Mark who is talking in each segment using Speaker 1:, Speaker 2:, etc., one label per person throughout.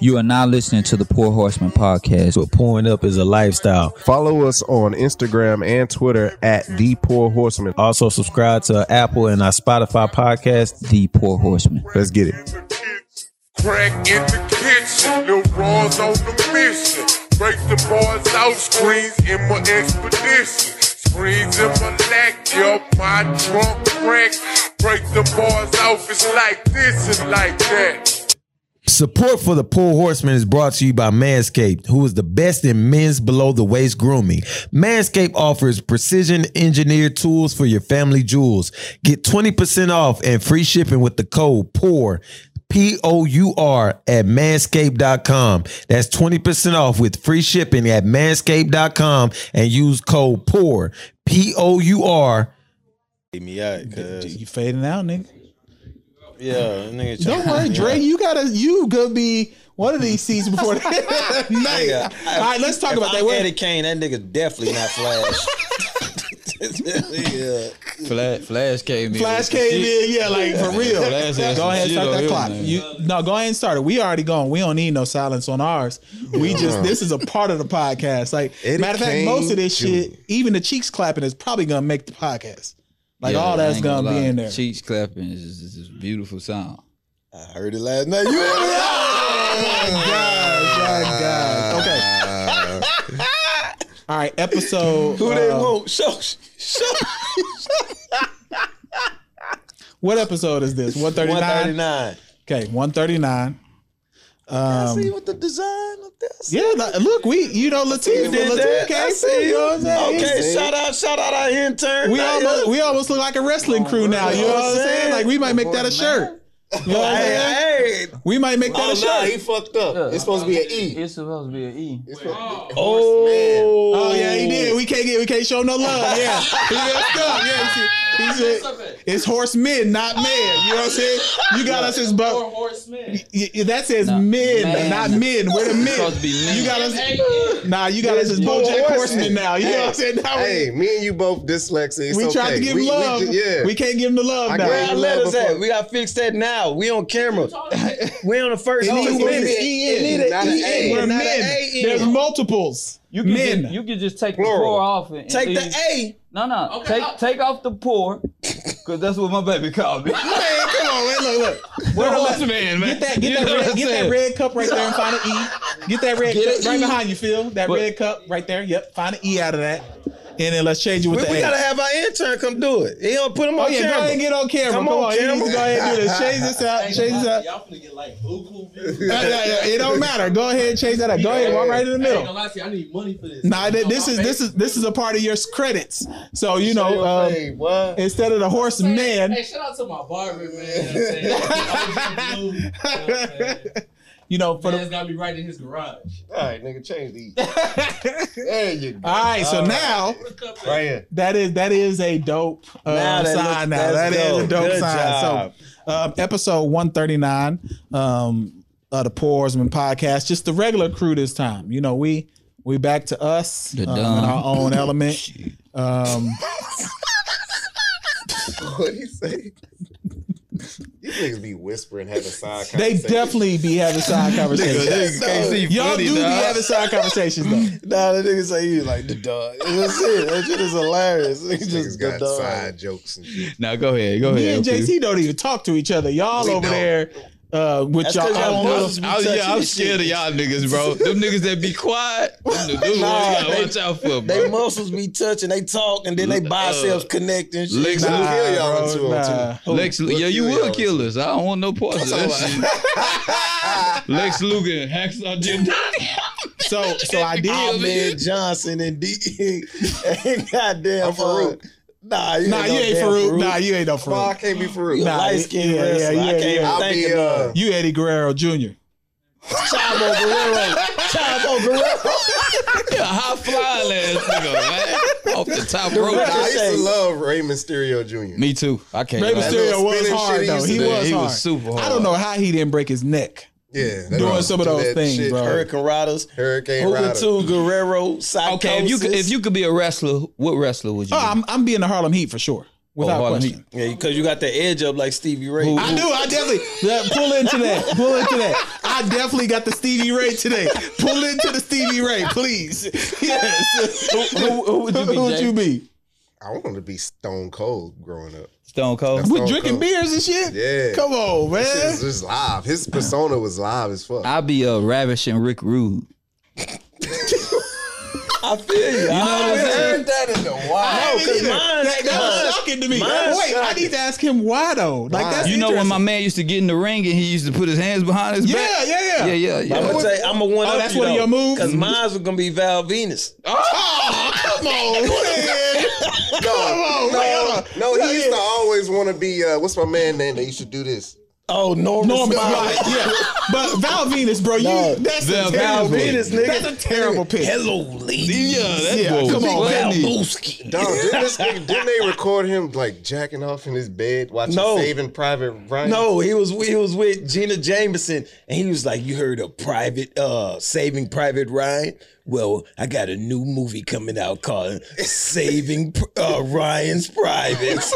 Speaker 1: You are now listening to the Poor Horseman podcast.
Speaker 2: But pouring up is a
Speaker 3: Oh.
Speaker 2: lifestyle.
Speaker 4: Follow us on Instagram and Twitter at The Poor Horseman.
Speaker 2: Also, subscribe to our Apple and our Spotify podcast.
Speaker 1: The Poor Horseman.
Speaker 4: Let's get it.
Speaker 5: Crack in the kitchen, Lil Raw's on the mission. Break the bars out, screens in my expedition. Screens in my lack, yo, my drunk crack. Break the bars out, it's like this and like that.
Speaker 2: Support for the Poor Horseman is brought to you by Manscaped, who is the best in men's below the waist grooming. Manscaped offers precision engineered tools for your family jewels. Get 20% off and free shipping with the code POUR, P O U R, at manscaped.com. That's 20% off with free shipping at manscaped.com and use code POUR, P O U R.
Speaker 6: me out, cause
Speaker 3: You fading out, nigga.
Speaker 6: yeah, nigga.
Speaker 3: Don't worry, Dre. You gotta. You gonna be one of these seats before the night. All right, let's talk about that.
Speaker 6: If I
Speaker 3: What-
Speaker 6: had a cane, that nigga definitely not flash. yeah,
Speaker 7: Flash, Flash came in.
Speaker 3: Flash came in, yeah, like for real. Go
Speaker 7: Flash had some
Speaker 3: ahead and
Speaker 7: shit
Speaker 3: start
Speaker 7: on
Speaker 3: that
Speaker 7: him,
Speaker 3: clock.
Speaker 7: man.
Speaker 3: You no, go ahead and start it. We already gone. We don't need no silence on ours. We just this is a part of the podcast. Like
Speaker 4: Eddie
Speaker 3: matter of fact,
Speaker 4: Kane
Speaker 3: most of this
Speaker 4: Jr.
Speaker 3: shit, even the cheeks clapping, is probably gonna make the podcast. Like
Speaker 7: Yeah,
Speaker 3: all
Speaker 7: I
Speaker 3: that's
Speaker 7: ain't gonna
Speaker 3: gonna be
Speaker 7: lie.
Speaker 3: in there.
Speaker 7: Cheeks clapping is is- is a beautiful sound.
Speaker 6: I heard it last night. You heard
Speaker 3: God, God. Okay. All right, episode.
Speaker 6: Who they
Speaker 3: uh,
Speaker 6: want? Show, show.
Speaker 3: What episode is this? One thirty
Speaker 6: One thirty
Speaker 3: nine.
Speaker 6: nine.
Speaker 3: Okay, one thirty nine.
Speaker 6: See what the design of this.
Speaker 3: Yeah, like, look, we you know Latif
Speaker 6: did
Speaker 3: Latif
Speaker 6: that.
Speaker 3: came
Speaker 6: I
Speaker 3: through,
Speaker 6: see.
Speaker 3: You know what I'm saying? He
Speaker 6: Okay,
Speaker 3: said-
Speaker 6: shout out, shout out our intern.
Speaker 3: We
Speaker 6: Nah,
Speaker 3: almost
Speaker 6: yeah.
Speaker 3: we almost look like a wrestling
Speaker 6: Oh,
Speaker 3: crew now. You know what I'm saying? Like we might make that a shirt. You know what I'm saying?
Speaker 6: Hey, Oh, hey.
Speaker 3: We might make that a shirt.
Speaker 6: he fucked up. It's supposed to be an E.
Speaker 7: It's supposed to be an E.
Speaker 6: Oh,
Speaker 3: Oh yeah, he did. We can't get we can't show no love. Yeah, he messed up. Yeah, he said- he said it's horsemen, not men. You know what I'm saying? You got us as but that says men,
Speaker 7: man.
Speaker 3: not men. We're the men.
Speaker 7: supposed to be men.
Speaker 3: You got us. Nah, you got us as BoJack
Speaker 4: horsemen.
Speaker 3: Horseman now. You know what I'm saying? Now we-
Speaker 4: Hey, me and you both dyslexic.
Speaker 3: we tried to give him love.
Speaker 4: ju- yeah.
Speaker 3: We can't give him the love
Speaker 4: I
Speaker 3: now.
Speaker 4: got
Speaker 6: Our
Speaker 4: you.
Speaker 6: letters
Speaker 4: Before-
Speaker 6: at? We gotta fix that now. We on camera. we on the first.
Speaker 4: It
Speaker 6: Oh,
Speaker 4: needs
Speaker 6: it's
Speaker 4: to
Speaker 6: gonna
Speaker 4: be
Speaker 6: be
Speaker 4: an
Speaker 6: an
Speaker 4: E,
Speaker 6: E, it need
Speaker 4: not
Speaker 6: an
Speaker 4: an
Speaker 6: E,
Speaker 4: A.
Speaker 3: We're
Speaker 6: not an
Speaker 3: men.
Speaker 6: A,
Speaker 3: There's
Speaker 6: in it.
Speaker 3: multiples.
Speaker 7: You can
Speaker 3: men.
Speaker 7: Just, you can just take
Speaker 6: Plural.
Speaker 7: the poor off and and
Speaker 6: Take the
Speaker 7: leave-
Speaker 6: A.
Speaker 7: No, no. take take off the poor, cause that's what my baby called me.
Speaker 3: man, come on, man. Look, look.
Speaker 7: We're horseman, man.
Speaker 3: Get that, get, that red, get that red cup right there and find an E. Get that red cup right behind you, Phil. That
Speaker 7: What?
Speaker 3: red cup right there. Yep, find an E out of that, and then let's change it with
Speaker 6: We,
Speaker 3: the
Speaker 6: we
Speaker 3: A.
Speaker 6: gotta have our intern come do it. He don't put him
Speaker 3: oh
Speaker 6: on
Speaker 3: yeah, go
Speaker 6: camera.
Speaker 3: ahead and get on camera. Come,
Speaker 6: Come
Speaker 3: on,
Speaker 6: on,
Speaker 3: you need to
Speaker 6: camera.
Speaker 3: go ahead and do this. Change this out. Change this out.
Speaker 8: Y'all finna get like Google views.
Speaker 3: Yeah, yeah, yeah. It don't matter. Go ahead and change that out. Go ahead, and walk right in the
Speaker 8: I ain't gonna
Speaker 3: middle.
Speaker 8: lie to you, I need money for this.
Speaker 3: Nah, th-
Speaker 8: You know,
Speaker 3: this
Speaker 8: my
Speaker 3: is
Speaker 8: face-
Speaker 3: this is this is a part of your credits. So you
Speaker 4: Show
Speaker 3: know,
Speaker 4: your
Speaker 6: Um,
Speaker 3: uh,
Speaker 4: face, boy.
Speaker 3: instead of the horse man,
Speaker 8: Hey, shout out to my barber, man. You know what I'm saying? Blue, you know what I'm saying?
Speaker 3: you know, for the
Speaker 8: Man's gotta be right in his garage.
Speaker 4: All right, nigga, change the E. there you go.
Speaker 3: All right, so now
Speaker 4: Right here.
Speaker 3: that is that is a dope uh,
Speaker 6: Now that
Speaker 3: sign.
Speaker 6: looks-
Speaker 3: now that
Speaker 6: that's
Speaker 3: is a
Speaker 6: dope.
Speaker 3: dope
Speaker 6: Good
Speaker 3: sign.
Speaker 6: job.
Speaker 3: So, um, episode one thirty nine um, of the Poor Horseman podcast, just the regular crew this time. You know, we we back to us
Speaker 7: The
Speaker 3: um, in
Speaker 7: dumb.
Speaker 3: our own element. Um,
Speaker 4: What he say? These niggas be whispering, having side
Speaker 3: they
Speaker 4: conversations.
Speaker 3: definitely be having side conversations.
Speaker 6: can't see
Speaker 3: Y'all do be having side conversations though.
Speaker 6: Nah, the nigga say you like the dog. That's it. That shit is hilarious. Nigga
Speaker 4: Niggas
Speaker 6: just the
Speaker 4: got
Speaker 6: dog.
Speaker 4: side jokes and shit.
Speaker 7: Now go ahead, go
Speaker 3: Me
Speaker 7: ahead.
Speaker 3: and JC don't even talk to each other. Y'all
Speaker 4: We
Speaker 3: over
Speaker 4: don't.
Speaker 3: there uh, with
Speaker 6: That's 'cause
Speaker 3: y'all
Speaker 6: y'all
Speaker 3: own
Speaker 6: bosses
Speaker 3: little
Speaker 6: be
Speaker 7: I, Oh, yeah,
Speaker 6: touching
Speaker 7: I'm
Speaker 6: this
Speaker 7: scared of
Speaker 6: shit.
Speaker 7: y'all niggas, bro. Them niggas that be quiet, them the good
Speaker 6: Nah,
Speaker 7: ones you gotta
Speaker 6: they-
Speaker 7: watch out for, bro.
Speaker 6: They muscles be touching. They talk and then they biceps connect and shit.
Speaker 7: Lex,
Speaker 4: Nah, kill y'all
Speaker 3: bro,
Speaker 4: in two on
Speaker 3: nah.
Speaker 4: two.
Speaker 7: Lex,
Speaker 4: We'll
Speaker 7: yeah, you
Speaker 4: kill
Speaker 7: will
Speaker 4: y'all.
Speaker 7: kill us. I don't want no part of that shit. Lex Luger and Hacksaw Jim.
Speaker 3: So so I
Speaker 6: Oh,
Speaker 3: did.
Speaker 6: man, Johnson and D. and goddamn
Speaker 4: I'm Farouk.
Speaker 6: uh, Nah, you
Speaker 3: Nah,
Speaker 6: ain't, no
Speaker 3: you ain't
Speaker 6: damn
Speaker 3: Farouk. Nah, you ain't no
Speaker 4: Nah, I
Speaker 3: Farouk.
Speaker 4: can't be for real.
Speaker 6: You a
Speaker 3: Nah,
Speaker 6: light skinned
Speaker 3: yeah, yeah,
Speaker 6: wrestler.
Speaker 3: yeah,
Speaker 6: I can't
Speaker 3: yeah.
Speaker 6: even
Speaker 4: I'll
Speaker 6: think
Speaker 4: be,
Speaker 6: of
Speaker 4: uh,
Speaker 6: none.
Speaker 3: You Eddie Guerrero Jr.
Speaker 6: Chavo Guerrero. Chavo Guerrero.
Speaker 7: Yeah, high flying ass nigga, man. Off the top
Speaker 4: Nah,
Speaker 7: rope.
Speaker 4: I used to
Speaker 6: Ricochet.
Speaker 4: love Ray Mysterio Jr.
Speaker 7: Me too. I can't.
Speaker 3: Ray
Speaker 7: lie.
Speaker 3: Mysterio
Speaker 4: little
Speaker 3: was
Speaker 4: spinning shit
Speaker 3: hard
Speaker 4: he
Speaker 3: though.
Speaker 4: used
Speaker 3: He
Speaker 4: to do,
Speaker 3: was
Speaker 7: he
Speaker 3: hard.
Speaker 7: was super hard.
Speaker 3: I don't know how he didn't break his neck.
Speaker 4: Yeah,
Speaker 3: Doing some of
Speaker 4: do
Speaker 3: those
Speaker 4: that
Speaker 3: things, bro.
Speaker 6: Hurricane Riders.
Speaker 4: Hurricane
Speaker 6: Hooker
Speaker 4: Rider.
Speaker 6: to Guerrero. Psychosis.
Speaker 7: Okay, if you could, if you could be a wrestler, what wrestler would you?
Speaker 3: Oh,
Speaker 7: be?
Speaker 3: I'm I'm being the Harlem Heat for sure, without
Speaker 7: Oh, Harlem
Speaker 3: question.
Speaker 7: Heat.
Speaker 6: Yeah, because you got the edge up like Stevie Ray.
Speaker 3: I do. I definitely yeah, pull into that. Pull into that. I I definitely got the Stevie Ray today. Pull into the Stevie Ray, please. Yes.
Speaker 6: Who, who, who would you be?
Speaker 3: Who would
Speaker 6: Jay?
Speaker 3: you be?
Speaker 4: I wanted to be stone cold growing up.
Speaker 6: Stone Cold.
Speaker 4: That's-
Speaker 3: We drinking
Speaker 4: cold.
Speaker 3: beers and shit.
Speaker 4: Yeah.
Speaker 3: Come on,
Speaker 4: Shit
Speaker 3: man.
Speaker 4: was just live. His persona was live as fuck.
Speaker 7: I'll be a ravishing Rick Rude.
Speaker 6: I feel you. You know what I'm saying?
Speaker 4: heard that in the wild.
Speaker 3: Because that, that was shocking to me. Wait, I need to ask him why though. Like that's
Speaker 6: You know when my man used to get in the ring and he used to put his hands behind his back?
Speaker 3: yeah, yeah, yeah,
Speaker 7: Yeah, yeah, yeah.
Speaker 6: I'm
Speaker 3: what-
Speaker 6: tell you, I'm a one.
Speaker 3: Oh, that's one of your moves?
Speaker 6: Because mine's was gonna be Val Venus.
Speaker 3: Oh, come on, man.
Speaker 4: No,
Speaker 3: on, wait, hold
Speaker 4: no,
Speaker 3: on.
Speaker 4: no,
Speaker 3: Yeah,
Speaker 4: he used
Speaker 3: yeah.
Speaker 4: to always want to be. Uh, what's my man name that used to do this?
Speaker 6: Oh, Norman.
Speaker 3: Norman, right? Yeah, but Val Venus, bro, you
Speaker 2: No,
Speaker 3: that's
Speaker 9: Val
Speaker 3: a terrible
Speaker 9: Venus,
Speaker 3: nigga. That's a terrible pick.
Speaker 6: Hello, lady.
Speaker 9: Yeah, that's
Speaker 3: Yeah,
Speaker 9: what
Speaker 3: come on, man.
Speaker 4: Dog, didn't, this nigga- didn't they record him like jacking off in his bed watching
Speaker 6: No.
Speaker 4: Saving Private Ryan?
Speaker 6: No, he was he was with Gina Jameson, and he was like, "You heard of Private uh Saving Private Ryan? Well, I got a new movie coming out called Saving uh, Ryan's Privates."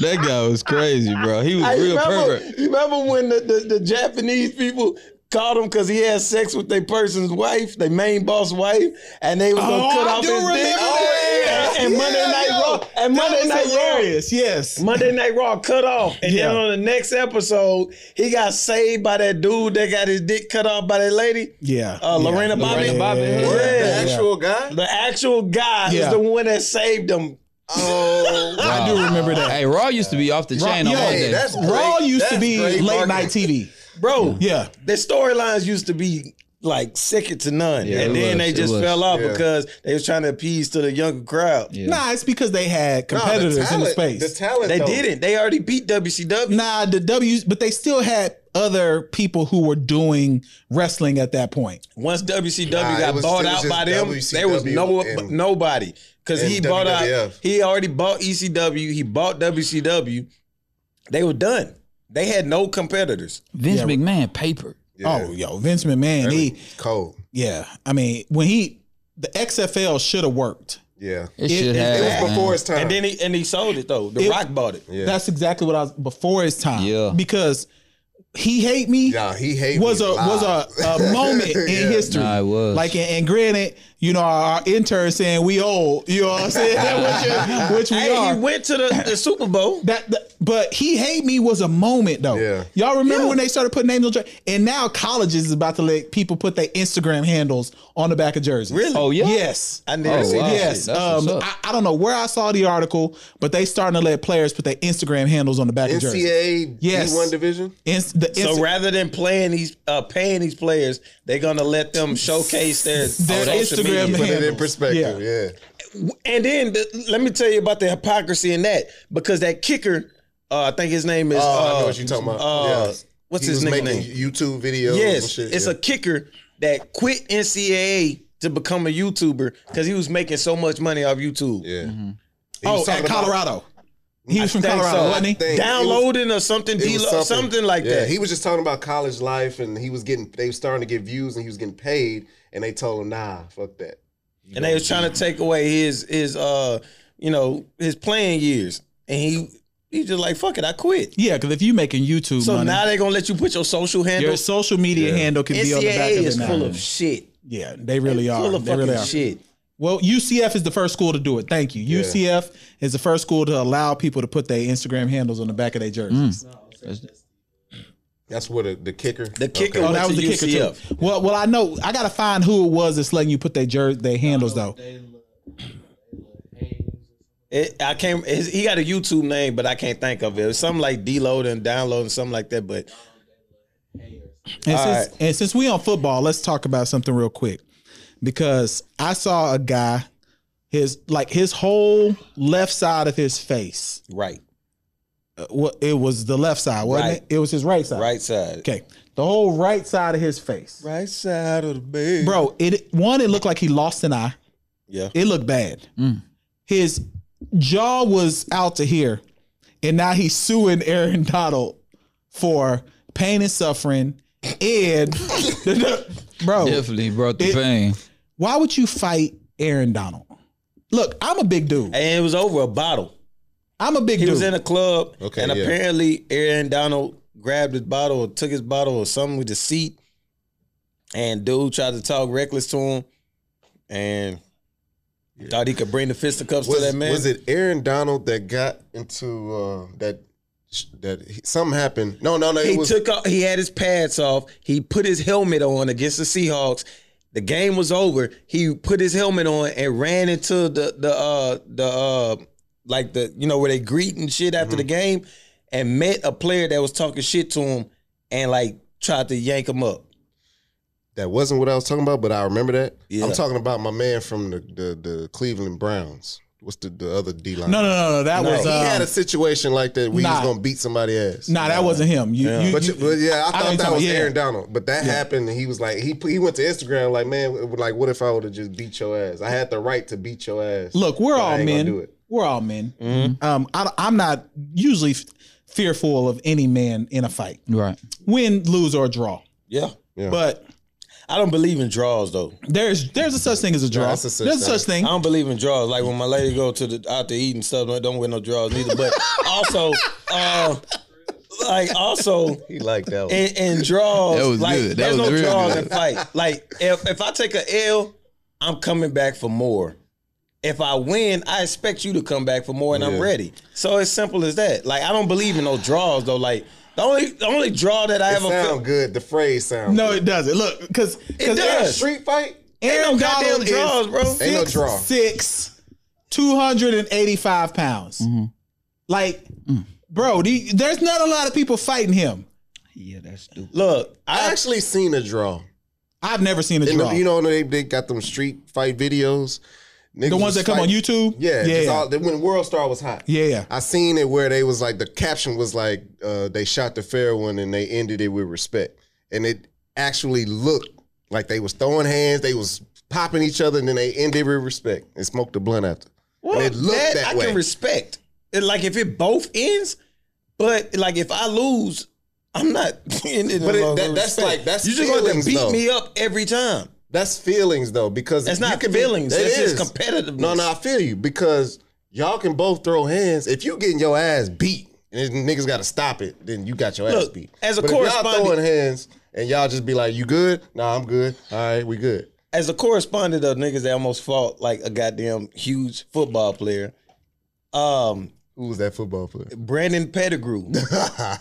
Speaker 9: That guy was crazy, bro. He was
Speaker 6: I
Speaker 9: real
Speaker 6: remember,
Speaker 9: pervert.
Speaker 6: you remember when the, the, the Japanese people caught him because he had sex with their person's wife, their main boss wife, and they was gonna
Speaker 3: Oh,
Speaker 6: cut
Speaker 3: I
Speaker 6: off
Speaker 3: do
Speaker 6: his
Speaker 3: remember
Speaker 6: dick.
Speaker 3: that.
Speaker 6: And, and Monday
Speaker 3: Yeah,
Speaker 6: Night
Speaker 3: yo.
Speaker 6: Raw, and Monday
Speaker 3: That
Speaker 6: Night
Speaker 3: was
Speaker 6: Raw,
Speaker 3: hilarious. Yes.
Speaker 6: Monday Night Raw cut off. And then
Speaker 3: Yeah.
Speaker 6: on the next episode, he got saved by that dude that got his dick cut off by that lady,
Speaker 3: Yeah.
Speaker 6: uh,
Speaker 3: Yeah.
Speaker 6: Lorena Bobby.
Speaker 3: Lorena Bobby.
Speaker 6: Yeah.
Speaker 4: the actual guy.
Speaker 6: The actual guy
Speaker 3: Yeah.
Speaker 6: is the one that saved him.
Speaker 4: Oh,
Speaker 3: I do remember that.
Speaker 7: Hey, Raw used to be off the chain on
Speaker 3: yeah,
Speaker 7: all
Speaker 4: hey,
Speaker 7: day.
Speaker 4: that's great.
Speaker 3: Raw used to
Speaker 4: That's
Speaker 3: be
Speaker 4: great
Speaker 3: late
Speaker 4: marketing.
Speaker 3: night TV.
Speaker 6: Bro,
Speaker 3: Yeah.
Speaker 6: the storylines used to be like second to none,
Speaker 7: Yeah,
Speaker 6: and
Speaker 7: it was,
Speaker 6: then they
Speaker 7: it
Speaker 6: just
Speaker 7: was.
Speaker 6: fell off
Speaker 4: Yeah.
Speaker 6: because they was trying to appease to the younger crowd.
Speaker 7: Yeah.
Speaker 3: Nah, it's because they had
Speaker 4: Nah,
Speaker 3: competitors
Speaker 4: the talent,
Speaker 3: in the space.
Speaker 4: The talent.
Speaker 6: They
Speaker 4: though.
Speaker 6: didn't. They already beat WCW.
Speaker 3: Nah, the W's, but they still had other people who were doing wrestling at that point.
Speaker 6: Once WCW
Speaker 4: Nah, it
Speaker 6: got
Speaker 4: was-
Speaker 6: bought
Speaker 4: it was
Speaker 6: out
Speaker 4: just
Speaker 6: by them, there was no
Speaker 4: WCW and-
Speaker 6: nobody because he
Speaker 4: and
Speaker 6: bought out.
Speaker 4: WWF.
Speaker 6: He already bought ECW. He bought WCW. They were done. They had no competitors.
Speaker 7: Vince McMahon paper.
Speaker 4: Yeah.
Speaker 3: Oh, yo, Vince McMahon, he,
Speaker 4: cold.
Speaker 3: yeah, I mean, when he, the XFL should have worked.
Speaker 4: Yeah,
Speaker 7: It,
Speaker 3: It-
Speaker 7: should
Speaker 3: it-
Speaker 7: have.
Speaker 4: it was
Speaker 7: man.
Speaker 4: before his time.
Speaker 6: And then he and he sold it though. The
Speaker 3: It-
Speaker 6: Rock bought it.
Speaker 4: yeah,
Speaker 3: That's exactly what I was before his time.
Speaker 7: Yeah.
Speaker 3: because he hate me.
Speaker 4: yeah, he hated
Speaker 3: was
Speaker 4: me
Speaker 3: a was
Speaker 4: live.
Speaker 3: a, a moment in
Speaker 4: Yeah.
Speaker 3: history.
Speaker 7: Nah, it was.
Speaker 3: Like and, and granted, you know, our, our intern saying we old. You know what I'm saying? which, which we
Speaker 6: Hey,
Speaker 3: are.
Speaker 6: he went to the, the Super Bowl.
Speaker 3: That, that- but he hate me was a moment though.
Speaker 4: Yeah.
Speaker 3: Y'all remember when they started putting names on jerseys? And now colleges is about to let people put their Instagram handles on the back of jerseys.
Speaker 6: Really?
Speaker 7: Oh yeah.
Speaker 3: Yes.
Speaker 6: I
Speaker 7: Oh,
Speaker 6: never seen
Speaker 7: wow.
Speaker 6: that.
Speaker 3: Yes.
Speaker 7: That's what's
Speaker 3: Um,
Speaker 7: up.
Speaker 3: I, I don't know where I saw the article, but they starting to let players put their Instagram handles on the back of jerseys.
Speaker 4: NCAA
Speaker 3: Yes.
Speaker 4: D1 division.
Speaker 3: Ins- the
Speaker 6: So
Speaker 3: Inst-
Speaker 6: rather than playing these, uh, paying these players, they're gonna let them showcase their,
Speaker 3: Their
Speaker 6: social
Speaker 3: Instagram
Speaker 6: media.
Speaker 4: Put it in
Speaker 3: Handles.
Speaker 4: perspective. Yeah,
Speaker 6: And then the, let me tell you about the hypocrisy in that because that kicker, uh, I think his name is.
Speaker 4: Oh, I know
Speaker 6: uh,
Speaker 4: what you're talking about.
Speaker 6: uh,
Speaker 4: Yeah.
Speaker 6: What's
Speaker 4: He
Speaker 6: his
Speaker 4: was
Speaker 6: nickname?
Speaker 4: making YouTube videos.
Speaker 6: yes,
Speaker 4: and shit.
Speaker 6: it's
Speaker 4: yeah.
Speaker 6: a kicker that quit NCAA to become a YouTuber because he was making so much money off YouTube.
Speaker 4: Yeah. He was
Speaker 3: oh,
Speaker 4: talking
Speaker 3: at
Speaker 4: about-
Speaker 3: Colorado. He was from
Speaker 6: think
Speaker 3: Colorado,
Speaker 6: so.
Speaker 3: wasn't he?
Speaker 4: I think it was-
Speaker 6: Downloading or something,
Speaker 4: it
Speaker 6: D-
Speaker 4: was
Speaker 6: something. like
Speaker 4: Yeah,
Speaker 6: that.
Speaker 4: He was just talking about college life, and he was getting they was starting to get views, and he was getting paid, and they told him, "Nah, fuck that."
Speaker 6: and they was trying to take away his his uh you know his playing years, and he he just like fuck it, I quit.
Speaker 3: Yeah, because if you making YouTube
Speaker 6: So
Speaker 3: money,
Speaker 6: now they gonna let you put your social handle.
Speaker 3: your social media handle can be on the back
Speaker 6: NCAA
Speaker 3: of it
Speaker 6: is
Speaker 3: now.
Speaker 6: full of shit.
Speaker 3: yeah, they really are.
Speaker 6: Full of
Speaker 3: They
Speaker 6: fucking
Speaker 3: really are.
Speaker 6: shit.
Speaker 3: Well, UCF is the first school to do it. Thank you. UCF is the first school to allow people to put their Instagram handles on the back of their
Speaker 7: Mm.
Speaker 3: jerseys.
Speaker 4: That's what a, the kicker.
Speaker 6: The kicker
Speaker 3: Oh,
Speaker 6: went
Speaker 3: that was
Speaker 6: to
Speaker 3: the kicker
Speaker 6: UCF.
Speaker 3: too. Well, well, I know. I gotta find who it was that's letting you put their jer- their handles though.
Speaker 6: It, I can't. his- He got a YouTube name, but I can't think of it. It was something like deload and download and something like that. But
Speaker 3: And
Speaker 6: All
Speaker 3: since, and since we on football, let's talk about something real quick because I saw a guy, his like his whole left side of his face.
Speaker 6: right,
Speaker 3: uh, Well, it was the left side, wasn't
Speaker 6: Right.
Speaker 3: it? It was his right side.
Speaker 6: right side,
Speaker 3: Okay, the whole right side of his face.
Speaker 6: right side of the bed.
Speaker 3: bro. It one, it looked like he lost an eye.
Speaker 6: Yeah.
Speaker 3: it looked bad. His jaw was out to here, and now he's suing Aaron Donald for pain and suffering. And bro,
Speaker 7: Definitely brought the
Speaker 3: It-
Speaker 7: pain.
Speaker 3: why would you fight Aaron Donald? Look, I'm a big dude.
Speaker 6: And it was over a bottle.
Speaker 3: I'm a big
Speaker 6: He
Speaker 3: dude.
Speaker 6: was in a club,
Speaker 4: Okay,
Speaker 6: and
Speaker 4: yeah.
Speaker 6: apparently Aaron Donald grabbed his bottle or took his bottle or something with the seat. And dude tried to talk reckless to him and thought he could bring the fisticuffs
Speaker 4: Was,
Speaker 6: to that man.
Speaker 4: was it Aaron Donald that got into uh, that? That he- something happened. No, no, no. It
Speaker 6: He
Speaker 4: was
Speaker 6: took off, he had his pads off. He put his helmet on against the Seahawks. The game was over. He put his helmet on and ran into the the uh the uh like the you know where they greet and shit after the
Speaker 4: Mm-hmm.
Speaker 6: game and met a player that was talking shit to him and like tried to yank him up.
Speaker 4: that wasn't what I was talking about, but I remember that.
Speaker 6: Yeah.
Speaker 4: I'm talking about my man from the the, the Cleveland Browns. What's the, the other D line?
Speaker 3: No, no, no, no. That was
Speaker 4: he had
Speaker 3: uh,
Speaker 4: a situation like that where
Speaker 3: nah.
Speaker 4: he was gonna beat somebody ass.
Speaker 3: nah. That wasn't him. You, you,
Speaker 4: But,
Speaker 3: you-
Speaker 4: you, but yeah, I thought
Speaker 3: know you're
Speaker 4: that
Speaker 3: talking-
Speaker 4: was
Speaker 3: yeah.
Speaker 4: Aaron Donald. But that happened, and he was like, he put- he went to Instagram like, man, w- like what if I would have just beat your ass? I had the right to beat your ass.
Speaker 3: look, we're
Speaker 4: but I
Speaker 3: all
Speaker 4: ain't gonna do
Speaker 3: men.
Speaker 4: it. Mm-hmm.
Speaker 3: We're all men. Um, I, I'm not usually f- fearful of any man in a fight,
Speaker 7: Right.
Speaker 3: win, lose, or draw.
Speaker 6: Yeah.
Speaker 3: But
Speaker 6: I don't believe in draws though.
Speaker 3: there's there's a such thing as a draw.
Speaker 4: that's a such
Speaker 3: there's a
Speaker 4: thing.
Speaker 3: such thing.
Speaker 6: I don't believe in draws. Like when my lady go to the out to eat and stuff, I don't wear no draws neither. But also, uh, like also
Speaker 4: He liked that one.
Speaker 6: in, in draws,
Speaker 7: That was
Speaker 6: like
Speaker 7: good. That
Speaker 6: there's
Speaker 7: was
Speaker 6: no
Speaker 7: real
Speaker 6: draws
Speaker 7: good.
Speaker 6: in fight. Like if if I take a L, I'm coming back for more. If I win, I expect you to come back for more, and I'm
Speaker 4: Yeah.
Speaker 6: ready. So it's simple as that. Like I don't believe in no draws though. Like the only the only draw that I
Speaker 4: It
Speaker 6: ever felt
Speaker 4: sound good. The phrase sound.
Speaker 3: No,
Speaker 4: good.
Speaker 3: it doesn't. Look, because
Speaker 6: it does.
Speaker 4: Street fight.
Speaker 3: Aaron
Speaker 6: Ain't no goddamn
Speaker 3: Donald is
Speaker 6: draws, bro.
Speaker 3: Six,
Speaker 4: Ain't no draw.
Speaker 3: Six, two hundred and eighty-five pounds.
Speaker 6: Mm-hmm.
Speaker 3: Like,
Speaker 6: Mm.
Speaker 3: bro, the, there's not a lot of people fighting him.
Speaker 7: Yeah, that's stupid.
Speaker 6: Look,
Speaker 4: I
Speaker 6: I
Speaker 4: actually seen a draw.
Speaker 3: I've never seen a
Speaker 4: And
Speaker 3: draw.
Speaker 4: the- you know, they, they got them street fight videos. Niggas
Speaker 3: the
Speaker 4: was
Speaker 3: ones that come on
Speaker 4: fighting-
Speaker 3: YouTube.
Speaker 4: Yeah,
Speaker 3: yeah,
Speaker 4: just all- when World Star was hot.
Speaker 3: yeah.
Speaker 4: I seen it where they was like the caption was like uh, they shot the fair one and they ended it with respect, and it actually looked like they was throwing hands, they was popping each other, and then they ended with respect and smoked the blunt after. And it looked that,
Speaker 6: I
Speaker 4: way.
Speaker 6: can respect. It, like if it both ends, but like if I lose, I'm not. in it
Speaker 4: But it-
Speaker 6: alone
Speaker 4: that-
Speaker 6: with
Speaker 4: that's
Speaker 6: respect.
Speaker 4: like- that's
Speaker 6: you just going to
Speaker 4: feelings,
Speaker 6: beat
Speaker 4: though.
Speaker 6: me up every time.
Speaker 4: That's feelings though, because
Speaker 6: That's
Speaker 4: you
Speaker 6: not
Speaker 4: can
Speaker 6: feelings.
Speaker 4: it
Speaker 6: That's just
Speaker 4: is.
Speaker 6: competitiveness.
Speaker 4: No, no, I feel you because y'all can both throw hands. If you getting your ass beat and niggas got to stop it, then you got your ass
Speaker 6: Look,
Speaker 4: beat.
Speaker 6: as a
Speaker 4: but if y'all
Speaker 6: correspondent-
Speaker 4: throwing hands and y'all just be like, "You good? Nah, I'm good. All right, we good."
Speaker 6: As a correspondent of niggas that almost fought like a goddamn huge football player, um,
Speaker 4: Who was that football player?
Speaker 6: Brandon Pettigrew,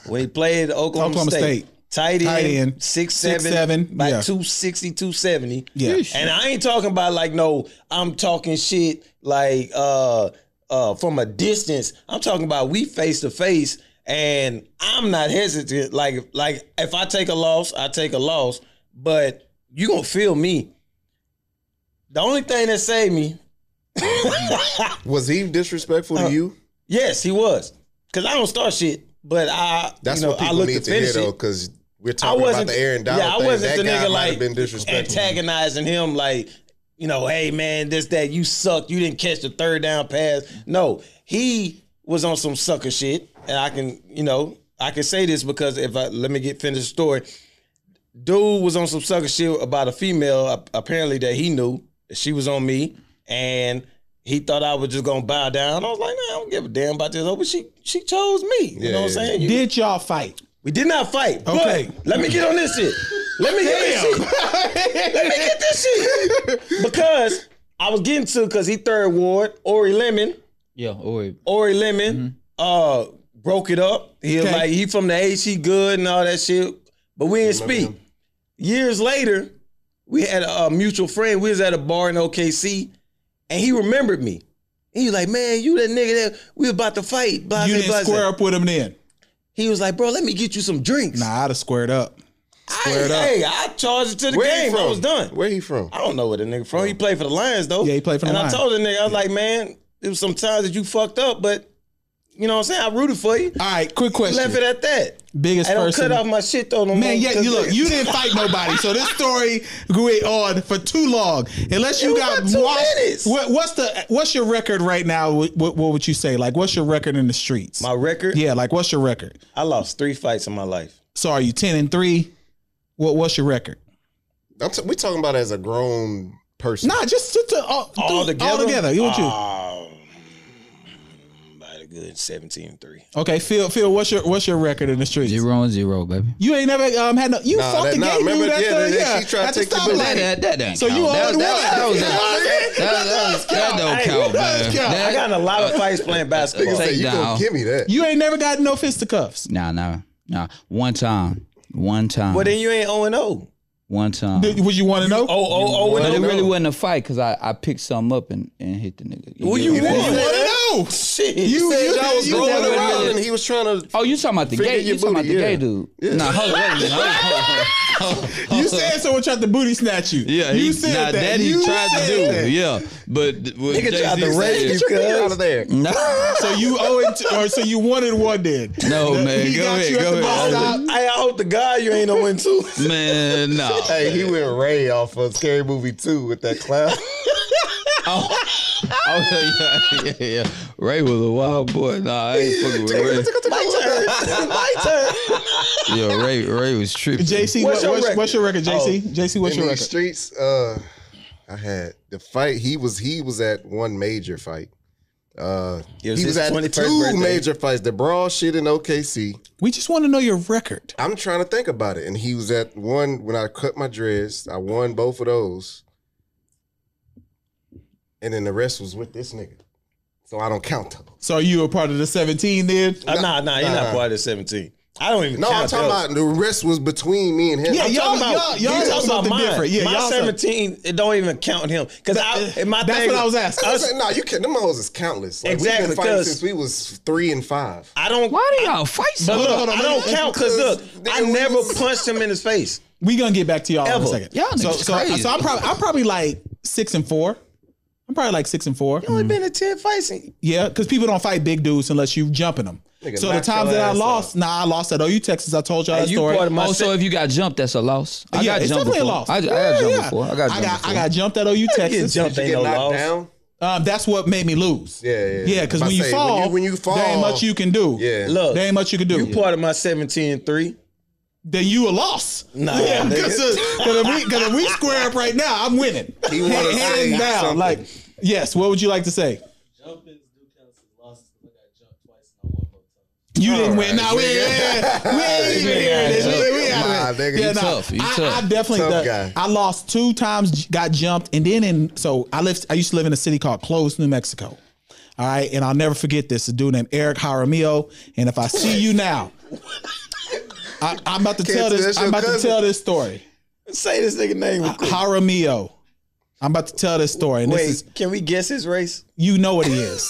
Speaker 6: when he played at Oklahoma,
Speaker 3: Oklahoma
Speaker 6: State,
Speaker 3: State.
Speaker 6: tight
Speaker 3: Tight
Speaker 6: end,
Speaker 3: end,
Speaker 6: six seven,
Speaker 3: 6'7",
Speaker 6: by
Speaker 3: yeah.
Speaker 6: 260, 270.
Speaker 3: yeah.
Speaker 6: And I ain't talking about like no, I'm talking shit like uh uh from a distance. I'm talking about we face to face and I'm not hesitant. Like like if I take a loss, I take a loss, but you gonna feel me. The only thing that saved me,
Speaker 4: Was he disrespectful
Speaker 6: Uh,
Speaker 4: to you?
Speaker 6: yes, he was. Cause I don't start shit, but I
Speaker 4: That's
Speaker 6: you know,
Speaker 4: what
Speaker 6: I
Speaker 4: people
Speaker 6: look
Speaker 4: need to
Speaker 6: finish
Speaker 4: hear
Speaker 6: it.
Speaker 4: though, because we're
Speaker 6: I
Speaker 4: talking about
Speaker 6: wasn't
Speaker 4: the Aaron Donald
Speaker 6: Yeah, I
Speaker 4: thing.
Speaker 6: wasn't
Speaker 4: that
Speaker 6: the
Speaker 4: guy
Speaker 6: nigga
Speaker 4: might have
Speaker 6: like
Speaker 4: been disrespectful.
Speaker 6: antagonizing him like, you know, hey man, this that you suck, you didn't catch the third down pass. No, he was on some sucker shit, and I can, you know, I can say this because if I let me get finished the story, dude was on some sucker shit about a female ap- apparently that he knew. She was on me, and he thought I was just gonna bow down. I was like, nah, I don't give a damn about this. Oh, but she she chose me. You
Speaker 4: Yeah,
Speaker 6: know what I'm
Speaker 4: yeah.
Speaker 6: saying? You-
Speaker 3: Did y'all fight?
Speaker 6: we did not fight.
Speaker 3: Okay.
Speaker 6: But let me get on this shit. Let me get this shit. let me get this shit. Because I was getting to because he third ward, Ori Lemon.
Speaker 7: Yeah, or
Speaker 6: Ori Lemon uh broke it up. He was
Speaker 3: Mm-hmm. Okay.
Speaker 6: like he from the age he good and all that shit. But we didn't speak. Years later, we had a, a mutual friend. We was at a bar in OKC, and he remembered me. He was like, "Man, you that nigga that we about to fight." Blah,
Speaker 3: You
Speaker 6: blah,
Speaker 3: didn't
Speaker 6: blah.
Speaker 3: square up with him then.
Speaker 6: He was like, "Bro, let me get you some drinks."
Speaker 3: Nah, I'd have squared up.
Speaker 6: I, hey, I charged it to the game. I was done.
Speaker 4: Where he from?
Speaker 6: I don't know where the nigga from. He played for the Lions though.
Speaker 3: Yeah, he played for the
Speaker 6: and
Speaker 3: Lions.
Speaker 6: I told the nigga, I was like, man, it was some times that you fucked up, but you know what I'm saying? I rooted for you.
Speaker 3: All right, quick
Speaker 6: I left
Speaker 3: question.
Speaker 6: it at that.
Speaker 3: Biggest
Speaker 6: I don't
Speaker 3: person.
Speaker 6: cut off my shit though. No more,
Speaker 3: Man, yeah,
Speaker 6: 'cause
Speaker 3: you look, you didn't fight nobody, so this story went on for too long. Unless you
Speaker 6: It was
Speaker 3: got
Speaker 6: about two
Speaker 3: washed-
Speaker 6: minutes.
Speaker 3: What, what's the what's your record right now? What, what, what would you say? Like, what's your record in the streets?
Speaker 6: my record.
Speaker 3: yeah, like what's your record?
Speaker 6: I lost three fights in my life.
Speaker 3: So are you ten and three? What what's your record?
Speaker 4: I'm t- we talking about as a grown person.
Speaker 3: Nah, just to, to all,
Speaker 6: All Ah.
Speaker 3: dude,
Speaker 6: together.
Speaker 3: All together. You want you?
Speaker 6: Um, by the that good. 17-3.
Speaker 3: Okay, Phil, Phil, what's your what's your record in the streets?
Speaker 7: Zero and zero, baby.
Speaker 3: You ain't never um, had no. You
Speaker 4: Nah,
Speaker 3: fought
Speaker 4: that-
Speaker 3: the
Speaker 4: nah,
Speaker 3: gay
Speaker 4: remember,
Speaker 3: dude at
Speaker 4: yeah,
Speaker 3: the
Speaker 4: that-
Speaker 3: yeah.
Speaker 4: she tried
Speaker 3: at
Speaker 4: to
Speaker 3: the
Speaker 4: take the boot.
Speaker 7: That, that,
Speaker 3: stoplight.
Speaker 7: that ain't
Speaker 3: So
Speaker 7: count.
Speaker 3: you
Speaker 7: that,
Speaker 3: all the
Speaker 7: that, that,
Speaker 3: way.
Speaker 7: was a- that, that, that don't count, man.
Speaker 6: I got
Speaker 7: That,
Speaker 6: in a lot of fights playing basketball.
Speaker 4: Niggas say, you
Speaker 7: Takedown.
Speaker 4: gonna give me that.
Speaker 3: You ain't never got no fisticuffs.
Speaker 7: nah, nah, nah. One time, one time,
Speaker 6: Well, then you ain't 0 and oh. 0.
Speaker 7: one time.
Speaker 3: Did- Would you want to know?
Speaker 6: Oh, oh, oh,
Speaker 7: But
Speaker 6: and
Speaker 7: it
Speaker 6: oh.
Speaker 7: really wasn't a fight because I, I picked something up and, and hit the nigga.
Speaker 6: Well, you
Speaker 7: get what I'm
Speaker 6: won.
Speaker 7: saying?
Speaker 6: You
Speaker 3: want to know?
Speaker 6: Shit.
Speaker 3: You-
Speaker 4: Said
Speaker 3: you-
Speaker 4: y'all was
Speaker 3: you
Speaker 4: rolling
Speaker 3: never
Speaker 4: around
Speaker 7: really-
Speaker 4: and he was trying to.
Speaker 7: Oh, you talking about the
Speaker 4: Finger
Speaker 7: gay?
Speaker 4: your
Speaker 7: You talking about
Speaker 4: booty,
Speaker 7: the gay
Speaker 4: yeah.
Speaker 7: dude? Nah, hold on, wait a minute. Hold on, hold on.
Speaker 3: You said someone tried to booty snatch you.
Speaker 9: Yeah,
Speaker 3: you
Speaker 9: he,
Speaker 3: said
Speaker 9: now
Speaker 3: that.
Speaker 9: that, he
Speaker 3: You
Speaker 9: tried to
Speaker 3: said
Speaker 9: do.
Speaker 3: that.
Speaker 9: Yeah, but th- what
Speaker 6: Nigga tried
Speaker 9: Jay-Z
Speaker 6: to rape
Speaker 9: said-
Speaker 6: you, cuz.
Speaker 4: Out of there.
Speaker 3: So you owe it, to, or so you wanted one then.
Speaker 9: No, man,
Speaker 3: he
Speaker 9: go
Speaker 3: got
Speaker 9: ahead,
Speaker 3: you at
Speaker 9: go
Speaker 3: the
Speaker 9: ahead.
Speaker 3: bus stop.
Speaker 6: I, I hope to God you ain't no one too.
Speaker 9: Man, no.
Speaker 4: Hey, he went Ray off of Scary Movie 2 with that clown.
Speaker 9: Oh, yeah, yeah, yeah, yeah. Ray was a wild boy. Nah, I ain't fucking with Ray.
Speaker 6: My turn. My turn.
Speaker 9: Yeah, Ray, Ray was tripping.
Speaker 3: JC,
Speaker 6: What's
Speaker 3: what,
Speaker 6: your
Speaker 3: what's,
Speaker 6: record?
Speaker 3: what's your record, JC? JC, what's
Speaker 4: in
Speaker 3: your
Speaker 4: these
Speaker 3: record?
Speaker 4: streets, uh, I had the fight. He was he was at one major fight. Uh,
Speaker 6: It was
Speaker 4: he was
Speaker 6: his
Speaker 4: at
Speaker 6: 21st
Speaker 4: two
Speaker 6: birthday.
Speaker 4: major fights. The brawl shit in OKC.
Speaker 3: We just want to know your record.
Speaker 4: I'm trying to think about it, and he was at one when I cut my dreads. I won both of those, and then the rest was with this nigga. So I don't count those.
Speaker 3: So are you a part of the 17 then?
Speaker 6: Uh, nah, nah, you're
Speaker 4: nah.
Speaker 6: not part of the 17. I don't even
Speaker 4: No, I'm
Speaker 6: count
Speaker 4: talking
Speaker 6: those.
Speaker 4: about the rest was between me and him.
Speaker 3: Yeah,
Speaker 4: I'm
Speaker 3: y'all-
Speaker 4: talking about-
Speaker 3: y'all- y'all
Speaker 6: You
Speaker 3: talking about
Speaker 6: mine.
Speaker 3: different. Yeah,
Speaker 6: my
Speaker 3: y'all said-
Speaker 6: 17, it don't even count him. Because I, my
Speaker 3: That's
Speaker 6: thing,
Speaker 3: what I was asking.
Speaker 4: I was like, nah, you can't. Them hoes is countless. Like,
Speaker 6: Exactly,
Speaker 4: We've been fighting
Speaker 6: cuz-
Speaker 4: since we was three and five.
Speaker 6: I don't,
Speaker 7: Why do y'all fight so?
Speaker 6: but look,
Speaker 7: much?
Speaker 3: hold on,
Speaker 6: I don't
Speaker 3: man.
Speaker 6: count because look,
Speaker 4: Because
Speaker 6: I
Speaker 4: then
Speaker 6: never
Speaker 4: we-
Speaker 6: punched him in his face.
Speaker 3: We gonna get back to y'all in
Speaker 6: Ever.
Speaker 3: a second.
Speaker 7: Y'all
Speaker 3: so,
Speaker 7: niggas
Speaker 3: so,
Speaker 7: crazy.
Speaker 3: so I'm probably I'm probably like six and four. I'm probably like six and four.
Speaker 6: Only been in 10 fights. and-
Speaker 3: Yeah, because people don't fight big dudes unless you jumping them.
Speaker 4: Nigga,
Speaker 3: so the
Speaker 4: knock
Speaker 3: times
Speaker 4: your
Speaker 3: that I
Speaker 4: ass
Speaker 3: lost, nah, I lost at OU Texas. I told y'all
Speaker 6: Hey,
Speaker 3: that
Speaker 6: you
Speaker 3: story.
Speaker 6: part of my
Speaker 7: Also, if you got jumped, that's a loss. I
Speaker 3: yeah,
Speaker 7: got
Speaker 3: it's
Speaker 7: jumped
Speaker 3: definitely
Speaker 7: before.
Speaker 3: a loss.
Speaker 7: I, I
Speaker 3: Yeah,
Speaker 7: got jumped
Speaker 3: yeah.
Speaker 7: before. I got
Speaker 3: I
Speaker 7: jumped
Speaker 3: got,
Speaker 7: before.
Speaker 3: I got jumped at OU
Speaker 6: Get
Speaker 3: Texas.
Speaker 6: jumped
Speaker 4: You
Speaker 6: ain't
Speaker 4: get
Speaker 6: no
Speaker 4: knocked
Speaker 6: loss.
Speaker 4: down.
Speaker 3: Um, that's what made me lose.
Speaker 4: Yeah, yeah, yeah.
Speaker 3: yeah. Because
Speaker 4: I
Speaker 3: when you
Speaker 4: say, when
Speaker 3: fall,
Speaker 4: you- when you
Speaker 3: there
Speaker 4: fall-
Speaker 3: ain't much you can do.
Speaker 4: Yeah.
Speaker 6: Look,
Speaker 3: there ain't much you can do.
Speaker 6: you part of my 17 and 3.
Speaker 3: then you a loss.
Speaker 6: Nah,
Speaker 3: yeah,
Speaker 6: nigga.
Speaker 3: because if we because if we square up right now, I'm winning.
Speaker 4: He wanna
Speaker 3: Hand-
Speaker 4: say
Speaker 3: hands down.
Speaker 4: something.
Speaker 3: Like, yes. What would you like to say?
Speaker 10: Jumpings do count as losses because I got jumped twice and I won both times.
Speaker 3: You didn't win. Nah, we ain't, yeah, we ain't even hearing this. We, we
Speaker 4: Nah,
Speaker 3: out of it.
Speaker 4: nigga, you
Speaker 7: tough. You
Speaker 3: I,
Speaker 7: tough.
Speaker 3: I definitely
Speaker 4: Tough guy.
Speaker 3: done- I lost two times, j- got jumped, and then in so I lived. I used to live in a city called Clovis, New Mexico. All right, and I'll never forget this. A dude named Eric Jaramillo, and if I see you now, I, I'm about to
Speaker 4: Can't
Speaker 3: tell
Speaker 4: say
Speaker 3: this.
Speaker 4: that's
Speaker 3: I'm
Speaker 4: your
Speaker 3: about to
Speaker 4: cousin.
Speaker 3: tell this story.
Speaker 6: Say this nigga name. real quick.
Speaker 3: Jaramillo. I'm about to tell this story, and this
Speaker 6: Wait,
Speaker 3: is
Speaker 6: can we guess his race?
Speaker 3: you know what he is.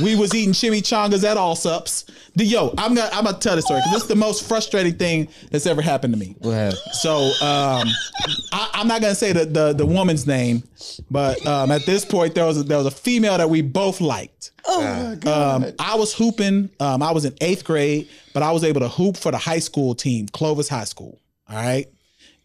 Speaker 3: we was eating chimichangas at Allsups. The yo, I'm gonna I'm gonna tell this story because this is the most frustrating thing that's ever happened to me.
Speaker 7: What happened?
Speaker 3: So um, I, I'm not gonna say the, the the woman's name, but um, at this point there was a, there was a female that we both liked. Oh my god! Um, I was hooping. Um, I was in eighth grade, but I was able to hoop for the high school team, Clovis High School. All right.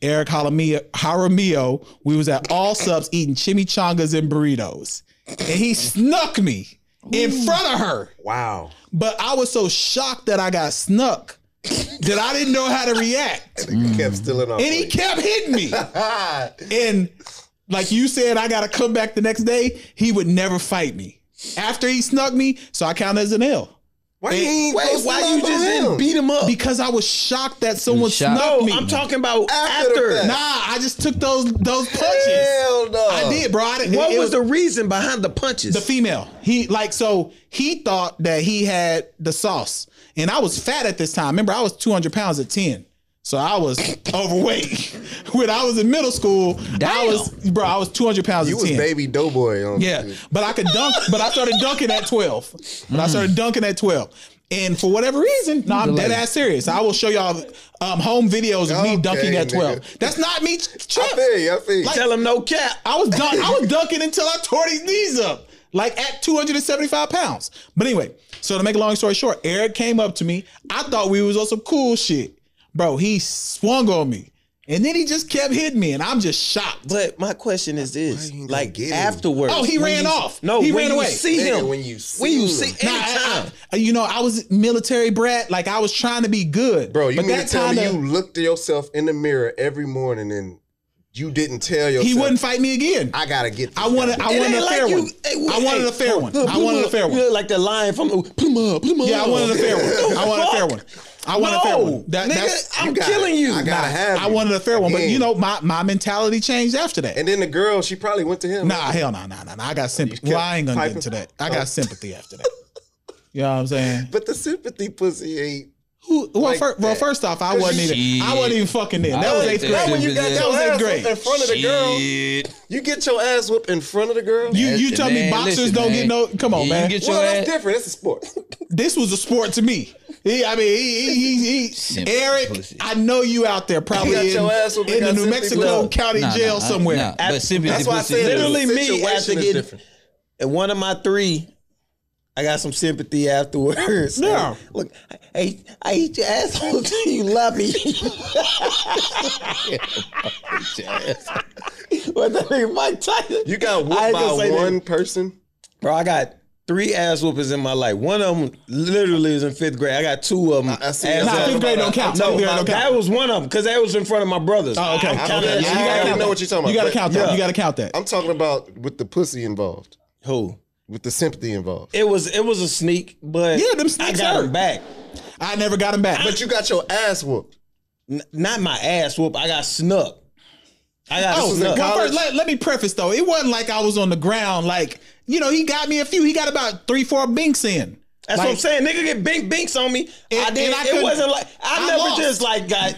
Speaker 3: Eric Jaramillo, Jaramillo, we was at all subs eating chimichangas and burritos, and he snuck me in front of her.
Speaker 4: Wow.
Speaker 3: But I was so shocked that I got snuck that I didn't know how to react
Speaker 7: Mm.
Speaker 4: Nigga kept stealing off.
Speaker 3: and he kept hitting me. and like you said, I gotta come back the next day. He would never fight me after he snuck me, so I count as an L
Speaker 4: Why you ain't
Speaker 6: Wait,
Speaker 4: supposed to
Speaker 6: why
Speaker 4: knock
Speaker 6: you
Speaker 4: on
Speaker 6: just didn't
Speaker 4: him?
Speaker 6: beat him up?
Speaker 3: because I was shocked that someone
Speaker 7: shocked.
Speaker 3: snuck
Speaker 6: No,
Speaker 3: me.
Speaker 6: I'm talking about
Speaker 4: After the
Speaker 6: after.
Speaker 4: fact.
Speaker 3: nah, I just took those those punches.
Speaker 4: Hell no.
Speaker 3: I did, bro. I didn't,
Speaker 6: What
Speaker 3: it
Speaker 6: was the reason behind the punches?
Speaker 3: the female? He like so he thought that he had the sauce, and I was fat at this time. Remember, I was 200 pounds at 10. So I was overweight. when I was in middle school, I
Speaker 7: Damn.
Speaker 3: was bro, I was 200 pounds
Speaker 4: You
Speaker 3: at
Speaker 4: was
Speaker 3: 10.
Speaker 4: baby doughboy on.
Speaker 3: Yeah, but I could dunk. but I started dunking at twelve. But
Speaker 4: Mm.
Speaker 3: I started dunking at twelve. And for whatever reason, no, I'm dead ass serious. I will show y'all um, home videos of me
Speaker 4: Okay,
Speaker 3: dunking at
Speaker 4: nigga.
Speaker 3: twelve. That's not me.
Speaker 4: I feel
Speaker 3: Chip.
Speaker 4: you. I feel you.
Speaker 6: Tell him no cap.
Speaker 3: I was dunk. I was dunking until I tore these knees up, like at 275 pounds. But anyway, so to make a long story short, Eric came up to me. I thought we was on some cool shit, bro. He swung on me, and then he just kept hitting me, and I'm just shocked.
Speaker 6: But my question is this:
Speaker 4: you ain't gonna
Speaker 6: like
Speaker 4: get him?
Speaker 6: afterwards?
Speaker 3: Oh, he
Speaker 6: when
Speaker 3: ran
Speaker 6: you-
Speaker 3: off.
Speaker 6: No,
Speaker 3: He
Speaker 6: when
Speaker 3: ran
Speaker 6: you
Speaker 3: away.
Speaker 6: See
Speaker 4: Nigga,
Speaker 6: him
Speaker 4: when you see
Speaker 6: when you
Speaker 4: him.
Speaker 6: see
Speaker 3: Nah, I,
Speaker 6: anytime.
Speaker 3: I- you know, I was military brat. Like I was trying to be good,
Speaker 4: Bro, you
Speaker 3: but
Speaker 4: mean to
Speaker 3: that
Speaker 4: tell
Speaker 3: time,
Speaker 4: me
Speaker 3: that-
Speaker 4: you looked at yourself in the mirror every morning and you didn't tell yourself.
Speaker 3: He wouldn't fight me again.
Speaker 4: I gotta get.
Speaker 3: I wanted, I wanted a
Speaker 6: ain't
Speaker 3: fair
Speaker 6: like you-
Speaker 3: one.
Speaker 6: Hey, well,
Speaker 3: I wanted
Speaker 6: hey,
Speaker 3: a fair one. I wanted a fair one.
Speaker 6: You look like the lion from put him up, put him up.
Speaker 3: Yeah, I wanted a fair one. I wanted a fair one. I wanted a fair one. That,
Speaker 6: nigga,
Speaker 3: that's,
Speaker 6: I'm
Speaker 4: gotta-
Speaker 6: killing you.
Speaker 4: I gotta have.
Speaker 3: I
Speaker 4: you.
Speaker 3: wanted a fair one, but
Speaker 4: Again.
Speaker 3: you know, my, my mentality changed after that.
Speaker 4: And then the girl, she probably went to him.
Speaker 3: Nah, hell no, no, no, no. I got sympathy.
Speaker 4: kept
Speaker 3: Well, I ain't gonna
Speaker 4: piping?
Speaker 3: get into that. I got sympathy after that. You know what I'm saying?
Speaker 4: But the sympathy pussy ain't.
Speaker 3: Who, well,
Speaker 4: Like
Speaker 3: fir- well,
Speaker 4: that.
Speaker 3: first off, I wasn't even. I
Speaker 7: Shit.
Speaker 3: wasn't even fucking then.
Speaker 7: I
Speaker 3: That was
Speaker 7: like
Speaker 3: eighth
Speaker 7: that
Speaker 3: grade.
Speaker 7: shit. You got
Speaker 3: That was
Speaker 4: your
Speaker 3: eighth
Speaker 4: ass whooped in
Speaker 3: grade.
Speaker 4: front of the girl.
Speaker 7: Shit.
Speaker 4: You get your ass whooped in front of the girl.
Speaker 3: You you
Speaker 7: Hey,
Speaker 3: tell me
Speaker 7: man,
Speaker 3: boxers
Speaker 7: listen,
Speaker 3: don't
Speaker 7: man.
Speaker 3: get no. Come on,
Speaker 7: You
Speaker 3: man.
Speaker 7: Get your
Speaker 4: well, that's
Speaker 7: ass-
Speaker 4: different. That's a sport.
Speaker 3: this was a sport to me. He, I mean, he, he, he, he
Speaker 7: Simple
Speaker 3: Eric.
Speaker 7: pussy.
Speaker 3: I know you out there, probably
Speaker 4: You got
Speaker 3: in,
Speaker 4: your ass whooped,
Speaker 3: in the
Speaker 4: got
Speaker 3: New
Speaker 4: sympathy
Speaker 3: Mexico
Speaker 4: blood.
Speaker 3: County
Speaker 7: Nah, nah,
Speaker 3: jail
Speaker 7: I-
Speaker 3: somewhere.
Speaker 7: nah, but sympathy
Speaker 4: That's why I
Speaker 7: pussy
Speaker 4: said
Speaker 7: is
Speaker 4: it.
Speaker 7: different.
Speaker 6: Literally me
Speaker 4: Situation
Speaker 6: after
Speaker 4: is
Speaker 6: getting
Speaker 4: different.
Speaker 6: and one of my three. I got some sympathy afterwards.
Speaker 3: Yeah.
Speaker 6: Look, hey, I eat your asshole till you love me. what the nigga, Mike Tyson?
Speaker 4: You got
Speaker 6: I
Speaker 4: whooped
Speaker 6: ain't gonna
Speaker 4: by
Speaker 6: say that.
Speaker 4: one person.
Speaker 6: Bro, I got three ass whoopers in my life. One of them literally is in fifth grade. I got two of them.
Speaker 4: I see that.
Speaker 6: ass
Speaker 3: Nah,
Speaker 6: whoopers.
Speaker 3: fifth grade don't count.
Speaker 6: No,
Speaker 3: Fifth grade don't
Speaker 6: that
Speaker 3: count.
Speaker 6: was one of them because that was in front of my brothers.
Speaker 3: Oh, okay.
Speaker 6: I counted
Speaker 3: Okay, yeah,
Speaker 6: that shit.
Speaker 3: you
Speaker 4: I
Speaker 3: gotta
Speaker 4: already
Speaker 3: count
Speaker 4: know
Speaker 3: that.
Speaker 4: what you're talking about.
Speaker 3: You gotta
Speaker 4: but
Speaker 3: count that.
Speaker 6: yeah.
Speaker 3: You gotta count that.
Speaker 4: I'm talking about with the pussy involved,
Speaker 6: Who?
Speaker 4: with the sympathy involved.
Speaker 6: It was it was a sneak, but
Speaker 3: Yeah, them
Speaker 6: I
Speaker 3: sneaks
Speaker 6: got
Speaker 3: hurt.
Speaker 6: him back.
Speaker 3: I never got him back.
Speaker 4: But you got your ass whooped.
Speaker 6: N- not my ass whoop. I got snuck. I got
Speaker 3: Oh,
Speaker 6: snuck.
Speaker 3: well, first, let, let me preface though. It wasn't like I was on the ground. Like, you know, he got me a few. He got about three, four binks in.
Speaker 6: That's
Speaker 3: Like,
Speaker 6: what I'm saying. Nigga get bink binks on me. I
Speaker 3: And-
Speaker 6: did.
Speaker 3: and I
Speaker 6: it
Speaker 3: couldn't-
Speaker 6: wasn't like I,
Speaker 3: I
Speaker 6: never
Speaker 3: lost.
Speaker 6: just like got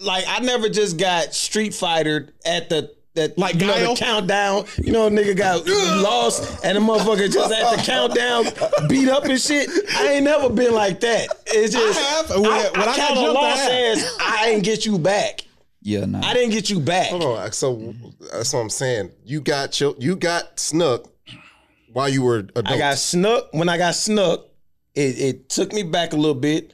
Speaker 6: like I never just got Street Fighter at the. That,
Speaker 3: Like
Speaker 6: you know,
Speaker 3: Guile?
Speaker 6: the countdown, you know, nigga got lost, and the motherfucker just at the countdown beat up and shit. I ain't never been like that. It's just
Speaker 3: have. When-
Speaker 6: I,
Speaker 3: when I got
Speaker 6: count a
Speaker 3: jumped, I
Speaker 6: loss
Speaker 3: have.
Speaker 6: as I ain't get you back.
Speaker 7: Yeah, nah.
Speaker 6: I didn't get you back.
Speaker 4: Hold on. So that's what I'm saying. You got your, you got snuck while you were adults.
Speaker 6: I got snuck. When I got snuck, it, it took me back a little bit.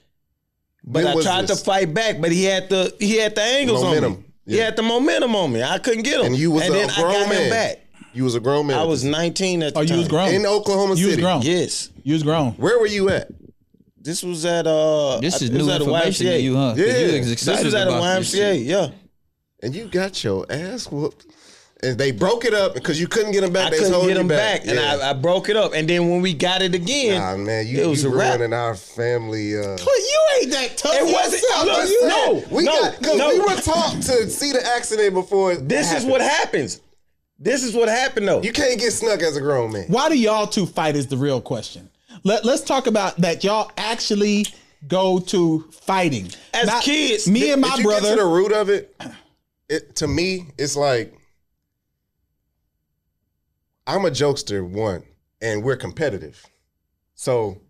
Speaker 6: But
Speaker 4: When
Speaker 6: I
Speaker 4: was
Speaker 6: tried
Speaker 4: this?
Speaker 6: to fight back, but he had the he had the angles on me.
Speaker 4: Momentum.
Speaker 6: He
Speaker 4: Yeah.
Speaker 6: had the momentum on me. I couldn't get him.
Speaker 4: And you was a
Speaker 6: then
Speaker 4: grown
Speaker 6: I got him
Speaker 4: man.
Speaker 6: back.
Speaker 4: You was a grown man.
Speaker 6: I was 19 at the
Speaker 3: Oh, you was
Speaker 6: time.
Speaker 3: grown.
Speaker 4: in Oklahoma
Speaker 3: you was
Speaker 4: City.
Speaker 3: grown.
Speaker 6: Yes.
Speaker 3: You was grown.
Speaker 4: Where were you at?
Speaker 6: This was at uh
Speaker 7: This
Speaker 6: I-
Speaker 7: is
Speaker 6: it was
Speaker 7: new
Speaker 6: at a
Speaker 7: information to
Speaker 6: YMCA.
Speaker 7: you, huh? 'Cause
Speaker 4: Yeah.
Speaker 7: You
Speaker 4: This
Speaker 7: was
Speaker 4: was
Speaker 7: excited
Speaker 6: This was at a
Speaker 7: about this shit.
Speaker 6: YMCA, yeah.
Speaker 4: And you got your ass whooped. And they broke it up because you couldn't get him back.
Speaker 6: I
Speaker 4: they was
Speaker 6: couldn't
Speaker 4: holding
Speaker 6: get him
Speaker 4: you
Speaker 6: back, and
Speaker 4: Yeah.
Speaker 6: I, I broke it up. And then when we got it again,
Speaker 4: Nah, man, you,
Speaker 6: it was
Speaker 4: you
Speaker 6: a wrap.
Speaker 4: ruining our family. Uh,
Speaker 3: But you ain't that tough.
Speaker 6: It wasn't-
Speaker 3: yourself.
Speaker 6: look,
Speaker 3: You-
Speaker 6: no.
Speaker 4: we got because
Speaker 6: no.
Speaker 4: we were taught to see the accident before. it
Speaker 6: this is
Speaker 4: happened.
Speaker 6: what happens. This is what happened though.
Speaker 4: you can't get snuck as a grown man.
Speaker 3: Why do y'all two fight is the real question. Let, let's talk about that. Y'all actually go to fighting
Speaker 6: As
Speaker 3: Not-
Speaker 6: kids,
Speaker 3: Me and
Speaker 4: if
Speaker 3: my
Speaker 4: you get
Speaker 3: brother.
Speaker 4: to the root of it, it to me, it's like I'm a jokester one, and we're competitive. So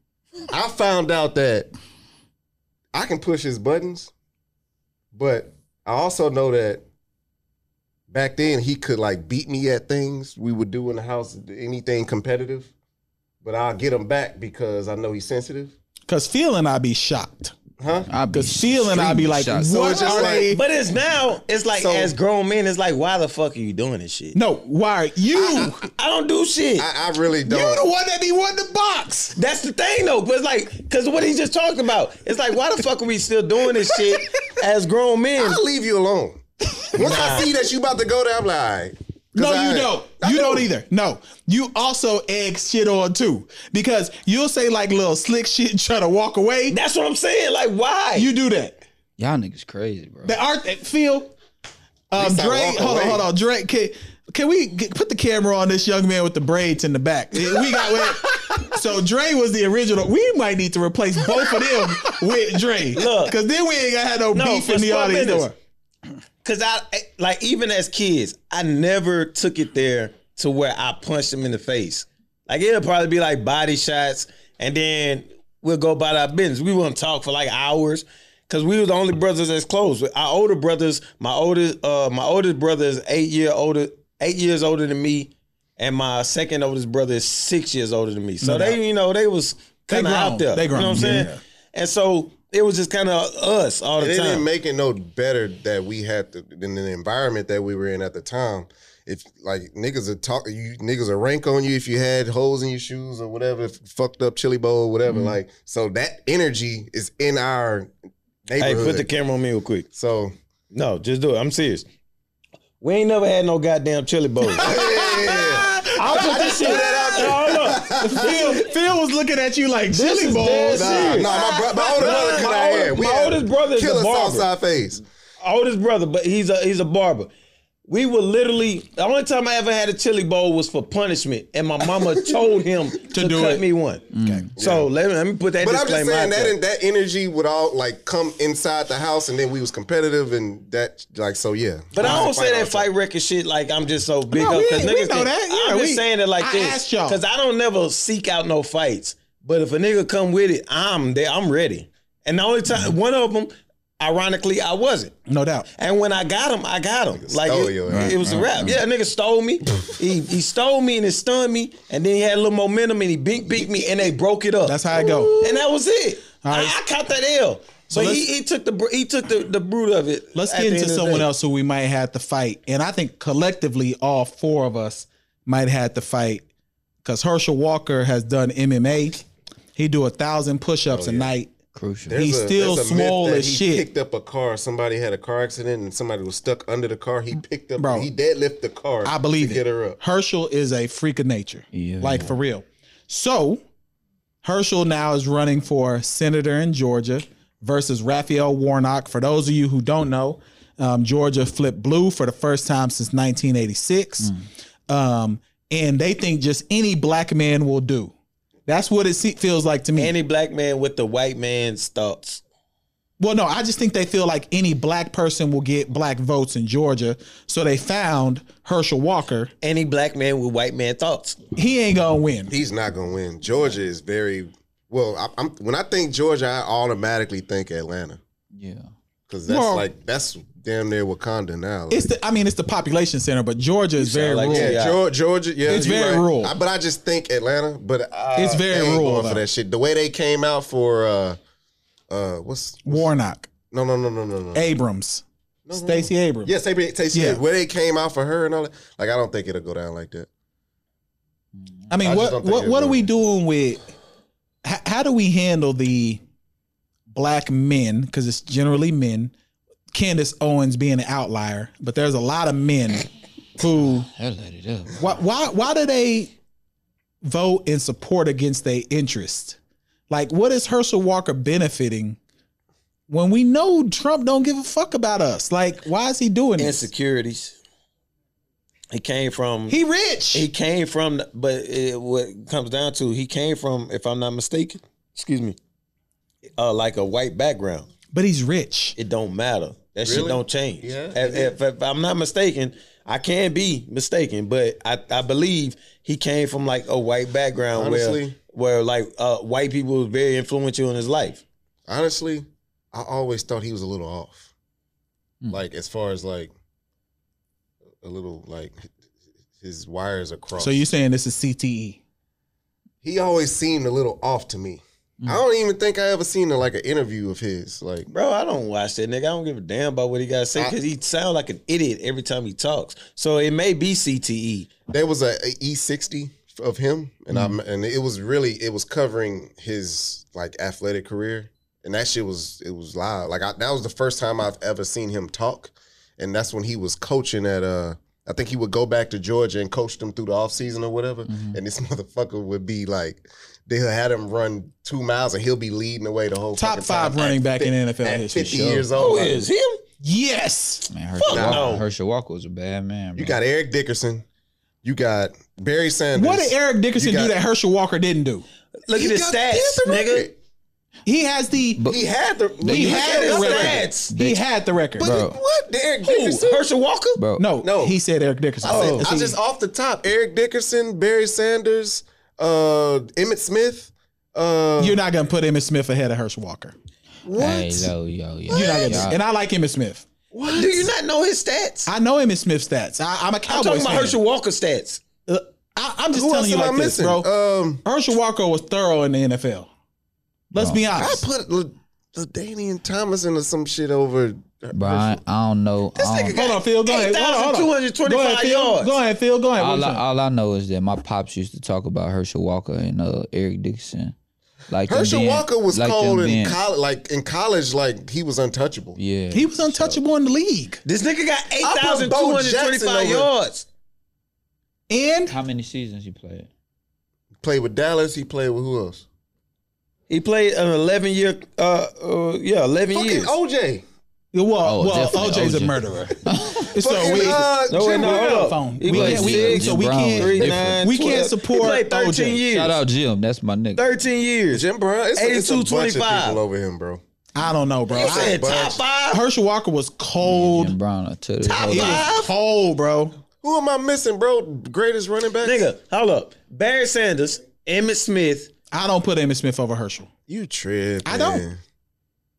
Speaker 4: I found out that I can push his buttons, but I also know that back then he could like beat me at things we would do in the house, anything competitive. But I'll get him back because I know he's sensitive.
Speaker 3: Cause feeling I be shocked.
Speaker 4: Huh?
Speaker 7: I be
Speaker 3: Cause feeling I
Speaker 7: extremely
Speaker 3: be like,
Speaker 7: shocked.
Speaker 3: what
Speaker 4: it's just
Speaker 3: are
Speaker 4: like-
Speaker 3: they?
Speaker 6: But it's now, it's like
Speaker 4: So-
Speaker 6: as grown men, it's like, why the fuck are you doing this shit?
Speaker 3: No, why are you?
Speaker 6: I don't do shit.
Speaker 4: I, I really don't.
Speaker 3: you the one that be wanting to box.
Speaker 6: That's the thing though. But it's like, cause what he just talked about. It's like, why the fuck are we still doing this shit as grown men?
Speaker 4: I'll leave you alone. Once I see that you about to go there, I'm like, all right. 'Cause
Speaker 3: No,
Speaker 4: I-
Speaker 3: you don't.
Speaker 4: I
Speaker 3: you
Speaker 4: do.
Speaker 3: don't either. No, you also egg shit on too because you'll say like little slick shit and try to walk away.
Speaker 6: That's what I'm saying. Like, why?
Speaker 3: you do that.
Speaker 7: Y'all niggas crazy, bro.
Speaker 3: The art that Phil, um,
Speaker 4: least I
Speaker 3: Dre.
Speaker 4: walk
Speaker 3: Hold on,
Speaker 4: away.
Speaker 3: hold on, Dre. Can, can we get, put the camera on this young man with the braids in the back? We got wait. So Dre was the original. We might need to replace both of them with Dre,
Speaker 6: Look.
Speaker 3: because then we ain't gonna have no,
Speaker 6: No,
Speaker 3: beef
Speaker 6: for
Speaker 3: in the
Speaker 6: sport
Speaker 3: audience.
Speaker 6: business.
Speaker 3: no more.
Speaker 6: Cause I like even as kids, I never took it there to where I punched him in the face. Like it'll probably be like body shots, and then we'll go about our business. We wouldn't talk for like hours. Cause we were the only brothers that's close. Our older brothers, my oldest, uh, my oldest brother is eight year older, eight years older than me, and my second oldest brother is six years older than me. So they, you know, they was
Speaker 3: They
Speaker 6: kind of out
Speaker 3: grown.
Speaker 6: there.
Speaker 3: They
Speaker 6: You know what
Speaker 3: grown,
Speaker 6: I'm saying?
Speaker 3: yeah.
Speaker 6: And so it was just kind of us all the
Speaker 4: It
Speaker 6: time.
Speaker 4: didn't make it no better that we had to in the environment that we were in at the time. If like niggas are talking, you niggas are rank on you if you had holes in your shoes or whatever, f- fucked up chili bowl, whatever. Like so, that energy is in our
Speaker 6: Mm-hmm. hey,
Speaker 4: neighborhood.
Speaker 6: put the camera on me real quick.
Speaker 4: so
Speaker 6: No, just do it. I'm serious. We ain't never had no goddamn chili bowl.
Speaker 3: I'll put this shit that out there. Phil, Phil was looking at you like chili
Speaker 6: is
Speaker 3: balls.
Speaker 6: dead
Speaker 4: Nah,
Speaker 6: serious.
Speaker 4: nah, my, bro- my older
Speaker 6: Nah,
Speaker 4: brother could
Speaker 6: my
Speaker 4: have
Speaker 6: older-
Speaker 4: had. We
Speaker 6: my
Speaker 4: had
Speaker 6: oldest brother is a
Speaker 4: killer
Speaker 6: barber.
Speaker 4: Southside face.
Speaker 6: Oldest brother, but he's a he's a barber. We were literally the only time I ever had a chili bowl was for punishment, and my mama told him to,
Speaker 3: do
Speaker 6: cut
Speaker 3: it.
Speaker 6: me one. So let, me, let me put that
Speaker 4: But I'm
Speaker 6: disclaimer
Speaker 4: just saying
Speaker 6: out
Speaker 4: that
Speaker 6: there.
Speaker 4: and that energy would all like come inside the house, and then we was competitive, and that like so yeah.
Speaker 6: But I
Speaker 4: Fight
Speaker 6: don't say
Speaker 4: all
Speaker 6: that
Speaker 4: the
Speaker 6: fight record shit like I'm just so big
Speaker 3: No,
Speaker 6: up
Speaker 3: we
Speaker 6: because
Speaker 3: ain't-
Speaker 6: niggas
Speaker 3: we know
Speaker 6: think-
Speaker 3: that. Yeah,
Speaker 6: I'm
Speaker 3: we-
Speaker 6: just saying it like
Speaker 3: I
Speaker 6: this
Speaker 3: asked y'all.
Speaker 6: because I don't never seek out no fights. But if a nigga come with it, I'm there. I'm ready. And the only
Speaker 4: Mm-hmm.
Speaker 6: time one of them, ironically, I wasn't.
Speaker 3: No doubt.
Speaker 6: And when I got him, I got him. Like
Speaker 4: stole
Speaker 6: it,
Speaker 4: your
Speaker 6: it
Speaker 4: ass. Mm-hmm.
Speaker 6: was a rap. Yeah, nigga stole me. he he stole me and it stunned me. And then he had a little momentum and he beat beat me and they broke it up.
Speaker 3: That's how it go.
Speaker 6: And that was it.
Speaker 3: right.
Speaker 6: I, I caught that L. So
Speaker 3: Well,
Speaker 6: he, he took the br- he took the, the root of it.
Speaker 3: Let's
Speaker 6: at
Speaker 3: get
Speaker 6: the
Speaker 3: into
Speaker 6: end of the
Speaker 3: someone
Speaker 6: day.
Speaker 3: else who we might have to fight. And I think collectively, all four of us might have to fight because Herschel Walker has done MMA. He do a thousand
Speaker 6: Oh,
Speaker 3: push-ups a night.
Speaker 7: Crucial.
Speaker 4: There's
Speaker 3: He's
Speaker 4: a-
Speaker 3: still
Speaker 4: there's a myth
Speaker 3: swole
Speaker 4: that
Speaker 3: as
Speaker 4: he
Speaker 3: shit.
Speaker 4: Picked up a car. Somebody had a car accident, and somebody was stuck under the car. He picked up.
Speaker 3: Bro.
Speaker 4: he deadlifted the car.
Speaker 3: I believe
Speaker 4: to
Speaker 3: it.
Speaker 4: Get her up.
Speaker 3: Herschel is a freak of nature.
Speaker 7: Yeah.
Speaker 3: Like for real. So Herschel now is running for senator in Georgia versus Raphael Warnock. For those of you who don't know, um, Georgia flipped blue for the first time since 1986. Um, and they think just any black man will do. That's what it se- feels like to me.
Speaker 6: Any black man with the white man's thoughts.
Speaker 3: Well, no, I just think they feel like any black person will get black votes in Georgia. So they found Herschel Walker.
Speaker 6: Any black man with white man thoughts.
Speaker 3: He ain't going to win.
Speaker 4: He's not gonna win. Georgia is very well. I, I'm when I think Georgia, I automatically think Atlanta
Speaker 7: Yeah.
Speaker 4: because that's
Speaker 3: Well-
Speaker 4: like that's damn near Wakanda now. Like,
Speaker 3: It's the I mean it's the population center, but Georgia is very
Speaker 6: like
Speaker 3: rural.
Speaker 6: that.
Speaker 4: yeah,
Speaker 6: yeah.
Speaker 4: Geor- Georgia. Yeah,
Speaker 3: It's
Speaker 4: you're
Speaker 3: very
Speaker 4: right.
Speaker 3: rural.
Speaker 4: I- but I just think Atlanta. But uh,
Speaker 3: It's very
Speaker 4: they ain't
Speaker 3: rural,
Speaker 4: going for
Speaker 3: though.
Speaker 4: that shit. The way they came out for uh, uh, what's
Speaker 3: Warnock,
Speaker 4: no no no no no no.
Speaker 3: Abrams, Stacey Abrams.
Speaker 4: Yes, they, they, they
Speaker 3: Yeah.
Speaker 4: where they came out for her and all that. Like I don't think it'll go down like that.
Speaker 3: I mean,
Speaker 4: I just don't
Speaker 3: what
Speaker 4: think
Speaker 3: what
Speaker 4: it
Speaker 3: what are
Speaker 4: will.
Speaker 3: we doing with? How, how do we handle the black men? Because it's generally men. Candace Owens being an outlier, but there's a lot of men who
Speaker 7: Hell let it up.
Speaker 3: why why why do they vote and support against their interest? Like, what is Herschel Walker benefiting when we know Trump don't give a fuck about us? Like, why is he doing this?
Speaker 6: Insecurities. He came from he,
Speaker 3: He rich.
Speaker 6: came from but it, what it comes down to he came from if I'm not mistaken, excuse me. Uh, like a white background.
Speaker 3: but he's rich.
Speaker 6: It don't matter. That shit
Speaker 4: Really?
Speaker 6: don't change.
Speaker 4: Yeah,
Speaker 6: If- if, if I'm not mistaken, I can be mistaken, but I, I believe he came from like a white background
Speaker 4: Honestly.
Speaker 6: where where like uh, white people was very influential in his life.
Speaker 4: honestly, I always thought he was a little off.
Speaker 3: Hmm.
Speaker 4: Like as far as like a little like his wires are crossed.
Speaker 3: So you saying this is E? CTE?
Speaker 4: he always seemed a little off to me.
Speaker 3: Hmm.
Speaker 4: I don't even think I ever seen a, like an interview of his. Like
Speaker 6: Bro, I don't watch that nigga. I don't give a damn about what he got to say
Speaker 4: I-
Speaker 6: because he sound like an idiot every time he talks. So it may be CTE.
Speaker 4: there was a, a E sixty of him, and
Speaker 3: Mm-hmm.
Speaker 4: I'm and it was really it was covering his like athletic career, and that shit was it was live. Like I, that was the first time I've ever seen him talk, and that's when he was coaching at uh. I think he would go back to Georgia and coach them through the offseason or whatever.
Speaker 3: Mm-hmm.
Speaker 4: And this motherfucker would be like, they had him run two miles and he'll be leading the way the whole
Speaker 3: Top
Speaker 4: fucking time
Speaker 3: five running
Speaker 4: at
Speaker 3: back in
Speaker 4: fif-
Speaker 3: NFL
Speaker 4: at
Speaker 3: history.
Speaker 4: 50
Speaker 3: Sure.
Speaker 4: years old. Like,
Speaker 6: him?
Speaker 3: Yes.
Speaker 7: Man, Herschel,
Speaker 6: Fuck
Speaker 7: Walker,
Speaker 6: no.
Speaker 7: Herschel Walker was a bad man. Bro.
Speaker 4: you got Eric Dickerson. You got Barry Sanders.
Speaker 3: What did Eric Dickerson
Speaker 4: You
Speaker 3: do
Speaker 4: got-
Speaker 3: that Herschel Walker didn't do?
Speaker 6: Look at his
Speaker 4: got-
Speaker 6: stats,
Speaker 4: he had the
Speaker 6: nigga.
Speaker 4: record.
Speaker 3: He has the
Speaker 4: He had the
Speaker 3: he
Speaker 4: look
Speaker 3: had
Speaker 4: at
Speaker 3: the
Speaker 4: his
Speaker 3: record.
Speaker 4: stats.
Speaker 3: He had the record.
Speaker 4: But
Speaker 7: Bro.
Speaker 4: what Derek
Speaker 6: Who?
Speaker 4: Dickerson?
Speaker 6: Herschel Walker?
Speaker 7: bro.
Speaker 3: No, no.
Speaker 4: No.
Speaker 3: He said Eric Dickerson.
Speaker 4: I, said,
Speaker 3: That's
Speaker 4: I
Speaker 3: he-
Speaker 4: just off the top, Eric Dickerson, Barry Sanders, uh, Emmett Smith. Uh,
Speaker 3: you're not gonna put Emmitt Smith ahead of Herschel Walker.
Speaker 4: what?
Speaker 7: Hey, yo, yo, yo.
Speaker 3: You're not gonna.
Speaker 7: Y'all-
Speaker 3: And I like Emmitt Smith.
Speaker 6: What? Do you not know his stats?
Speaker 3: I know Emmitt Smith stats. I, am a
Speaker 6: I'm
Speaker 3: Cowboys
Speaker 6: talking about
Speaker 3: fan.
Speaker 6: Herschel Walker stats.
Speaker 3: Uh, I, I'm just
Speaker 4: Who
Speaker 3: telling
Speaker 4: else
Speaker 3: you
Speaker 4: am
Speaker 3: like
Speaker 4: I
Speaker 3: this,
Speaker 4: missing?
Speaker 3: bro.
Speaker 4: Um,
Speaker 3: Herschel Walker was thorough in the NFL. Let's be
Speaker 4: I
Speaker 3: honest.
Speaker 4: put Le- LaDainian Thomas into some shit over.
Speaker 7: Bro, I, I don't know. I don't-
Speaker 3: Hold on, Phil. Go ahead. Hold on, hold on. Go ahead,
Speaker 6: 8,225
Speaker 3: Phil.
Speaker 6: yards.
Speaker 3: Go ahead, Phil. Go ahead. What
Speaker 7: all,
Speaker 3: you
Speaker 7: I,
Speaker 3: saying?
Speaker 7: all I know is that my pops used to talk about Herschel Walker and uh, Eric Dickerson. Like them
Speaker 4: Herschel
Speaker 7: being-
Speaker 4: Walker was
Speaker 7: like them
Speaker 4: cold in
Speaker 7: being-
Speaker 4: college. Like in college, like he was untouchable.
Speaker 7: Yeah.
Speaker 3: He was untouchable in the league.
Speaker 6: This nigga got
Speaker 4: I put Bo Jackson
Speaker 6: 8,225
Speaker 4: over-
Speaker 6: yards.
Speaker 3: And
Speaker 7: How many seasons you played?
Speaker 4: Played with Dallas. He played with who else?
Speaker 6: He played an 11 year, uh, uh yeah, 11
Speaker 4: Fucking
Speaker 6: years.
Speaker 4: OJ.
Speaker 3: well,
Speaker 7: Oh,
Speaker 3: well,
Speaker 7: definitely
Speaker 3: OJ's
Speaker 7: OJ.
Speaker 3: a murderer. so
Speaker 4: Fucking
Speaker 3: we
Speaker 4: uh,
Speaker 6: No, wait,
Speaker 4: Jim
Speaker 6: no,
Speaker 4: Brown.
Speaker 6: hold up.
Speaker 3: phone.
Speaker 6: He
Speaker 3: We
Speaker 6: played
Speaker 3: can't- we-
Speaker 6: six,
Speaker 3: so we
Speaker 7: Brown
Speaker 3: can't-
Speaker 7: was
Speaker 6: three,
Speaker 7: different.
Speaker 6: nine,
Speaker 3: we
Speaker 6: 12.
Speaker 3: can't support
Speaker 6: He played 13
Speaker 3: OJ.
Speaker 6: years.
Speaker 7: Shout out Jim. That's my nigga.
Speaker 6: 13 years.
Speaker 4: Jim Brown. It's, it's a bunch of
Speaker 6: 82-25.
Speaker 4: people over him, bro.
Speaker 3: I don't know, bro.
Speaker 6: He
Speaker 3: I-
Speaker 6: said top five.
Speaker 3: Herschel Walker was cold.
Speaker 7: Jim Brown. I tell you.
Speaker 3: He
Speaker 7: Hold
Speaker 6: five.
Speaker 3: was cold, bro.
Speaker 4: Who am I missing, bro? Greatest running back.
Speaker 6: Nigga, hold up. Barry Sanders, Emmett Smith,
Speaker 3: I don't put Emmitt Smith over Herschel.
Speaker 4: You tripping?
Speaker 3: I don't.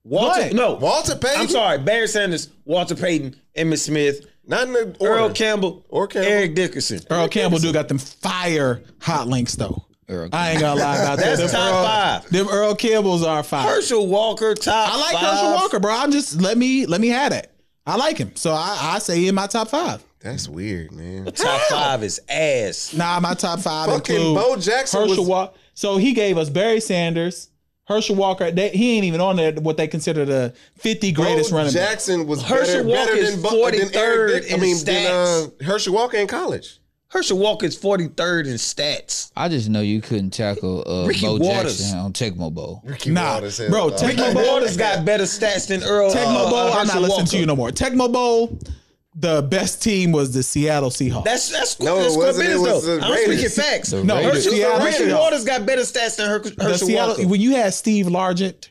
Speaker 6: Walter.
Speaker 3: What?
Speaker 6: No,
Speaker 4: Walter Payton.
Speaker 6: I'm sorry. Barry Sanders, Walter Payton, Emmett Smith,
Speaker 4: Not in the order.
Speaker 6: Earl Campbell,
Speaker 4: Or Campbell.
Speaker 6: Eric Dickerson.
Speaker 3: Earl Campbell do got them fire hot links though.
Speaker 7: Earl
Speaker 3: I ain't gonna lie about that.
Speaker 6: That's
Speaker 3: Them
Speaker 6: top
Speaker 3: Earl-
Speaker 6: five.
Speaker 3: Them Earl Campbells are fire.
Speaker 6: Herschel Walker, top
Speaker 3: I like
Speaker 6: five.
Speaker 3: Herschel Walker, bro. I'm just let me let me have that. I like him, so I, I say he in my top five.
Speaker 4: That's weird, man.
Speaker 6: Top five is ass.
Speaker 3: Nah, my top five
Speaker 4: Fucking
Speaker 3: include
Speaker 4: Bo Jackson
Speaker 3: Herschel
Speaker 4: was.
Speaker 3: Walker. So he gave us Barry Sanders, Herschel Walker. They, he ain't even on there. What they consider the 50 greatest
Speaker 4: Bo
Speaker 3: running. back.
Speaker 4: Jackson was
Speaker 6: Herschel
Speaker 4: better, better
Speaker 6: Walker is
Speaker 4: than, Bu- than Eric
Speaker 6: 43rd
Speaker 4: Dick. I
Speaker 6: in
Speaker 4: mean,
Speaker 6: stats.
Speaker 4: than uh, Herschel Walker in college.
Speaker 6: Herschel Walker is 43rd in stats.
Speaker 7: I just know you couldn't tackle uh,
Speaker 6: Ricky
Speaker 7: Bo
Speaker 6: Waters.
Speaker 7: Jackson on Tecmo Bowl.
Speaker 3: Nah,
Speaker 4: Waters has-
Speaker 3: bro,
Speaker 4: uh,
Speaker 3: Tecmo
Speaker 6: Ricky
Speaker 3: Bowl.
Speaker 6: Waters got better stats than Earl.
Speaker 3: Tecmo
Speaker 6: uh,
Speaker 3: Bowl.
Speaker 6: uh,
Speaker 3: I'm not
Speaker 6: Herschel
Speaker 3: listening
Speaker 6: Walker.
Speaker 3: to you no more. Tecmo Bowl. The best team was the Seattle Seahawks.
Speaker 6: That's that's
Speaker 4: No, it
Speaker 6: that's square
Speaker 4: wasn't. It
Speaker 6: business
Speaker 4: was
Speaker 6: though.
Speaker 4: the
Speaker 6: I'm speaking
Speaker 4: Raiders.
Speaker 6: facts.
Speaker 7: The
Speaker 3: No,
Speaker 7: Raiders.
Speaker 6: Herschel,
Speaker 3: Seattle
Speaker 6: Herschel
Speaker 3: Seahawks.
Speaker 6: Waters got better stats than Her-
Speaker 3: the
Speaker 6: Herschel
Speaker 3: Seattle.
Speaker 6: Walker.
Speaker 3: When you had Steve Largent.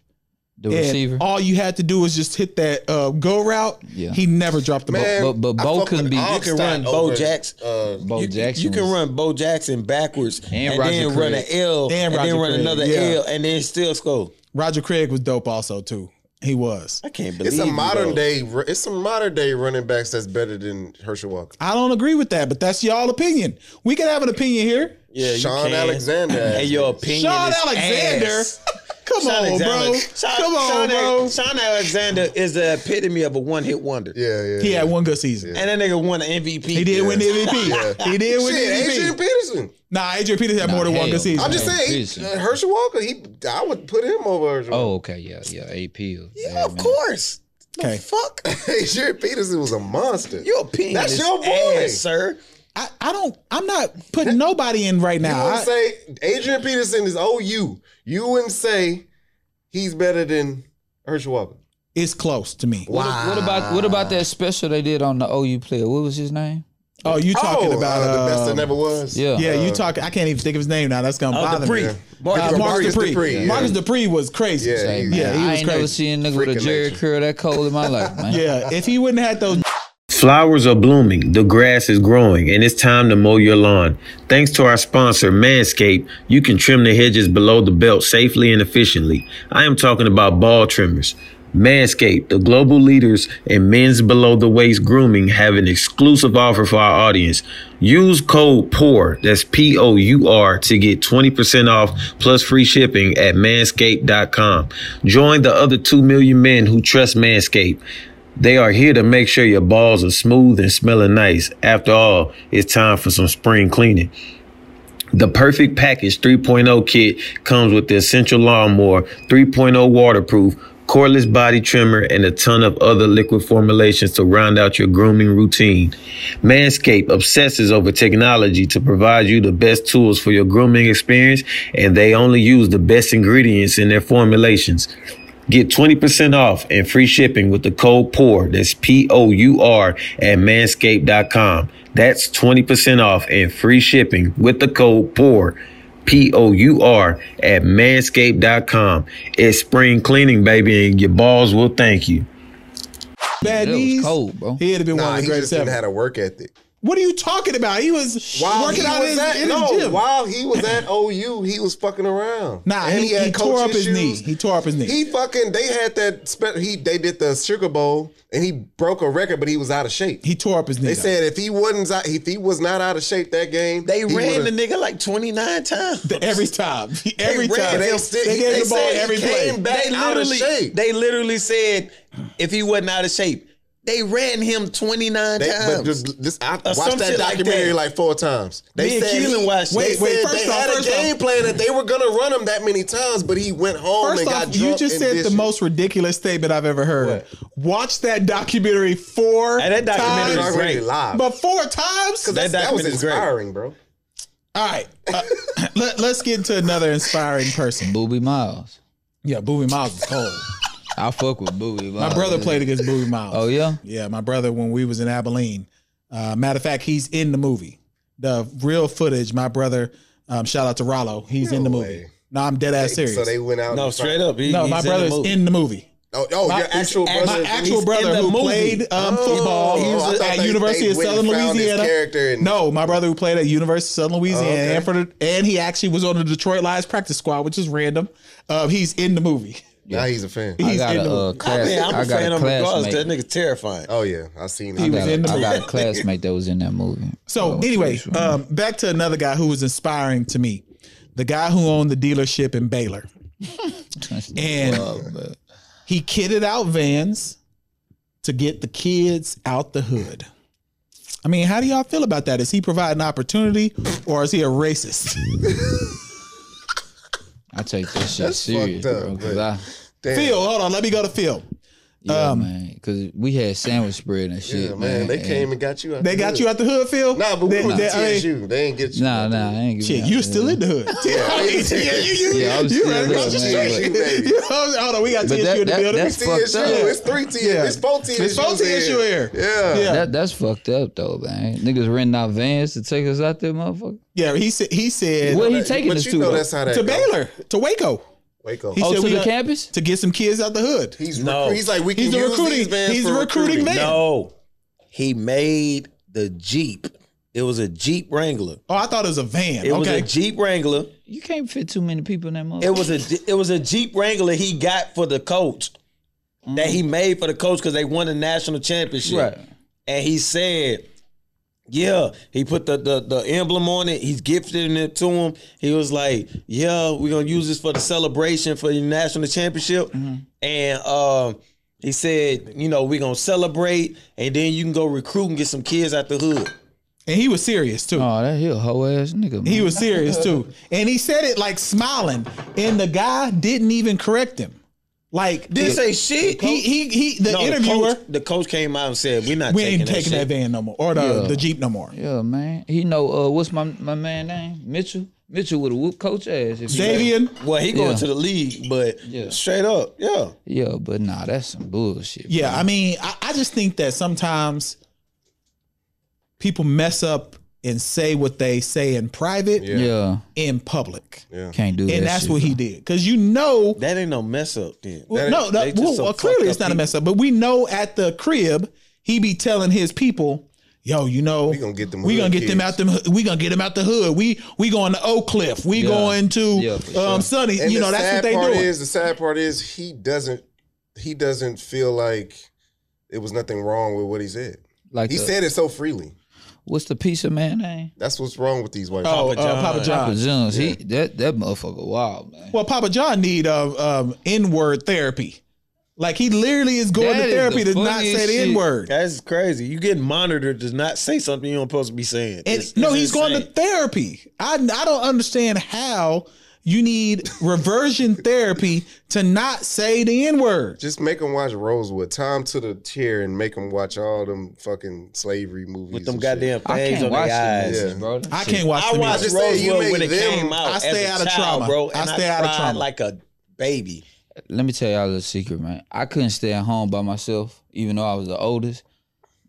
Speaker 7: the
Speaker 3: and
Speaker 7: receiver.
Speaker 3: all you had to do was just hit that uh, go route.
Speaker 7: Yeah.
Speaker 3: He never dropped the
Speaker 4: Man,
Speaker 7: but- but
Speaker 4: I
Speaker 7: Bo
Speaker 4: fuck
Speaker 7: can
Speaker 4: with
Speaker 7: be- You
Speaker 4: Alstott
Speaker 6: can run Bo
Speaker 4: over,
Speaker 6: Jackson.
Speaker 4: uh,
Speaker 7: Bo
Speaker 6: you,
Speaker 7: Jackson.
Speaker 6: you can
Speaker 7: was-
Speaker 6: run Bo Jackson backwards
Speaker 7: And
Speaker 6: and,
Speaker 7: Roger
Speaker 6: then run an
Speaker 7: Craig.
Speaker 6: L
Speaker 3: And
Speaker 6: and, then
Speaker 3: Roger
Speaker 6: run
Speaker 3: Craig,
Speaker 6: another
Speaker 3: yeah.
Speaker 6: L and then still score.
Speaker 3: ball. Roger Craig was dope also too. He was.
Speaker 6: I can't believe
Speaker 4: It's a
Speaker 6: you,
Speaker 4: modern
Speaker 6: bro.
Speaker 4: day. It's some modern day running backs that's better than Herschel Walker.
Speaker 3: I don't agree with that, but that's y'all opinion. We can have an opinion here.
Speaker 6: Yeah, you
Speaker 4: Sean
Speaker 6: can.
Speaker 4: Alexander.
Speaker 6: And your opinion
Speaker 3: Sean
Speaker 6: is
Speaker 3: Alexander.
Speaker 6: ass.
Speaker 3: Come
Speaker 6: Sean
Speaker 3: on,
Speaker 6: Alexander-
Speaker 3: bro.
Speaker 6: Sean-
Speaker 3: Come on,
Speaker 6: Sean,
Speaker 3: bro.
Speaker 6: Sean Alexander is the epitome of a one-hit wonder.
Speaker 4: Yeah, yeah.
Speaker 3: he had one good season.
Speaker 6: And that nigga won an MVP.
Speaker 3: He did win the MVP. He did win
Speaker 4: Shit,
Speaker 3: the MVP.
Speaker 4: Adrian Peterson.
Speaker 3: Nah, Adrian Peters had
Speaker 7: Nah,
Speaker 3: more than one
Speaker 7: hell.
Speaker 3: good season.
Speaker 4: I'm just
Speaker 7: Adrian
Speaker 4: saying,
Speaker 7: Peterson.
Speaker 4: he, uh, Herschel Walker. He, I would put him over Herschel.
Speaker 7: Oh, okay, yeah, yeah. AP. Yeah,
Speaker 6: Yeah, of
Speaker 7: man.
Speaker 6: course. The
Speaker 3: Okay.
Speaker 6: fuck?
Speaker 4: Adrian Peterson was a monster.
Speaker 6: Your opinion
Speaker 4: That's
Speaker 6: is
Speaker 4: your boy.
Speaker 6: ass, sir.
Speaker 3: I, I don't I'm not putting nobody in right
Speaker 4: You
Speaker 3: now.
Speaker 4: wouldn't
Speaker 3: I-
Speaker 4: say Adrian Peterson is OU. You wouldn't say he's better than Herschel Walker.
Speaker 3: it's close to me.
Speaker 7: What, what about what about that special they did on the OU player? What was his name?
Speaker 3: Oh, you talking
Speaker 4: Oh,
Speaker 3: about
Speaker 4: uh, the best that
Speaker 3: um,
Speaker 4: never was. Uh,
Speaker 7: Yeah.
Speaker 3: Yeah, you talking. I can't even think of his name now. That's gonna
Speaker 6: Oh,
Speaker 3: bother
Speaker 6: Dupree.
Speaker 3: me.
Speaker 6: Marcus
Speaker 3: Uh, Marcus
Speaker 4: Marcus
Speaker 3: Dupree.
Speaker 4: Dupree, yeah.
Speaker 3: Marcus Dupree was crazy.
Speaker 4: Yeah,
Speaker 3: Yeah,
Speaker 7: Hey,
Speaker 4: he-
Speaker 7: man,
Speaker 3: he
Speaker 7: I
Speaker 3: was
Speaker 7: ain't never
Speaker 3: crazy.
Speaker 7: seen a nigga with a
Speaker 4: Freaking
Speaker 7: Jerry
Speaker 4: legend.
Speaker 7: curl that cold in my life, man.
Speaker 3: Yeah, if he wouldn't have those
Speaker 8: Flowers are blooming, the grass is growing, and it's time to mow your lawn. Thanks to our sponsor, Manscaped, you can trim the hedges below the belt safely and efficiently. I am talking about ball trimmers. Manscaped, the global leaders in men's below the waist grooming, have an exclusive offer for our audience. Use code POUR, that's P O U R, to get 20% off plus free shipping at manscaped.com. Join the other 2 million men who trust Manscaped. They are here to make sure your balls are smooth and smelling nice. After all, it's time for some spring cleaning. The Perfect Package 3.0 kit comes with the Essential Lawnmower 3.0 waterproof, cordless body trimmer, and a ton of other liquid formulations to round out your grooming routine. Manscaped obsesses over technology to provide you the best tools for your grooming experience, and they only use the best ingredients in their formulations. Get 20% off and free shipping with the code POUR. That's P O U R at manscaped.com. That's 20% off and free shipping with the code POUR. P O U R at manscaped.com. It's spring cleaning, baby, and your balls will thank you.
Speaker 7: That
Speaker 3: bad
Speaker 7: was
Speaker 3: knees,
Speaker 7: cold, bro.
Speaker 3: he'd have been
Speaker 4: Nah,
Speaker 3: one of
Speaker 4: he
Speaker 3: the greatest
Speaker 4: just didn't
Speaker 3: ever.
Speaker 4: have a work ethic.
Speaker 3: what are you talking about? He was
Speaker 4: While
Speaker 3: working
Speaker 4: he
Speaker 3: out
Speaker 4: was
Speaker 3: in,
Speaker 4: at,
Speaker 3: in
Speaker 4: no,
Speaker 3: his gym.
Speaker 4: while he was at OU, he was fucking around.
Speaker 3: Nah,
Speaker 4: And
Speaker 3: he, he,
Speaker 4: had
Speaker 3: tore
Speaker 4: coach
Speaker 3: up his
Speaker 4: issues.
Speaker 3: knee. He tore up his knee.
Speaker 4: He fucking they had that spe- he they did the Sugar Bowl and he broke a record, but he was out of shape.
Speaker 3: he tore up his knee.
Speaker 4: They
Speaker 3: though.
Speaker 4: said if he wasn't out- if he was not out of shape that game,
Speaker 6: They
Speaker 4: he
Speaker 6: ran
Speaker 4: would've-
Speaker 6: the nigga like 29 times.
Speaker 3: The- every time, every
Speaker 6: ran-
Speaker 3: time
Speaker 4: They,
Speaker 3: they,
Speaker 4: still,
Speaker 3: gave
Speaker 4: they
Speaker 3: the ball
Speaker 4: said he
Speaker 3: every
Speaker 4: came
Speaker 3: play.
Speaker 4: back
Speaker 6: they
Speaker 4: out of
Speaker 6: literally,
Speaker 4: shape.
Speaker 6: they literally said if he wasn't out of shape,
Speaker 8: They ran him 29
Speaker 4: They,
Speaker 8: times.
Speaker 4: but just this, I
Speaker 6: Or some
Speaker 4: watched that
Speaker 6: shit like
Speaker 4: documentary
Speaker 6: that.
Speaker 4: like, four times. They
Speaker 6: Me and Keelan
Speaker 4: he-
Speaker 6: watched
Speaker 4: They
Speaker 6: it.
Speaker 3: wait,
Speaker 4: said
Speaker 3: first
Speaker 4: they
Speaker 3: off,
Speaker 4: had a
Speaker 3: first
Speaker 4: game
Speaker 3: off.
Speaker 4: plan that they were gonna run him that many times, but he went home
Speaker 3: First
Speaker 4: and got
Speaker 3: off,
Speaker 4: drunk.
Speaker 3: you just
Speaker 4: and
Speaker 3: said
Speaker 4: did
Speaker 3: the
Speaker 4: shit.
Speaker 3: most ridiculous statement I've ever heard. Watch that documentary four
Speaker 6: Hey, that documentary
Speaker 3: times,
Speaker 6: is great.
Speaker 4: Already live.
Speaker 3: but four times.
Speaker 4: That's- that was
Speaker 6: document is great.
Speaker 4: inspiring, bro.
Speaker 3: All right, uh, let, us get into another inspiring person.
Speaker 7: Booby Miles.
Speaker 3: Yeah, Booby Miles is cold.
Speaker 7: I fuck with Booby Miles.
Speaker 3: My
Speaker 6: Oh,
Speaker 3: brother
Speaker 7: man.
Speaker 3: played against Booby Miles.
Speaker 7: Oh yeah.
Speaker 3: Yeah, my brother when we was in Abilene. Uh, matter of fact, he's in the movie. The real footage, my brother. Um, shout out to Rollo. He's in the movie.
Speaker 4: way.
Speaker 3: No, I'm dead ass serious.
Speaker 4: So they went out.
Speaker 6: No,
Speaker 4: and
Speaker 6: straight up. He,
Speaker 3: no,
Speaker 6: he's
Speaker 3: my
Speaker 6: in the
Speaker 3: brother's
Speaker 6: movie.
Speaker 3: in the movie.
Speaker 4: Oh, oh
Speaker 3: My-
Speaker 4: your actual
Speaker 6: it's-
Speaker 4: brother.
Speaker 3: My
Speaker 6: He's
Speaker 3: actual
Speaker 6: in
Speaker 3: brother
Speaker 6: the
Speaker 3: who
Speaker 6: movie.
Speaker 3: played um,
Speaker 4: Oh.
Speaker 3: football
Speaker 6: he was
Speaker 4: I thought
Speaker 3: at
Speaker 4: they-
Speaker 3: University
Speaker 4: they
Speaker 3: of
Speaker 4: went and
Speaker 3: Southern
Speaker 4: found his
Speaker 3: Louisiana.
Speaker 4: character and-
Speaker 3: no, my brother who played at University of Southern Louisiana,
Speaker 4: Oh, okay.
Speaker 3: and, for the, and he actually was on the Detroit Lions practice squad, which is random. Uh, he's in the movie.
Speaker 4: Now he's a fan.
Speaker 7: I
Speaker 3: He's
Speaker 7: got
Speaker 3: in
Speaker 7: a
Speaker 3: the
Speaker 7: uh,
Speaker 3: movie.
Speaker 7: class.
Speaker 6: Man, I'm
Speaker 7: I
Speaker 6: a
Speaker 7: got
Speaker 6: fan
Speaker 7: a
Speaker 6: of McGraw's. That
Speaker 7: classmate.
Speaker 6: nigga's terrifying.
Speaker 4: Oh yeah, I seen
Speaker 7: I
Speaker 4: him.
Speaker 7: got,
Speaker 3: was in the
Speaker 7: I got a
Speaker 3: movie.
Speaker 7: classmate that was in that movie.
Speaker 3: So
Speaker 7: Oh,
Speaker 3: anyway,
Speaker 7: sure.
Speaker 3: um, back to another guy who was inspiring to me, the guy who owned the dealership in Baylor, and he kitted out vans to get the kids out the hood. I mean, how do y'all feel about that? Is he providing opportunity, or is he a racist?
Speaker 7: I take this shit serious,
Speaker 4: fucked up,
Speaker 7: bro. Cause
Speaker 4: but-
Speaker 7: I,
Speaker 4: Damn.
Speaker 3: Phil, hold on, let me go to Phil.
Speaker 7: yeah,
Speaker 3: Um,
Speaker 7: man, because we had sandwich bread and shit,
Speaker 4: Yeah, man, they came and got you. Out
Speaker 3: They
Speaker 4: the
Speaker 3: got
Speaker 4: hood.
Speaker 3: you out the hood, Phil.
Speaker 4: Nah, but we
Speaker 3: They-
Speaker 4: went
Speaker 3: they-
Speaker 4: to
Speaker 3: I mean,
Speaker 4: TSU. They ain't get you.
Speaker 7: Nah,
Speaker 4: out the
Speaker 7: nah, I
Speaker 4: hood.
Speaker 7: ain't giving
Speaker 3: Shit,
Speaker 7: out
Speaker 3: you
Speaker 7: the
Speaker 3: still
Speaker 7: hood.
Speaker 3: in the hood. Yeah, you, you, you,
Speaker 7: Yeah, I was
Speaker 3: you
Speaker 7: still
Speaker 3: right
Speaker 7: in the
Speaker 3: across the
Speaker 7: hood, man,
Speaker 3: street.
Speaker 4: but-
Speaker 3: You know, Hold on, we got
Speaker 7: But
Speaker 3: TSU in
Speaker 7: that,
Speaker 3: the
Speaker 7: that,
Speaker 3: building.
Speaker 7: that's fucked
Speaker 4: TSU,
Speaker 7: up.
Speaker 4: it's three TSU,
Speaker 3: Yeah.
Speaker 4: it's four TSU.
Speaker 3: It's both TSU here.
Speaker 4: Yeah.
Speaker 3: Yeah.
Speaker 7: That, that's fucked up though, man. Niggas renting out vans to take us out there, motherfucker.
Speaker 3: Yeah, he said he said
Speaker 7: Where he
Speaker 4: But-
Speaker 7: taking
Speaker 4: but
Speaker 7: us
Speaker 4: you
Speaker 7: to?
Speaker 4: know
Speaker 7: though?
Speaker 4: that's how that
Speaker 3: to
Speaker 4: go.
Speaker 3: Baylor, to Waco,
Speaker 4: Waco.
Speaker 3: He
Speaker 7: oh,
Speaker 3: said
Speaker 7: to
Speaker 3: we
Speaker 7: the
Speaker 3: got-
Speaker 7: campus?
Speaker 3: to get some kids out the hood.
Speaker 4: He's
Speaker 6: No.
Speaker 4: no. he's like we can
Speaker 3: He's a
Speaker 4: use
Speaker 3: recruiting.
Speaker 4: these vans
Speaker 3: He's
Speaker 4: for
Speaker 3: a recruiting man.
Speaker 6: No, he made the Jeep. It was a Jeep Wrangler.
Speaker 3: Oh, I thought it was a van.
Speaker 6: It was
Speaker 3: okay.
Speaker 6: a Jeep Wrangler.
Speaker 7: You can't fit too many people in that motherfucker.
Speaker 6: It was a it was a Jeep Wrangler he got for the coach that
Speaker 3: Mm.
Speaker 6: he made for the coach because they won the national championship.
Speaker 7: Right.
Speaker 6: And he said, "Yeah, he put the, the the emblem on it. He's gifting it to him. He was like, "Yeah, we're gonna use this for the celebration for the national championship."
Speaker 3: Mm-hmm.
Speaker 6: And um, he said, "You know, we're gonna celebrate, and then you can go recruit and get some kids out the hood."
Speaker 3: and he was serious too.
Speaker 7: Oh, that hill hoe ass nigga. Man.
Speaker 3: He was serious too. And he said it like smiling. And the guy didn't even correct him. Like
Speaker 6: Didn't
Speaker 3: the-
Speaker 6: say shit.
Speaker 3: he he he the
Speaker 6: No,
Speaker 3: interviewer
Speaker 6: coach, the coach came out and said, "We're not
Speaker 3: we
Speaker 6: taking,
Speaker 3: ain't taking
Speaker 6: that,
Speaker 3: that,
Speaker 6: shit.
Speaker 3: van no more. Or the,
Speaker 7: Yeah.
Speaker 3: the Jeep no more.
Speaker 7: Yeah, man. He know uh, what's my my man name? Mitchell. Mitchell would have whooped coach ass. If he-
Speaker 3: Xavier,
Speaker 6: Well, he going
Speaker 7: Yeah.
Speaker 6: to the league, but
Speaker 7: Yeah.
Speaker 6: straight up, yeah.
Speaker 7: Yeah, but nah, that's some bullshit.
Speaker 3: Yeah, I mean, I, I just think that sometimes people mess up and say what they say in private
Speaker 7: bro. Yeah.
Speaker 3: in public.
Speaker 7: Can't do that.
Speaker 3: And that's
Speaker 7: shit,
Speaker 3: what he
Speaker 7: bro.
Speaker 3: did. Cause you know
Speaker 6: That ain't no mess up then.
Speaker 3: Well,
Speaker 6: That
Speaker 3: no,
Speaker 6: ain't-
Speaker 3: no
Speaker 6: they just
Speaker 3: well,
Speaker 6: some
Speaker 3: well, clearly
Speaker 6: fucked
Speaker 3: it's
Speaker 6: up
Speaker 3: not a
Speaker 6: people.
Speaker 3: mess up, but we know at the crib he be telling his people, "Yo, you know, we
Speaker 4: gonna get them
Speaker 3: We gonna
Speaker 4: hood
Speaker 3: get them
Speaker 4: kids."
Speaker 3: out them. hoo- We gonna get them out the hood. We we going to Oak Cliff. We
Speaker 7: Yeah.
Speaker 3: going to
Speaker 7: Yeah, for
Speaker 3: um,
Speaker 7: sure.
Speaker 3: Sunny.
Speaker 4: And
Speaker 3: you
Speaker 4: the
Speaker 3: know, that's what
Speaker 4: sad
Speaker 3: they
Speaker 4: part
Speaker 3: doing.
Speaker 4: is the sad part is he doesn't he doesn't feel like it was nothing wrong with what he said.
Speaker 7: Like
Speaker 4: He
Speaker 7: the-
Speaker 4: said it so freely.
Speaker 7: what's the piece of man name?
Speaker 4: That's what's wrong with these white
Speaker 3: oh,
Speaker 4: people.
Speaker 3: Papa John. Uh, Papa John.
Speaker 7: Papa Jones. He that that motherfucker wild, man.
Speaker 3: Well, Papa John need um, um N word therapy. Like he literally is going
Speaker 7: That
Speaker 3: to
Speaker 7: is
Speaker 3: therapy
Speaker 7: the
Speaker 3: to not
Speaker 7: funniest
Speaker 3: say the
Speaker 7: shit.
Speaker 3: N word.
Speaker 6: That's crazy. You get monitored does not say something you don't supposed to be saying.
Speaker 3: And
Speaker 6: It's-
Speaker 3: no,
Speaker 6: it's
Speaker 3: he's going to
Speaker 6: insane.
Speaker 3: therapy. I I don't understand how you need reversion therapy to not say the N word.
Speaker 4: Just make them watch Rosewood, Time to the Tear, and make them watch all them fucking slavery movies.
Speaker 6: with them
Speaker 4: and
Speaker 6: goddamn
Speaker 7: I
Speaker 6: things
Speaker 7: can't
Speaker 6: on
Speaker 7: watch
Speaker 6: their
Speaker 7: the
Speaker 6: eyes.
Speaker 7: movies,
Speaker 4: Yeah.
Speaker 7: bro.
Speaker 3: I can't watch.
Speaker 6: I
Speaker 3: them
Speaker 6: watched
Speaker 3: either.
Speaker 4: Just say you
Speaker 6: Rosewood
Speaker 4: made
Speaker 6: when it
Speaker 4: them-
Speaker 6: came out.
Speaker 3: I stay
Speaker 6: as a
Speaker 3: out of
Speaker 6: child,
Speaker 3: trauma.
Speaker 6: bro.
Speaker 3: I
Speaker 6: and
Speaker 3: stay out of
Speaker 6: cried
Speaker 3: trauma.
Speaker 6: like a baby.
Speaker 7: Let me tell y'all a little secret, man. I couldn't stay at home by myself, even though I was the oldest,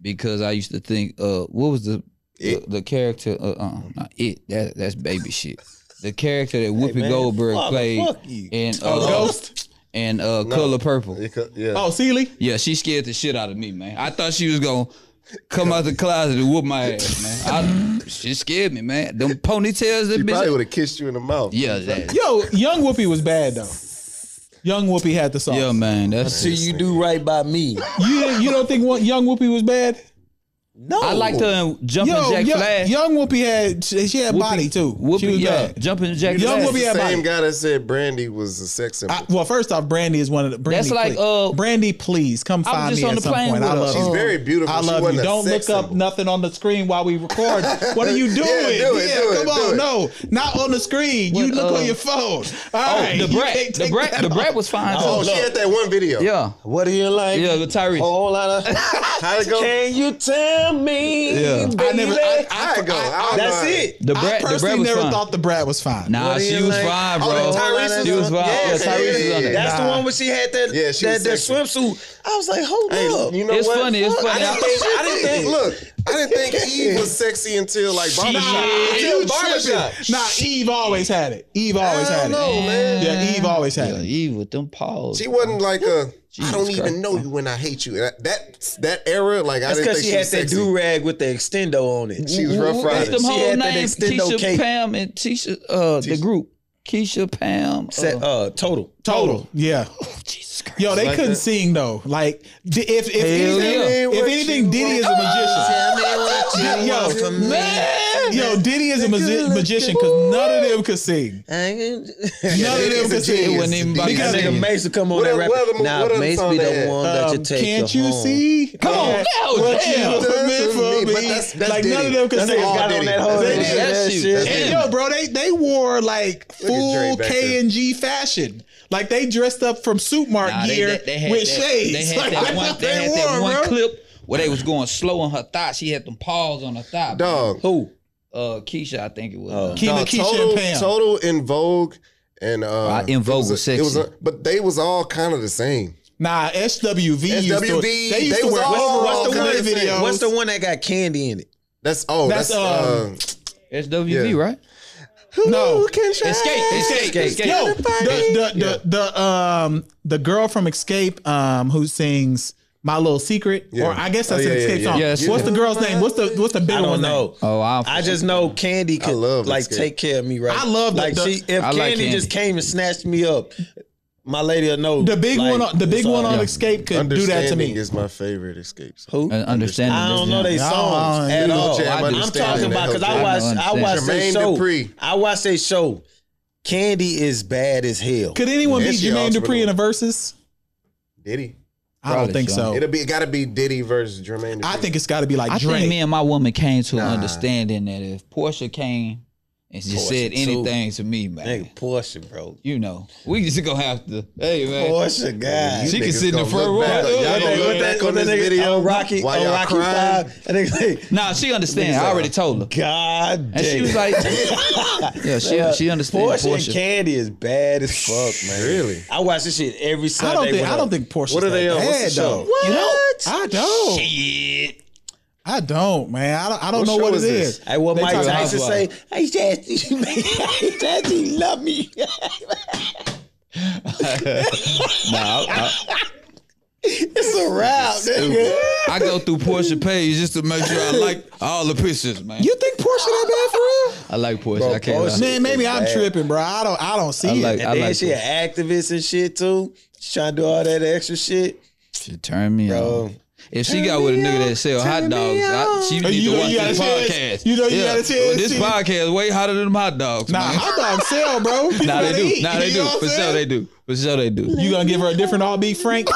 Speaker 7: because I used to think, uh, what was the the, the character? Uh, uh, not it. That that's baby shit. The character that Whoopi
Speaker 6: man,
Speaker 7: Goldberg
Speaker 6: fuck,
Speaker 7: played
Speaker 6: fuck you.
Speaker 7: in uh,
Speaker 3: Oh, Ghost.
Speaker 7: and uh, Color Purple.
Speaker 4: shit. It co- Yeah.
Speaker 3: Oh, Sealy.
Speaker 7: Yeah, she scared the shit out of me, man. I thought she was gonna come out the closet and whoop my ass, man. I, she scared me, man. Them ponytails, that
Speaker 4: He probably
Speaker 7: bitch.
Speaker 4: would have kissed you in the mouth.
Speaker 7: Yeah, that,
Speaker 3: Yo, Young Whoopi was bad though. Young Whoopi had the song.
Speaker 7: yeah, man. That's
Speaker 6: Till you do right by me.
Speaker 3: You didn't- you don't think one, Young Whoopi was bad?
Speaker 6: No,
Speaker 7: I liked her in Jumping
Speaker 3: Yo,
Speaker 7: Jack
Speaker 3: young,
Speaker 7: Flash.
Speaker 3: young Whoopi had she, she had
Speaker 7: Whoopi-
Speaker 3: body too. she
Speaker 7: Whoopi,
Speaker 3: was
Speaker 7: yeah,
Speaker 3: bad.
Speaker 7: Jumping Jack
Speaker 3: Young
Speaker 7: Flash.
Speaker 3: Whoopi had
Speaker 4: Same
Speaker 3: body.
Speaker 4: guy. guy that said Brandy was a sex symbol.
Speaker 3: I- well, first off, Brandy is one of the. Brandy,
Speaker 7: That's like,
Speaker 3: please.
Speaker 7: uh,
Speaker 3: Brandy. Please come
Speaker 7: I was
Speaker 3: find
Speaker 7: just
Speaker 3: me
Speaker 7: on
Speaker 3: at
Speaker 7: the
Speaker 3: some
Speaker 7: plane
Speaker 3: point. I
Speaker 7: with her. Uh,
Speaker 3: love
Speaker 4: She's
Speaker 3: you.
Speaker 4: very beautiful.
Speaker 3: I
Speaker 4: She
Speaker 3: love
Speaker 4: wasn't
Speaker 3: you.
Speaker 4: a
Speaker 3: Don't look
Speaker 4: sex
Speaker 3: up
Speaker 4: symbol.
Speaker 3: nothing on the screen while we record. What are you doing?
Speaker 4: do it,
Speaker 3: Yeah,
Speaker 4: do it,
Speaker 3: come
Speaker 4: do
Speaker 3: on,
Speaker 4: it.
Speaker 3: no, not on the screen. you
Speaker 7: What,
Speaker 3: look
Speaker 7: uh,
Speaker 3: on your phone. All right,
Speaker 7: Oh,
Speaker 3: you
Speaker 7: the
Speaker 3: can't
Speaker 7: brat, the
Speaker 3: take
Speaker 7: brat,
Speaker 3: that
Speaker 7: the
Speaker 3: off.
Speaker 7: brat was fine
Speaker 4: Oh,
Speaker 7: too.
Speaker 4: she had that one video.
Speaker 7: Yeah,
Speaker 6: what do you like?
Speaker 7: yeah, the Tyrese.
Speaker 6: Whole lot of.
Speaker 4: How'd it go?
Speaker 6: Can you tell me?
Speaker 7: Yeah.
Speaker 6: baby?
Speaker 3: I never. I, I,
Speaker 4: How'd it go? I don't
Speaker 6: That's
Speaker 4: know.
Speaker 6: it.
Speaker 7: The
Speaker 3: I
Speaker 7: brat, the brat
Speaker 3: personally
Speaker 7: was
Speaker 3: never
Speaker 7: fine.
Speaker 3: thought the brat was fine.
Speaker 7: Nah,
Speaker 6: What do
Speaker 7: she
Speaker 6: you
Speaker 7: was
Speaker 6: like?
Speaker 7: fine,
Speaker 4: Oh,
Speaker 7: bro.
Speaker 4: the Tyrese
Speaker 7: she
Speaker 4: is
Speaker 7: was
Speaker 4: on-
Speaker 7: fine. Yeah,
Speaker 4: Yeah,
Speaker 7: Tyrese is
Speaker 4: yeah,
Speaker 7: on there.
Speaker 4: yeah.
Speaker 6: That's the
Speaker 3: Nah.
Speaker 6: one where she had that
Speaker 4: Yeah, she
Speaker 6: that,
Speaker 4: was
Speaker 6: that
Speaker 4: sexy.
Speaker 6: swimsuit. I was like, hold up.
Speaker 4: Hey, you know
Speaker 7: It's
Speaker 4: what?
Speaker 7: funny, it's
Speaker 4: Fuck,
Speaker 7: funny.
Speaker 4: I didn't think, I didn't think
Speaker 6: Shit.
Speaker 4: look, I didn't think Eve was sexy until like barbershop.
Speaker 3: You
Speaker 4: Until barbershop.
Speaker 3: tripping. Nah, Eve always had it. Eve always Oh, had it.
Speaker 4: know, man.
Speaker 3: Yeah, Eve always had
Speaker 7: Yeah,
Speaker 3: it.
Speaker 7: Eve with them paws.
Speaker 4: She wasn't like a. I
Speaker 7: Oh. Jesus
Speaker 4: don't
Speaker 7: Christ.
Speaker 4: even know you when I hate you. That that, that era, like I
Speaker 6: That's
Speaker 4: didn't
Speaker 6: because
Speaker 4: think
Speaker 6: she,
Speaker 4: she,
Speaker 6: had
Speaker 4: was
Speaker 6: that
Speaker 4: sexy.
Speaker 6: do rag with the extendo on it.
Speaker 4: She was rough
Speaker 7: That's
Speaker 4: riding.
Speaker 7: them
Speaker 6: She
Speaker 7: whole
Speaker 6: had that
Speaker 7: names:
Speaker 6: extendo
Speaker 7: Keisha,
Speaker 6: cake.
Speaker 7: Pam, and Tisha. Uh, the group Keisha, Pam.
Speaker 6: Set,
Speaker 7: Uh,
Speaker 6: uh, total.
Speaker 3: Total. Yeah.
Speaker 7: Jesus Christ.
Speaker 3: Yo, they
Speaker 4: Like
Speaker 3: couldn't
Speaker 4: that.
Speaker 3: sing though. Like di- if if anything,
Speaker 7: yeah.
Speaker 3: if anything, Diddy is a magician. Di- Yo, man. Yo, Diddy is a magi- magician because none of them could sing. None of them could
Speaker 7: It
Speaker 3: sing.
Speaker 7: wasn't even about
Speaker 6: Because
Speaker 7: to
Speaker 6: nigga
Speaker 7: sing.
Speaker 6: Mace will come on
Speaker 4: What
Speaker 6: that
Speaker 4: other-
Speaker 6: rap.
Speaker 4: what other-
Speaker 6: Nah,
Speaker 4: what other
Speaker 6: Mace
Speaker 4: song
Speaker 6: be
Speaker 4: they
Speaker 6: the
Speaker 4: had?
Speaker 6: one that you
Speaker 3: Um,
Speaker 6: take
Speaker 3: can't
Speaker 6: you
Speaker 3: you
Speaker 6: home.
Speaker 3: see? Come
Speaker 7: on, now,
Speaker 3: yeah,
Speaker 7: damn.
Speaker 3: for me, for
Speaker 4: But
Speaker 3: me.
Speaker 4: that's- that's
Speaker 3: like none of
Speaker 4: Diddy.
Speaker 3: them could
Speaker 4: That's
Speaker 3: sing.
Speaker 4: all
Speaker 6: Got on
Speaker 4: Diddy.
Speaker 6: that whole
Speaker 3: They
Speaker 7: did. That shit.
Speaker 6: shit.
Speaker 3: And yo, bro, they they wore like
Speaker 4: Look at Dre
Speaker 3: full
Speaker 4: back
Speaker 3: K
Speaker 4: there.
Speaker 3: and G fashion. Like they dressed up from suit mark
Speaker 7: Nah, they-
Speaker 3: gear
Speaker 7: they- they had
Speaker 3: with
Speaker 7: that-
Speaker 3: shades.
Speaker 7: They had
Speaker 3: Like,
Speaker 7: that
Speaker 3: that's
Speaker 7: one,
Speaker 3: what
Speaker 7: they had that
Speaker 3: wore,
Speaker 7: one
Speaker 3: bro.
Speaker 7: clip where they was going slow on her thigh. She had them paws on her thigh.
Speaker 4: Dog.
Speaker 6: Who?
Speaker 7: Uh, Keisha, I think it was.
Speaker 6: Oh.
Speaker 7: Uh,
Speaker 3: Keena,
Speaker 4: dog,
Speaker 3: Keisha,
Speaker 4: total,
Speaker 3: and Pam.
Speaker 4: total in Vogue and uh,
Speaker 7: Uh, In
Speaker 4: it
Speaker 7: Vogue was
Speaker 4: a- It was a,
Speaker 7: sexy.
Speaker 4: but they was all kind of the same.
Speaker 3: Nah, SWV. used to,
Speaker 4: SWV,
Speaker 3: they used
Speaker 4: they
Speaker 3: to
Speaker 4: was
Speaker 3: wear
Speaker 4: all-
Speaker 3: overall
Speaker 4: what's the
Speaker 3: kind
Speaker 4: one
Speaker 3: of
Speaker 4: that-
Speaker 3: videos.
Speaker 6: What's the one that got candy in it?
Speaker 4: That's oh,
Speaker 3: That's,
Speaker 4: that's, uh,
Speaker 3: um,
Speaker 7: SWV,
Speaker 4: Yeah.
Speaker 7: right?
Speaker 3: No.
Speaker 4: can try?
Speaker 7: Escape, escape, escape.
Speaker 3: Yo, the the, the,
Speaker 4: Yeah.
Speaker 3: the um the girl from Escape um who sings My Little Secret
Speaker 4: Yeah.
Speaker 3: or I guess
Speaker 4: Oh,
Speaker 3: that's an
Speaker 4: yeah, yeah,
Speaker 3: Escape
Speaker 4: yeah.
Speaker 3: song.
Speaker 7: Yes.
Speaker 3: What's the girl's name? What's the what's the big
Speaker 6: I
Speaker 3: one?
Speaker 6: don't know.
Speaker 7: Oh, I,
Speaker 6: I just know Candy could
Speaker 4: love
Speaker 6: like
Speaker 4: Escape.
Speaker 6: take care of me right.
Speaker 3: I love the-
Speaker 6: like
Speaker 3: the-
Speaker 6: she if
Speaker 7: I
Speaker 6: Candy,
Speaker 7: like
Speaker 6: just
Speaker 7: Candy.
Speaker 6: came and snatched me up, my lady will know.
Speaker 3: The big
Speaker 6: like,
Speaker 3: one on the big
Speaker 6: it's all
Speaker 3: one on
Speaker 6: right.
Speaker 3: Escape could do that to
Speaker 4: Understanding
Speaker 3: me.
Speaker 4: is my favorite escape song.
Speaker 6: who?
Speaker 7: uh, understanding.
Speaker 6: I don't know they
Speaker 3: I don't-
Speaker 6: songs
Speaker 3: I
Speaker 6: at
Speaker 3: don't
Speaker 6: all.
Speaker 4: Jam,
Speaker 7: I do.
Speaker 6: I'm talking about because I
Speaker 7: I
Speaker 6: watch
Speaker 7: don't
Speaker 6: I watch
Speaker 4: understand.
Speaker 6: that show.
Speaker 4: Jermaine Dupri.
Speaker 6: I watch that show. Candy is bad as hell.
Speaker 3: Could anyone
Speaker 4: Yeah,
Speaker 3: beat
Speaker 4: she
Speaker 3: Jermaine
Speaker 4: also
Speaker 3: Dupri in a versus?
Speaker 4: Diddy.
Speaker 3: I don't
Speaker 7: Probably
Speaker 3: think
Speaker 7: so.
Speaker 3: so.
Speaker 4: It'll be it gotta be Diddy versus Jermaine.
Speaker 3: I
Speaker 4: Dupri.
Speaker 3: think it's got to be like
Speaker 7: I think me
Speaker 3: Drake.
Speaker 7: and my woman came to an understanding that if Portia came and just
Speaker 6: Portia
Speaker 7: said
Speaker 6: too.
Speaker 7: anything to me, man,
Speaker 6: Nigga, Portia, bro.
Speaker 7: you know, we just gonna have to. Hey, man.
Speaker 6: Portia, God.
Speaker 4: You
Speaker 7: She can
Speaker 4: niggas
Speaker 7: sit in the
Speaker 4: gonna
Speaker 7: front
Speaker 4: look
Speaker 7: row.
Speaker 4: back- y'all
Speaker 6: That
Speaker 4: gonna
Speaker 6: nigga-
Speaker 4: look
Speaker 6: what
Speaker 4: back
Speaker 6: that- what
Speaker 4: on
Speaker 6: that
Speaker 4: this
Speaker 6: nigga-
Speaker 4: video
Speaker 6: on Rocky,
Speaker 4: while
Speaker 6: on
Speaker 4: y'all
Speaker 6: Rocky
Speaker 4: crying?
Speaker 6: Five. That nigga,
Speaker 7: Nah, she understand. I already told her,
Speaker 6: God damn.
Speaker 7: and she was like, "Yeah, she she understands."
Speaker 6: Portia, and
Speaker 7: Portia.
Speaker 6: Candy is bad as fuck, man.
Speaker 4: Really?
Speaker 6: I watch this shit every
Speaker 3: I
Speaker 6: Sunday.
Speaker 3: don't think
Speaker 6: when
Speaker 3: I don't think Portia's
Speaker 4: What are they
Speaker 3: that
Speaker 4: on? What's
Speaker 3: bad
Speaker 4: the
Speaker 3: though.
Speaker 4: show?
Speaker 6: You don't?
Speaker 3: I don't. I don't, man. I don't, I don't
Speaker 4: What
Speaker 3: know what
Speaker 4: show
Speaker 3: it
Speaker 4: is this?
Speaker 3: is.
Speaker 6: Hey, what
Speaker 3: They
Speaker 6: Mike
Speaker 3: talking about
Speaker 6: Tyson say?
Speaker 7: housewives.
Speaker 6: Hey, Jazzy, man, Jazzy, love me.
Speaker 7: Nah, I,
Speaker 6: it's a wrap, nigga.
Speaker 7: I- I go through Portia page just to make sure I like all the pictures, man.
Speaker 3: You think Portia that bad for real?
Speaker 7: I like Portia. I can't.
Speaker 6: Portia-
Speaker 7: lie.
Speaker 3: Man, maybe I'm
Speaker 6: bad.
Speaker 3: tripping, bro. I don't I don't see
Speaker 7: I
Speaker 3: it.
Speaker 7: like-
Speaker 6: And then
Speaker 7: like
Speaker 6: she an activist and shit too. She trying to do all that extra shit.
Speaker 7: She turned me
Speaker 6: Bro.
Speaker 7: on. If she got with a nigga that sell hot dogs, I, she
Speaker 3: Oh,
Speaker 7: need
Speaker 3: you
Speaker 7: to
Speaker 3: know
Speaker 7: watch
Speaker 3: you
Speaker 7: this
Speaker 3: got a chance.
Speaker 7: podcast.
Speaker 3: You know you got a chance,
Speaker 7: This
Speaker 3: see?
Speaker 7: podcast way hotter than them hot dogs.
Speaker 3: nah,
Speaker 7: man.
Speaker 3: hot dogs sell, bro. People
Speaker 7: Nah, they
Speaker 3: gotta
Speaker 7: do.
Speaker 3: eat.
Speaker 7: Nah, they
Speaker 3: You
Speaker 7: do.
Speaker 3: know what
Speaker 7: For
Speaker 3: I'm
Speaker 7: sure,
Speaker 3: saying?
Speaker 7: they do. For sure, they do.
Speaker 3: You gonna give her a different all beef Frank?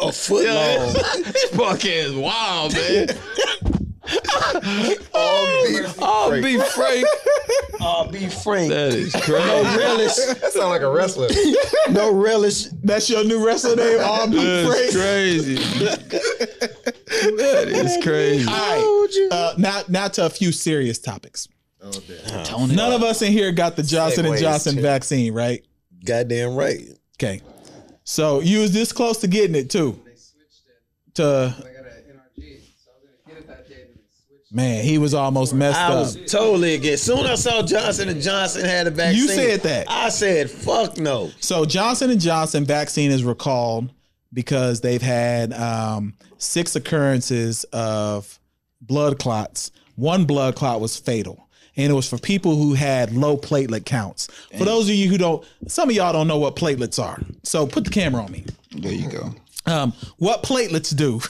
Speaker 6: A foot long.
Speaker 7: this podcast wild, man.
Speaker 4: all
Speaker 7: I'll be frank.
Speaker 6: I'll be frank.
Speaker 7: That is crazy.
Speaker 6: Relish,
Speaker 4: That sound like a wrestler.
Speaker 6: no relish.
Speaker 3: That's your new wrestler name, all beef
Speaker 7: That is
Speaker 3: Frank.
Speaker 7: crazy. that is crazy.
Speaker 3: All right. Uh, now, now to a few serious topics.
Speaker 7: Oh, Tony,
Speaker 3: None of us in here got the Johnson and
Speaker 4: Segways,
Speaker 3: Johnson
Speaker 4: too.
Speaker 3: vaccine, right?
Speaker 6: Goddamn right.
Speaker 3: Okay. So you was this close to getting it too. To man, he was almost messed
Speaker 6: I
Speaker 3: up.
Speaker 6: was totally against. Soon I saw Johnson and Johnson had a vaccine.
Speaker 3: said that.
Speaker 6: I said, "Fuck no."
Speaker 3: So Johnson and Johnson vaccine is recalled because they've had um, six occurrences of blood clots. One blood clot was fatal, and it was for people who had low platelet counts. For those of you who don't, some of y'all don't know what platelets are. So put the camera on me.
Speaker 7: There you go.
Speaker 3: Um, what platelets do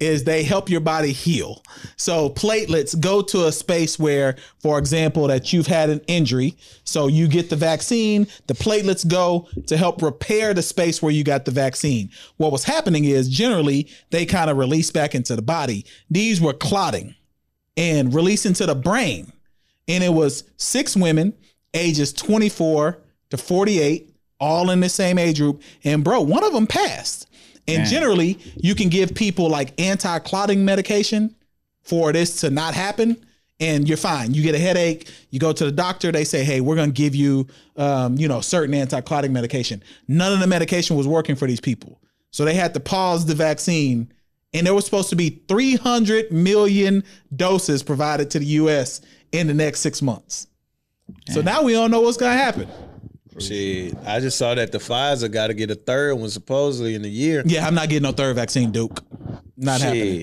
Speaker 3: is they help your body heal. So platelets go to a space where, for example, that you've had an injury. So you get the vaccine, the platelets go to help repair the space where you got the vaccine. What was happening is generally they kind of release back into the body. These were clotting and releasing to the brain. And it was six women, ages 24 to 48, all in the same age group. And bro, one of them passed. And generally, you can give people like anti clotting medication for this to not happen, and you're fine. You get a headache, you go to the doctor, they say, hey, we're going to give you, um, you know, certain anti clotting medication. None of the medication was working for these people. So they had to pause the vaccine, and there was supposed to be 300 million doses provided to the US in the next six months. So now we don't know what's going to happen.
Speaker 6: Shit, I just saw that the Pfizer got to get a third one supposedly in a year.
Speaker 3: Yeah, I'm not getting no third vaccine, Duke. Not happening.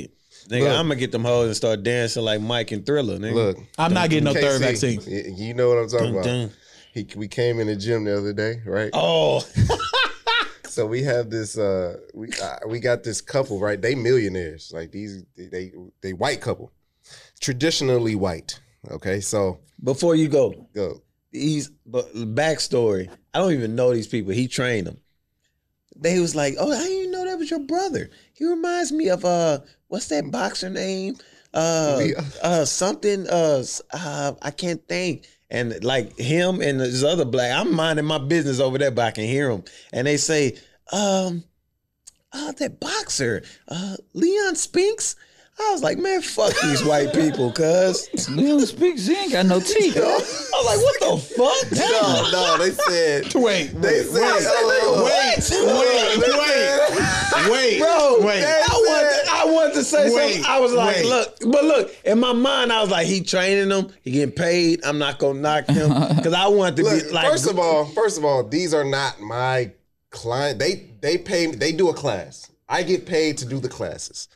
Speaker 6: Shit. Nigga, I'm gonna get them hoes and start dancing like Mike and Thriller, nigga.
Speaker 4: Look,
Speaker 3: I'm not getting no
Speaker 4: KC,
Speaker 3: third vaccine.
Speaker 4: y- You know what I'm talking about.
Speaker 6: dun.
Speaker 4: He, we came in the gym the other day, right?
Speaker 6: Oh,
Speaker 4: So we have this. Uh, we uh, we got this couple, right? They millionaires, like these. They they, they white couple, traditionally white. Okay, so
Speaker 6: before you go,
Speaker 4: go.
Speaker 6: these but backstory. I don't even know these people. He trained them. They was like, oh, I didn't even know that was your brother. He reminds me of uh, what's that boxer name? Uh,
Speaker 4: Yeah.
Speaker 6: uh, something. Uh, s- uh, I can't think. And like him and this other black, I'm minding my business over there, but I can hear him. And they say, um, uh, that boxer, uh, Leon Spinks. I was like, man, fuck these white people, cuz.
Speaker 7: Leon speaks. He ain't got no teeth.
Speaker 6: I was like, what the fuck?
Speaker 4: No, no, they said.
Speaker 3: Wait,
Speaker 4: They said, uh,
Speaker 6: Wait, wait,
Speaker 3: wait,
Speaker 6: bro.
Speaker 3: wait.
Speaker 6: I wanted, I wanted to say
Speaker 3: Wait,
Speaker 6: something. I was like,
Speaker 3: wait.
Speaker 6: look, but look, in my mind, I was like, he training them, he getting paid. I'm not gonna knock him because I wanted to
Speaker 4: Look,
Speaker 6: be like,
Speaker 4: first of all, first of all, these are not my client. They they pay. They do a class. I get paid to do the classes.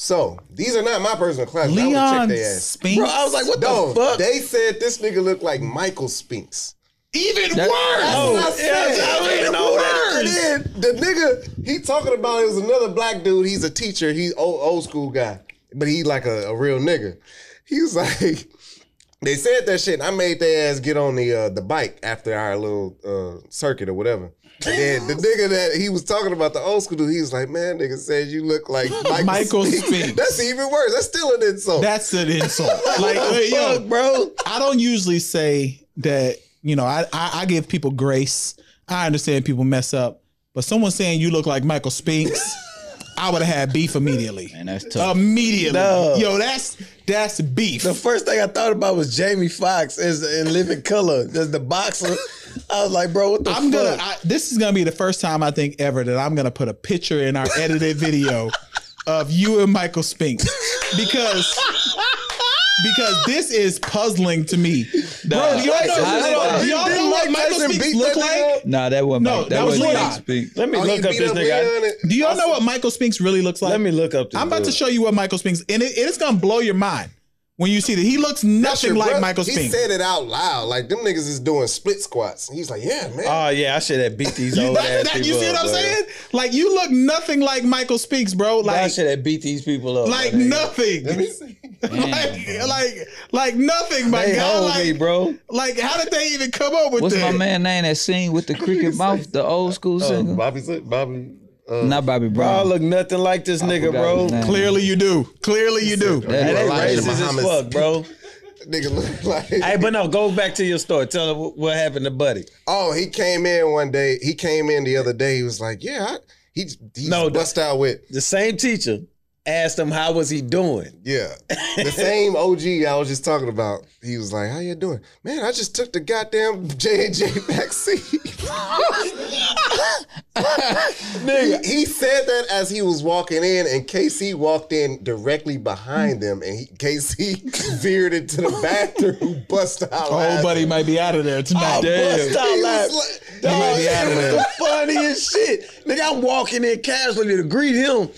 Speaker 4: So these are not my personal classes. I would check
Speaker 3: Leon
Speaker 4: their ass.
Speaker 3: Spinks.
Speaker 6: bro, I was like, what
Speaker 4: No,
Speaker 6: the fuck?
Speaker 4: they said this nigga looked like Michael Spinks.
Speaker 3: even
Speaker 7: That-
Speaker 6: Oh,
Speaker 4: That's what I
Speaker 6: yeah,
Speaker 4: said.
Speaker 6: I didn't know that.
Speaker 4: And then the nigga he talking about it was another black dude. He's a teacher. He's old, old school guy, but he like a, a real nigga. He was like, they said that shit. And I made their ass get on the uh, the bike after our little uh, circuit or whatever. And then the nigga that he was talking about the old school dude, he was like, man, nigga says you look like Michael,
Speaker 3: Michael
Speaker 4: Spinks.
Speaker 3: Spinks.
Speaker 4: That's even worse. That's still an insult.
Speaker 3: That's an insult. Like, hey, yo,
Speaker 6: bro.
Speaker 3: I don't usually say that. You know, I, I I give people grace. I understand people mess up, but someone saying you look like Michael Spinks, I would have had beef immediately.
Speaker 7: And that's tough.
Speaker 3: Immediately,
Speaker 6: No.
Speaker 3: yo, that's that's beef.
Speaker 6: The first thing I thought about was Jamie Foxx as in Living Color, as the boxer. I was like, bro, what the
Speaker 3: I'm
Speaker 6: fuck?
Speaker 3: gonna. I, this is gonna be the first time I think ever that I'm gonna put a picture in our edited video of you and Michael Spinks because because this is puzzling to me. Bro, do y'all know,
Speaker 7: I-
Speaker 3: hold on, do y'all
Speaker 4: Didn't
Speaker 3: know what
Speaker 4: Mike
Speaker 3: Michael
Speaker 4: Tyson
Speaker 3: Spinks
Speaker 4: beat
Speaker 3: look
Speaker 4: that nigga
Speaker 3: like?
Speaker 4: up?
Speaker 7: Nah, that wasn't.
Speaker 3: No,
Speaker 7: Mike.
Speaker 3: that was
Speaker 7: wasn't
Speaker 3: Leon.
Speaker 7: Mike Speak.
Speaker 6: Let me
Speaker 4: Oh, he
Speaker 6: look up
Speaker 4: beat
Speaker 6: this nigga.
Speaker 4: Leon and-
Speaker 3: Do y'all know what Michael Spinks really looks like?
Speaker 6: Let me look up this
Speaker 3: I'm about to
Speaker 6: dude.
Speaker 3: show you what Michael Spinks, and it, it's gonna blow your mind when you see that he looks nothing
Speaker 4: Your
Speaker 3: like
Speaker 4: brother-
Speaker 3: Michael
Speaker 4: He
Speaker 3: Spinks.
Speaker 4: said it out loud. Like them niggas is doing split squats. And he's like, yeah, man.
Speaker 6: Oh yeah, I should have beat these
Speaker 3: You,
Speaker 6: old
Speaker 3: that-
Speaker 6: ass
Speaker 3: that-
Speaker 6: people.
Speaker 3: you see
Speaker 6: up,
Speaker 3: what I'm
Speaker 6: bro.
Speaker 3: saying? Like you look nothing like Michael Spinks, bro.
Speaker 6: Bro, I
Speaker 3: Like
Speaker 6: should have beat these people up.
Speaker 3: like
Speaker 6: my nigga.
Speaker 3: nothing.
Speaker 7: Damn,
Speaker 3: like,
Speaker 7: bro.
Speaker 3: like, like nothing, my
Speaker 6: They
Speaker 3: God.
Speaker 6: hold
Speaker 3: Like,
Speaker 6: me, bro.
Speaker 3: like, how did they even come up with
Speaker 7: What's
Speaker 3: that?
Speaker 7: my man name that sing with the cricket mouth? The old school singer.
Speaker 4: Oh, Bobby, Bobby.
Speaker 7: Not Bobby
Speaker 6: Bro, I
Speaker 7: Brown.
Speaker 6: look nothing like this nigga,
Speaker 7: forgot
Speaker 6: bro.
Speaker 7: his name.
Speaker 3: Clearly, you do. Clearly, you do.
Speaker 7: That-
Speaker 6: Hey, they
Speaker 4: Elijah
Speaker 6: racist as
Speaker 4: Muhammad.
Speaker 6: fuck, bro.
Speaker 4: Nigga look like.
Speaker 6: hey, but no, go back to your story. Tell them what happened to Buddy.
Speaker 4: oh, he came in one day. He came in the other day. He was like, yeah, I, he he
Speaker 6: No,
Speaker 4: bust out with
Speaker 6: The same teacher asked him how was he doing.
Speaker 4: yeah. The same OG I was just talking about. He was like, how you doing, man? I just took the goddamn J and J vaccine. Nigga, he said that as he was walking in, and KC walked in directly behind them, and he, KC veered into the bathroom, bust out.
Speaker 3: Old
Speaker 4: laughing.
Speaker 3: Oh, buddy might be out of there tonight.
Speaker 6: Bust
Speaker 4: He
Speaker 6: out
Speaker 4: was
Speaker 6: laughing.
Speaker 4: like-
Speaker 6: Dog,
Speaker 3: might be out
Speaker 6: it
Speaker 3: of
Speaker 6: was
Speaker 3: there.
Speaker 6: the funniest shit. Nigga, I'm walking in casually to greet him.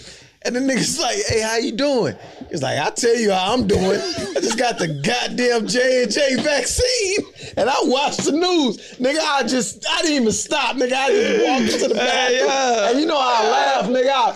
Speaker 6: And the nigga's like, hey, how you doing? He's like, I tell you how I'm doing. I just got the goddamn J&J vaccine. And I watched the news. Nigga, I just, I didn't even stop, nigga. I just walked into the bathroom.
Speaker 9: yeah.
Speaker 6: And you know how I laugh, nigga. I,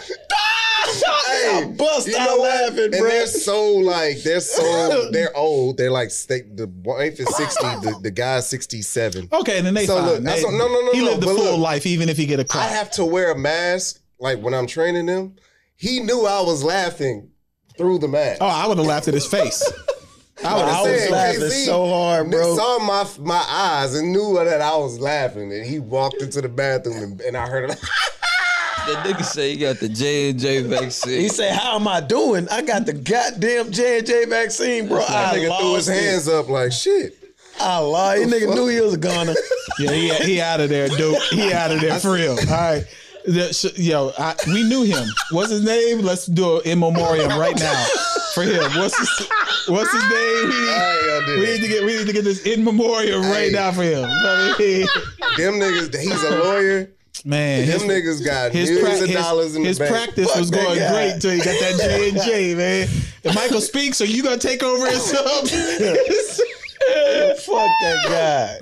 Speaker 6: I bust
Speaker 4: You
Speaker 6: out
Speaker 4: know what?
Speaker 6: laughing,
Speaker 4: and
Speaker 6: bro.
Speaker 4: they're so like they're so they're old. They're like they, the wife is sixty, the, the guy's sixty seven.
Speaker 3: Okay, then they
Speaker 4: So
Speaker 3: fine.
Speaker 4: look, that's
Speaker 3: They-
Speaker 4: what- no, no, no,
Speaker 3: He
Speaker 4: no,
Speaker 3: lived the
Speaker 4: but
Speaker 3: full
Speaker 4: look.
Speaker 3: life, even if he get a
Speaker 4: I
Speaker 3: car.
Speaker 4: have to wear a mask like when I'm training them. He knew I was laughing through the mask.
Speaker 3: oh, I would have laughed at his face. I would
Speaker 4: I
Speaker 3: have
Speaker 4: was
Speaker 3: said,
Speaker 6: laughing
Speaker 4: KZ
Speaker 6: so hard, bro.
Speaker 4: Saw my my eyes and knew that I was laughing, and he walked into the bathroom and, and I heard him.
Speaker 7: That nigga say he got the J and J
Speaker 6: He
Speaker 7: vaccine.
Speaker 6: said, "How am I doing? I got the goddamn J and J vaccine, bro. I
Speaker 4: That nigga threw his
Speaker 6: lost it.
Speaker 4: hands up like shit.
Speaker 6: I lied. He nigga knew he was a goner.
Speaker 3: "Yeah, he, he out of there, dude. He out of there for real." All right, The- sh- yo, I, we knew him. What's his name? Let's do an in memoriam right now for him. What's his, what's his name? We need,
Speaker 4: I ain't gonna do
Speaker 3: we
Speaker 4: that.
Speaker 3: need to get we need to get this in memoriam right
Speaker 4: Hey.
Speaker 3: now for him. You know what I mean?
Speaker 4: Them niggas, he's a lawyer.
Speaker 3: Man,
Speaker 4: Them
Speaker 3: his,
Speaker 4: niggas got
Speaker 3: his,
Speaker 4: millions
Speaker 3: pra-
Speaker 4: of dollars
Speaker 3: his,
Speaker 4: in
Speaker 3: his
Speaker 4: the bank.
Speaker 3: practice
Speaker 6: Fuck
Speaker 3: was
Speaker 6: that
Speaker 3: going
Speaker 6: guy.
Speaker 3: great until he got that J and J, man. If Michael speaks, are you gonna take over his sub?
Speaker 6: Fuck that guy.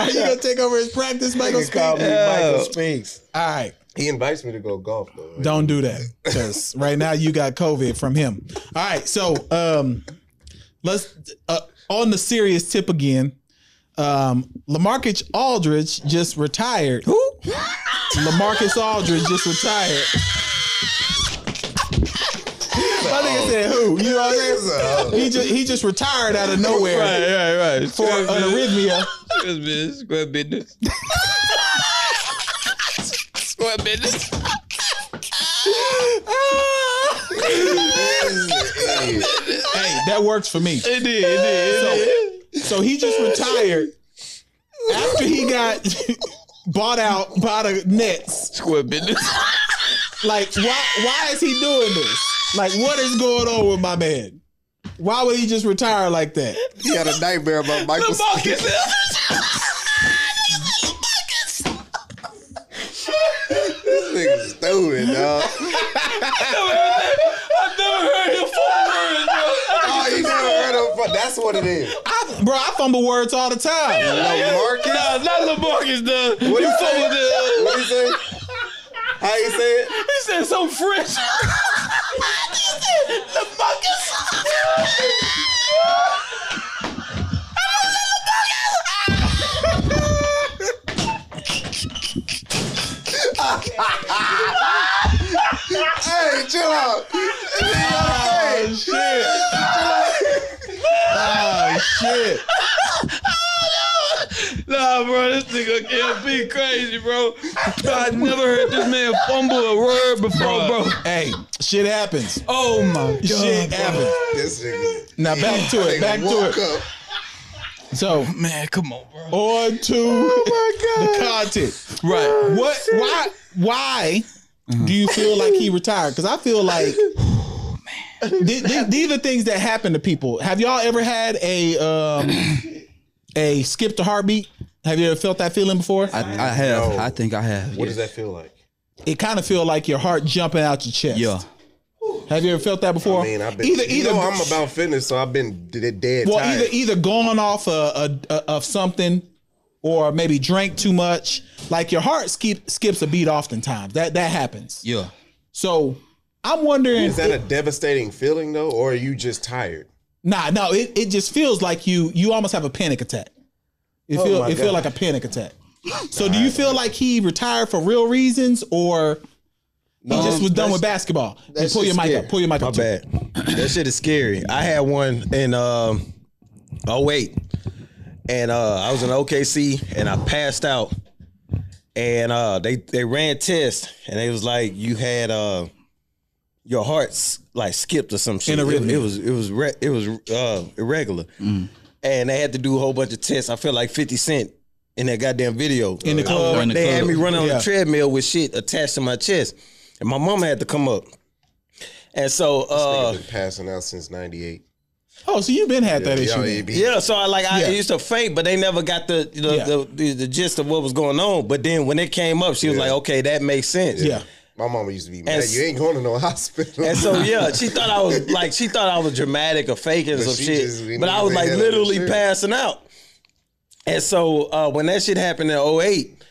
Speaker 3: Are you gonna take over his practice, Michael
Speaker 6: Nigga called
Speaker 3: Speak?
Speaker 6: me Michael Spinks.
Speaker 3: All right,
Speaker 4: He invites me to go golf though.
Speaker 3: don't do that because right now you got COVID from him. All right, so um, let's uh, on the serious tip again. Um, Lamarcus Aldridge just retired. Who? Lamarcus Aldridge just retired. My nigga said who? You know what I'm saying? He just he just retired out of nowhere
Speaker 9: Right, right, right.
Speaker 3: for an arrhythmia.
Speaker 9: Square business. Square business. Square business. Ah!
Speaker 3: Hey, that works for me.
Speaker 9: It did. It did. It did.
Speaker 3: So he just retired after he got bought out by the Nets.
Speaker 9: Square business.
Speaker 3: Like, why why is he doing this? Like, what is going on with my man? Why would he just retire like that?
Speaker 4: He had a nightmare about Michael. This nigga's stupid, dog. Oh, you never heard of That's what it is.
Speaker 3: I, bro, I fumble words all the time.
Speaker 4: Lamarcus?
Speaker 9: Nah, not Lamarcus, duh.
Speaker 4: What
Speaker 9: you
Speaker 4: he
Speaker 9: fuck
Speaker 4: say?
Speaker 9: with the. uh,
Speaker 4: What he say? How you say it?
Speaker 9: He said so fresh.
Speaker 4: Hey, chill out.
Speaker 3: Oh shit. Oh shit.
Speaker 9: Nah, bro, this nigga LP crazy, bro. Bro, I never heard this man fumble a word before, bro.
Speaker 3: Hey, shit happens.
Speaker 9: Oh my god.
Speaker 3: shit
Speaker 9: bro.
Speaker 3: happens.
Speaker 4: This nigga.
Speaker 3: Now back to it. Back to
Speaker 4: woke
Speaker 3: it.
Speaker 4: Up.
Speaker 3: So
Speaker 9: Oh, Man, come on, bro.
Speaker 3: on to
Speaker 4: Oh,
Speaker 3: the content.
Speaker 9: Right.
Speaker 3: What? Why? Why do you feel like he retired? Because I feel like Th- th- these are things that happen to people. Have y'all ever had a um, a skip to heartbeat? Have you ever felt that feeling before?
Speaker 7: I, I have. I think I have.
Speaker 4: What does that feel like?
Speaker 3: It kind of feel like your heart jumping out your chest.
Speaker 7: Yeah.
Speaker 3: Have you ever felt that before?
Speaker 4: I mean, I've been.
Speaker 3: either
Speaker 4: you
Speaker 3: either
Speaker 4: know I'm about fitness, so I've been d- dead
Speaker 3: well
Speaker 4: tired.
Speaker 3: either either going off a, a, a of something or maybe drank too much. Like your heart skip, skips a beat oftentimes. That that happens.
Speaker 7: Yeah.
Speaker 3: So I'm wondering.
Speaker 4: Is that a devastating feeling though, or are you just tired?
Speaker 3: nah, no, it, it just feels like you you almost have a panic attack. It feel it feel like a panic attack. So do you feel like he retired for real reasons or he just was done with basketball? And
Speaker 6: that's
Speaker 3: pull your
Speaker 6: just
Speaker 3: mic
Speaker 6: scary.
Speaker 3: up. Pull your mic
Speaker 6: My
Speaker 3: up. too.
Speaker 6: bad. That shit is scary. I had one in um oh wait. And uh I was in OKC and I passed out. And uh they they ran tests and it was like you had uh your heart's like skipped or some shit. It,
Speaker 3: Inarrhythmia.
Speaker 6: it was it was re- it was uh irregular.
Speaker 3: Mm.
Speaker 6: And they had to do a whole bunch of tests. I felt like 50 Cent in that goddamn video.
Speaker 3: In the
Speaker 6: I
Speaker 3: club.
Speaker 6: run-
Speaker 7: In the
Speaker 6: they had me
Speaker 7: club.
Speaker 6: running on
Speaker 3: Yeah.
Speaker 6: the treadmill with shit attached to my chest. And my mama had to come up. And so uh
Speaker 4: Nigga been passing out since '98.
Speaker 3: Oh, so you've been had that
Speaker 4: Y'all
Speaker 3: issue. then.
Speaker 4: ain't be-
Speaker 6: Yeah, so I like I
Speaker 3: Yeah.
Speaker 6: used to faint, but they never got the the,
Speaker 3: Yeah.
Speaker 6: the, the the gist of what was going on. But then when it came up, she was like, "Okay, that makes sense."
Speaker 3: Yeah.
Speaker 4: My mama used to be mad.
Speaker 6: As-
Speaker 4: you ain't going to no hospital.
Speaker 6: And so yeah, she thought I was like she thought I was dramatic or faking or
Speaker 4: But
Speaker 6: some
Speaker 4: she
Speaker 6: shit.
Speaker 4: just- we
Speaker 6: but
Speaker 4: need
Speaker 6: I
Speaker 4: to
Speaker 6: was
Speaker 4: make
Speaker 6: like
Speaker 4: that other
Speaker 6: literally
Speaker 4: shit.
Speaker 6: passing out. And so uh, when that shit happened in 08,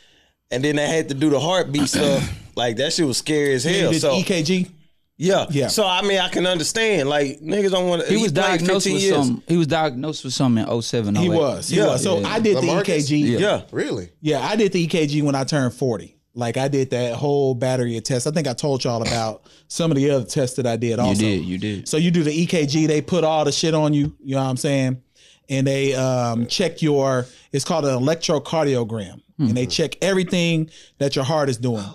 Speaker 6: and then they had to do the heartbeat stuff, like that shit was scary as hell.
Speaker 3: Did E
Speaker 6: So
Speaker 3: EKG.
Speaker 6: yeah.
Speaker 3: Yeah.
Speaker 6: So I mean I can understand. Like niggas don't want to
Speaker 7: He was diagnosed with something. He was diagnosed with something in 07.
Speaker 3: He
Speaker 7: 08.
Speaker 3: was. He
Speaker 6: Yeah.
Speaker 3: was. So
Speaker 7: Yeah.
Speaker 3: I did
Speaker 4: LaMarcus?
Speaker 3: the E EKG.
Speaker 7: Yeah.
Speaker 6: Yeah.
Speaker 4: really?
Speaker 3: Yeah, I did the EKG when I turned 40. Like I did that whole battery of tests. I think I told y'all about some of the other tests that I did also.
Speaker 7: You did. You did.
Speaker 3: So you do the EKG, they put all the shit on you, you know what I'm saying? And they um, check your it's called an electrocardiogram. And they check everything that your heart is doing.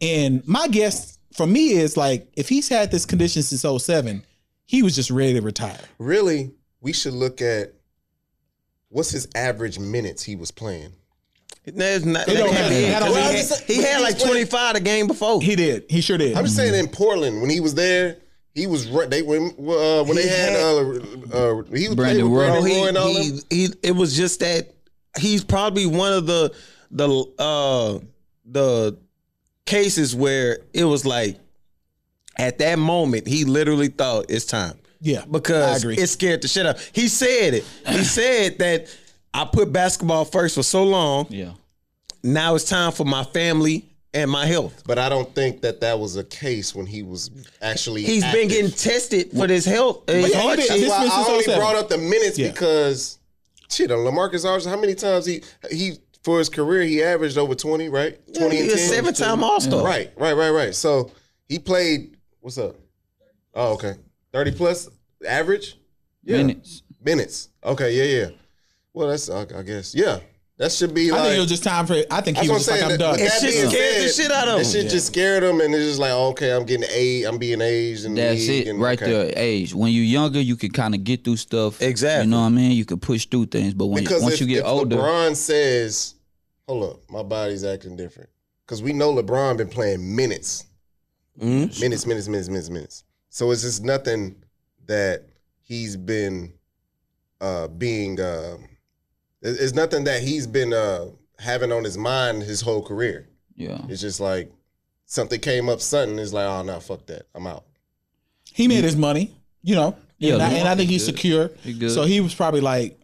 Speaker 3: And my guess for me is like if he's had this condition since 07, he was just ready to retire.
Speaker 4: Really? We should look at what's his average minutes he was playing.
Speaker 6: There's not,
Speaker 3: It
Speaker 6: that
Speaker 3: don't
Speaker 6: can't
Speaker 3: matter.
Speaker 6: be it,
Speaker 3: That don't
Speaker 6: 'cause
Speaker 3: matter.
Speaker 6: he, had, he had like 25 the game before.
Speaker 3: He did. He sure did.
Speaker 4: I'm just saying in Portland when he was there, he was ru- they when uh, when they
Speaker 6: He
Speaker 4: had,
Speaker 6: had-
Speaker 4: uh, uh, he
Speaker 7: Brandon
Speaker 4: was playing
Speaker 7: Roy.
Speaker 4: with Brandon
Speaker 6: Bro,
Speaker 4: Roy
Speaker 6: he,
Speaker 4: and all
Speaker 6: he,
Speaker 4: them.
Speaker 6: he- it was just that he's probably one of the the uh the cases where it was like at that moment he literally thought it's time
Speaker 3: Yeah. I
Speaker 6: because
Speaker 3: agree.
Speaker 6: it scared the shit out. He said it. He said that I put basketball first for so long.
Speaker 7: Yeah.
Speaker 6: Now it's time for my family and my health.
Speaker 4: But I don't think that that was a case when he was actually.
Speaker 6: He's
Speaker 4: active.
Speaker 6: been getting tested for this health. and his
Speaker 3: yeah, he
Speaker 6: heart
Speaker 3: did.
Speaker 6: shit.
Speaker 4: That's
Speaker 3: This
Speaker 4: why
Speaker 3: was
Speaker 4: I only
Speaker 3: 07.
Speaker 4: brought up the minutes
Speaker 3: Yeah.
Speaker 4: because shit on Lamarcus Aldridge. How many times he he for his career he averaged over twenty, right? Twenty and
Speaker 6: He's a
Speaker 4: 10.
Speaker 6: seven-time All Star.
Speaker 4: Right, right, right, right. So he played. What's up? Oh, okay. Thirty plus average
Speaker 7: Minutes.
Speaker 4: minutes. Okay, yeah, yeah. Well, that's I, I guess yeah. That should be
Speaker 3: I
Speaker 4: like.
Speaker 3: think it was just time for I think
Speaker 4: that's
Speaker 3: he
Speaker 4: what
Speaker 3: was just like I'm
Speaker 4: That-
Speaker 3: done.
Speaker 4: with that
Speaker 6: It shit
Speaker 4: being
Speaker 6: scared the
Speaker 4: said,
Speaker 6: shit out of
Speaker 4: That
Speaker 6: him.
Speaker 4: shit just scared him, and it's just like, okay, I'm getting a, I'm being aged, and
Speaker 7: That's it,
Speaker 4: and,
Speaker 7: right
Speaker 4: okay.
Speaker 7: there. Age. When you're younger, you can kind of get through stuff.
Speaker 6: Exactly.
Speaker 7: You know what I mean? You can push through things, but when
Speaker 4: Because
Speaker 7: once
Speaker 4: if,
Speaker 7: you
Speaker 4: if
Speaker 7: get older,
Speaker 4: LeBron says, "Hold up, my body's acting different," because we know LeBron been playing minutes, minutes, minutes, minutes, minutes, minutes. So it's just nothing that he's been uh, being. Uh, it- it's nothing that he's been uh, having on his mind his whole career.
Speaker 7: yeah,
Speaker 4: It's just like something came up sudden. It's like, oh no, fuck that, I'm out.
Speaker 3: he made his money, you know.
Speaker 7: Yeah,
Speaker 3: and, I,
Speaker 7: Lamar
Speaker 3: and I think
Speaker 7: is
Speaker 3: he's
Speaker 7: good.
Speaker 3: secure.
Speaker 7: He good.
Speaker 3: So he was probably like,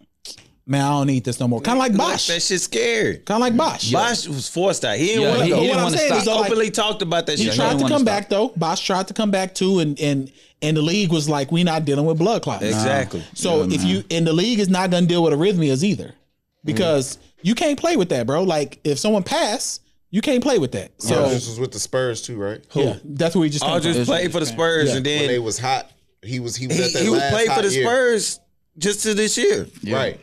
Speaker 3: man, I don't need this no more. Kind of like Bosch.
Speaker 6: That
Speaker 3: Kind
Speaker 6: shit scared.
Speaker 3: of like Bosch.
Speaker 6: Bosh was forced out. He didn't
Speaker 7: Yeah,
Speaker 6: want
Speaker 7: he-
Speaker 6: to
Speaker 7: he
Speaker 6: go.
Speaker 7: didn't
Speaker 6: What I'm
Speaker 7: wanna
Speaker 6: saying,
Speaker 7: stop.
Speaker 6: he openly talked about that
Speaker 3: He
Speaker 6: shit.
Speaker 7: he
Speaker 3: tried
Speaker 7: didn't
Speaker 3: to
Speaker 7: wanna
Speaker 3: come
Speaker 7: stop.
Speaker 3: back though. Bosch tried to come back too, and and and the league was like, we not dealing with blood clots.
Speaker 6: Exactly.
Speaker 3: So if you and the league is not gonna deal with arrhythmias either, because you can't play with that, bro. Like if someone pass, you can't play with that. So
Speaker 4: Yeah, this was with the Spurs too, right?
Speaker 3: yeah, that's what we just. came
Speaker 6: Aldridge
Speaker 3: from.
Speaker 6: played for the Spurs, and
Speaker 4: When they
Speaker 6: then
Speaker 4: was hot, he was he was
Speaker 6: he,
Speaker 4: at that
Speaker 6: he was
Speaker 4: last
Speaker 6: played for
Speaker 4: hot
Speaker 6: the
Speaker 4: year.
Speaker 6: Spurs just to this year,
Speaker 4: right?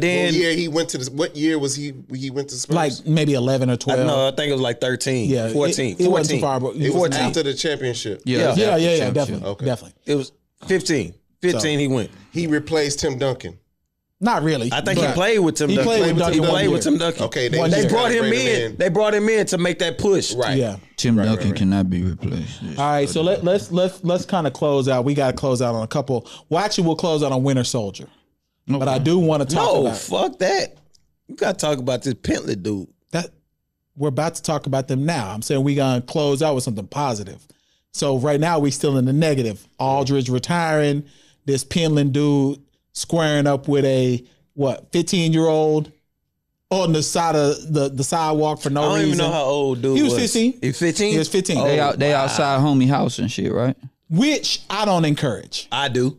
Speaker 4: What
Speaker 6: then
Speaker 4: year he went to this? What year was he? He went to Spurs.
Speaker 3: like maybe eleven or
Speaker 6: I
Speaker 3: twelve.
Speaker 6: don't know. I think it was like 13,
Speaker 3: yeah,
Speaker 6: 14,
Speaker 3: It, it wasn't too
Speaker 6: 14.
Speaker 3: far, but
Speaker 4: it was
Speaker 3: 14.
Speaker 4: after the championship.
Speaker 7: yeah,
Speaker 6: Yeah.
Speaker 7: it's after
Speaker 3: Yeah, yeah, yeah,
Speaker 7: championship.
Speaker 3: definitely,
Speaker 4: Okay.
Speaker 3: definitely.
Speaker 6: It was 15. 15 he went.
Speaker 4: He replaced Tim Duncan.
Speaker 3: Not really.
Speaker 6: I think he
Speaker 3: but-
Speaker 6: played with Tim
Speaker 3: He
Speaker 6: Duncan.
Speaker 3: played with
Speaker 6: he
Speaker 3: Duncan one
Speaker 6: played
Speaker 3: year.
Speaker 6: with Tim Duncan.
Speaker 4: Okay, they,
Speaker 3: One
Speaker 4: just
Speaker 6: They
Speaker 3: year.
Speaker 6: brought
Speaker 4: gotta
Speaker 6: him
Speaker 4: bring
Speaker 6: in. They brought him in to make that push.
Speaker 4: right?
Speaker 3: Yeah.
Speaker 7: Tim Duncan cannot be replaced.
Speaker 3: All right. So let, let's let's let's kind of close out. We got to close out on a couple. Well, actually, we'll close out on Winter Soldier. But I do want to talk
Speaker 6: No,
Speaker 3: about
Speaker 6: fuck that. You gotta talk about this Pentlet dude.
Speaker 3: that. We're about to talk about them now. I'm saying we gonna close out with something positive. So right now we still in the negative. Aldridge retiring. This Penland dude squaring up with a what 15 year old on the side of the the sidewalk for no
Speaker 6: I don't
Speaker 3: reason.
Speaker 6: even know how Oh. old dude
Speaker 3: Oh, He was 15.
Speaker 6: He 15.
Speaker 3: He was 15.
Speaker 7: They out, they outside homie house and shit, right?
Speaker 3: which I don't encourage.
Speaker 6: I do.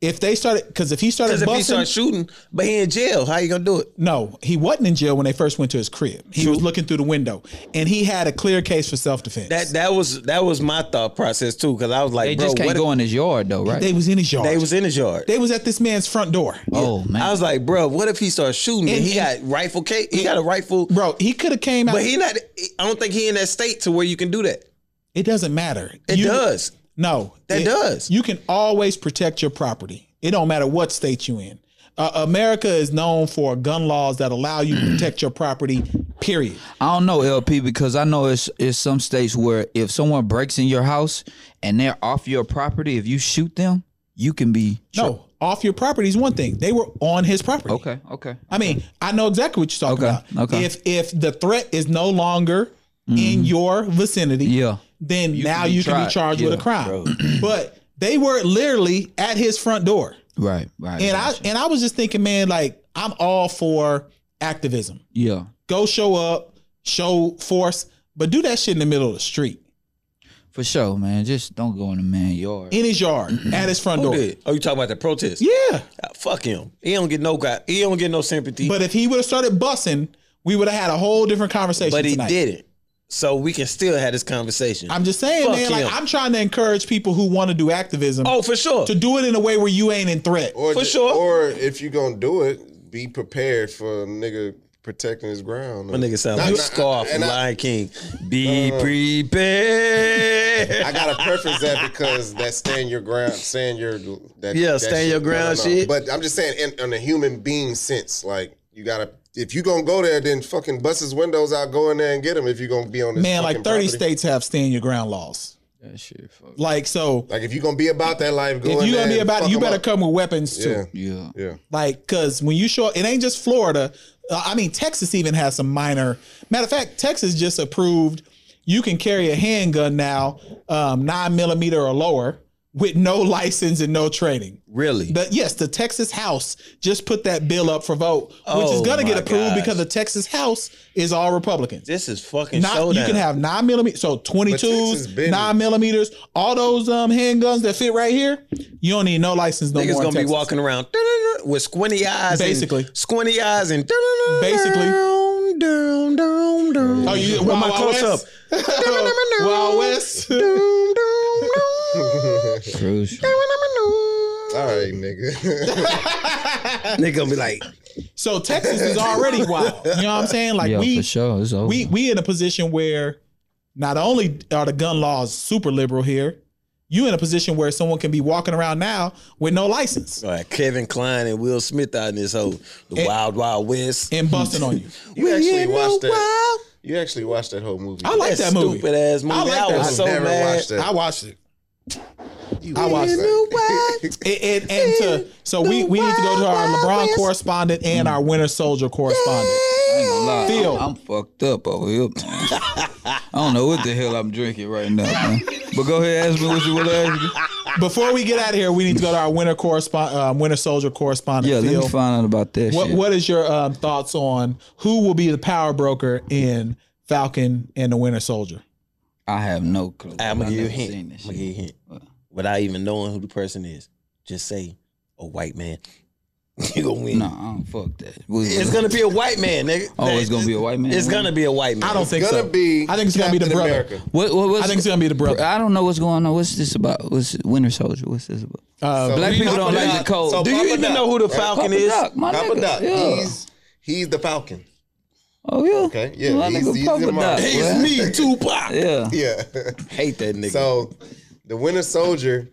Speaker 3: If they started, because if he started
Speaker 6: Because if
Speaker 3: busting,
Speaker 6: he starts shooting, but he in jail, how you gonna do it?
Speaker 3: No, he wasn't in jail when they first went to his crib. He was looking through the window, and he had a clear case for self defense.
Speaker 6: That that was that was my thought process too, because I was like,
Speaker 7: They
Speaker 6: bro,
Speaker 7: just can't
Speaker 6: what
Speaker 7: go in his yard though, right?
Speaker 3: they was in his yard.
Speaker 6: if they was in his yard.
Speaker 3: they was at this man's front door.
Speaker 7: oh man,
Speaker 6: I was like, bro, what if he starts shooting? And,
Speaker 3: And-
Speaker 6: he got rifle case. He got a rifle,
Speaker 3: Bro, he could have came out.
Speaker 6: but he not. I don't think he in that state to where you can do that.
Speaker 3: it doesn't matter.
Speaker 6: It
Speaker 3: You-
Speaker 6: does.
Speaker 3: No,
Speaker 6: That does.
Speaker 3: You can always protect your property. It don't matter what state you in. Uh, America is known for gun laws that allow you to protect your property. Period.
Speaker 7: I don't know LP because I know it's it's some states where if someone breaks in your house and they're off your property, if you shoot them, you can be
Speaker 3: No, off your property is one thing. They were on his property.
Speaker 7: Okay, okay.
Speaker 3: I mean, I know exactly what you're talking
Speaker 7: Okay,
Speaker 3: about.
Speaker 7: okay.
Speaker 3: If if the threat is no longer in your vicinity,
Speaker 7: Yeah.
Speaker 3: then
Speaker 7: You
Speaker 3: now
Speaker 7: can be
Speaker 3: you can be
Speaker 7: tried.
Speaker 3: charged with a
Speaker 7: Yeah,
Speaker 3: crime. but they were literally at his front door.
Speaker 7: Right, right.
Speaker 3: And I
Speaker 7: gotcha.
Speaker 3: and I was just thinking, man, like I'm all for activism.
Speaker 7: yeah.
Speaker 3: Go show up, show force, but do that shit in the middle of the street.
Speaker 7: For sure, man. Just don't go in the man yard.
Speaker 3: In his yard, at his front door.
Speaker 6: Who did? Oh, you talking about the protest?
Speaker 3: Yeah.
Speaker 6: Ah, Fuck him. He don't get no guy. He don't get no sympathy. But,
Speaker 3: But if he would have started bussing, we would have had a whole different conversation.
Speaker 6: he
Speaker 3: tonight.
Speaker 6: didn't. So we can still have this conversation.
Speaker 3: I'm just saying,
Speaker 6: Fuck
Speaker 3: man,
Speaker 6: him.
Speaker 3: like I'm trying to encourage people who want to do activism
Speaker 6: oh, for sure.
Speaker 3: to do it in a way where you ain't in threat.
Speaker 4: Or
Speaker 6: For
Speaker 4: ju-
Speaker 6: sure.
Speaker 4: Or if you gonna do it, be prepared for a nigga protecting his ground.
Speaker 6: My nigga sound
Speaker 4: Nah,
Speaker 6: like
Speaker 4: nah,
Speaker 6: Scar from
Speaker 4: and I-
Speaker 6: Lion King. Be prepared.
Speaker 4: I gotta preface that because that stand your ground, stand your that
Speaker 6: Yeah,
Speaker 4: that
Speaker 6: stand your ground
Speaker 4: no, no.
Speaker 6: shit.
Speaker 4: But I'm just saying, in, on a human being sense, like you gotta if you gonna go there, then fucking bust his windows out, go in there and get him. If you gonna be on this
Speaker 3: Man, like 30
Speaker 4: fucking property.
Speaker 3: states have stand your ground laws.
Speaker 7: That shit, fuck.
Speaker 3: Like so
Speaker 4: Like if you gonna be about that life, go
Speaker 3: if
Speaker 4: in
Speaker 3: you're
Speaker 4: there
Speaker 3: gonna be
Speaker 4: and
Speaker 3: about it,
Speaker 4: fuck
Speaker 3: you
Speaker 4: 'em
Speaker 3: better
Speaker 4: up.
Speaker 3: come with weapons too.
Speaker 4: Yeah,
Speaker 7: Yeah.
Speaker 4: yeah.
Speaker 3: Like, cause when you show, it ain't just Florida. Uh, I mean, Texas even has some minor. Matter of fact, Texas just approved you can carry a handgun now, um, nine millimeter or lower, with no license and no training.
Speaker 6: really?
Speaker 3: But yes, the Texas House just put that bill up for vote, which is
Speaker 6: Oh,
Speaker 3: gonna get
Speaker 6: my
Speaker 3: approved
Speaker 6: gosh.
Speaker 3: because the Texas House is all Republicans.
Speaker 6: This is fucking
Speaker 3: Not
Speaker 6: showdown.
Speaker 3: you can have nine millimeters, so twenty
Speaker 4: Texas
Speaker 3: twos,
Speaker 4: been-
Speaker 3: nine millimeters, all those um handguns that fit right here. You don't need no license no more. in
Speaker 6: Niggas gonna be
Speaker 3: Texas.
Speaker 6: walking around "Da-da-da," with squinty eyes, and-
Speaker 3: Basically.
Speaker 6: squinty eyes, and "Da-da-da-da-da-da-da-da-da-da-da-da-da-da-da-da."
Speaker 3: Basically. Oh, you
Speaker 6: With
Speaker 3: Wild
Speaker 6: my
Speaker 3: Wild
Speaker 6: close up.
Speaker 3: West? Wild West.
Speaker 7: Crucial.
Speaker 4: All right, nigga.
Speaker 6: Nigga gonna be like,
Speaker 3: So Texas is already wild. You know what I'm saying? Like
Speaker 7: yeah,
Speaker 3: we
Speaker 7: for sure. It's over.
Speaker 3: we we in a position where not only are the gun laws super liberal here, you in a position where someone can be walking around now with no license
Speaker 6: all right, Kevin Klein and Will Smith out in this hole, the Wild Wild West.
Speaker 3: and busting on you.
Speaker 4: You actually watched
Speaker 6: the
Speaker 4: that.
Speaker 6: wild-
Speaker 4: You actually watched that whole movie.
Speaker 3: I like that movie.
Speaker 6: Stupid ass movie. I,
Speaker 3: I like that
Speaker 6: was
Speaker 3: movie.
Speaker 6: so
Speaker 4: Never
Speaker 6: mad.
Speaker 4: watched that.
Speaker 3: I watched it.
Speaker 4: You
Speaker 3: I watched
Speaker 4: that.
Speaker 3: And, and, and to, so we, we need to go to our LeBron correspondent and our Winter Soldier correspondent.
Speaker 7: I ain't gonna lie.
Speaker 3: Phil.
Speaker 7: I'm, I'm fucked up over here, man. I don't know what the hell I'm drinking right now, man. But go ahead, ask me what you want to ask me.
Speaker 3: Before we get out of here, we need to go to our Winter correspondent, um, Winter Soldier correspondent.
Speaker 7: Yeah, let
Speaker 3: Phil.
Speaker 7: me find out about that
Speaker 3: What
Speaker 7: shit.
Speaker 3: What is your um, thoughts on who will be the power broker in Falcon and the Winter Soldier?
Speaker 7: I have no clue.
Speaker 6: I'm
Speaker 7: I've
Speaker 6: gonna give you a
Speaker 7: never
Speaker 6: hint.
Speaker 7: seen
Speaker 6: I'm
Speaker 7: this
Speaker 6: gonna
Speaker 7: shit.
Speaker 6: give you a hint.
Speaker 7: What?
Speaker 6: Without even knowing who the person is, just say a white man. you gonna win.
Speaker 7: No, I don't fuck that. What-
Speaker 6: It's gonna be a white man, nigga.
Speaker 7: Oh, it's gonna be a white man?
Speaker 6: It's gonna be a white man.
Speaker 3: I don't think
Speaker 4: Gonna
Speaker 3: so.
Speaker 4: be.
Speaker 3: I think it's gonna be the
Speaker 4: Captain
Speaker 3: brother.
Speaker 4: America.
Speaker 7: What, what, what's,
Speaker 3: I think it's gonna be the brother.
Speaker 7: I don't know what's going on. What's this about? What's Winter Soldier? What's this about?
Speaker 3: Uh,
Speaker 4: So
Speaker 7: Black
Speaker 4: we-
Speaker 7: people don't
Speaker 4: Papa
Speaker 7: like the
Speaker 4: Doc-
Speaker 7: cold.
Speaker 4: so
Speaker 6: Do you
Speaker 4: Papa
Speaker 6: even
Speaker 4: Doc-
Speaker 6: know who the
Speaker 4: right?
Speaker 7: Papa
Speaker 6: Falcon is?
Speaker 7: Doc, my
Speaker 4: Papa
Speaker 7: nigga.
Speaker 4: Doc.
Speaker 7: Yeah.
Speaker 4: He's he's the Falcon.
Speaker 7: oh yeah.
Speaker 4: Okay, yeah,
Speaker 7: My
Speaker 4: he's-
Speaker 7: nigga
Speaker 4: he's
Speaker 7: Papa
Speaker 4: in my-
Speaker 7: Doc. bruh.
Speaker 6: It's me, Tupac.
Speaker 7: Yeah.
Speaker 4: Yeah.
Speaker 6: Hate that nigga.
Speaker 4: so the Winter Soldier.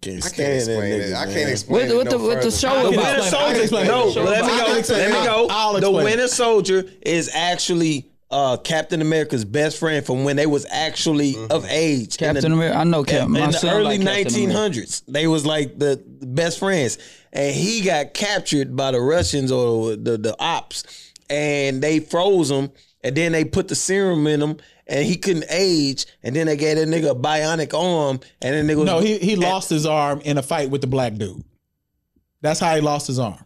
Speaker 6: can't
Speaker 4: I can't
Speaker 6: stand that
Speaker 4: explain
Speaker 6: nigga.
Speaker 4: it. I
Speaker 6: man.
Speaker 4: can't explain
Speaker 7: What,
Speaker 4: it.
Speaker 7: what,
Speaker 4: no
Speaker 7: the, what
Speaker 4: further.
Speaker 7: the show about?
Speaker 3: can
Speaker 6: Winter
Speaker 3: explain it. I
Speaker 6: Soldier.
Speaker 3: can explain it.
Speaker 6: No,
Speaker 3: Sure,
Speaker 6: let
Speaker 3: but
Speaker 6: me
Speaker 3: I can
Speaker 6: go.
Speaker 3: explain
Speaker 6: Let
Speaker 3: it.
Speaker 6: me go.
Speaker 3: I'll
Speaker 6: the
Speaker 3: explain it.
Speaker 6: Winter Soldier is actually uh, Captain America's best friend from when they was actually of age. in the-
Speaker 7: Captain America. I know Captain.
Speaker 6: in
Speaker 7: My
Speaker 6: the
Speaker 7: son
Speaker 6: early
Speaker 7: like Captain America.
Speaker 6: 1900s. They was like the, the best friends, and he got captured by the Russians or the the ops, and they froze him, and then they put the serum in him, and he couldn't age, and then they gave that nigga a bionic arm, and then nigga was,
Speaker 3: no, he he lost his arm in a fight with the black dude. That's how he lost his arm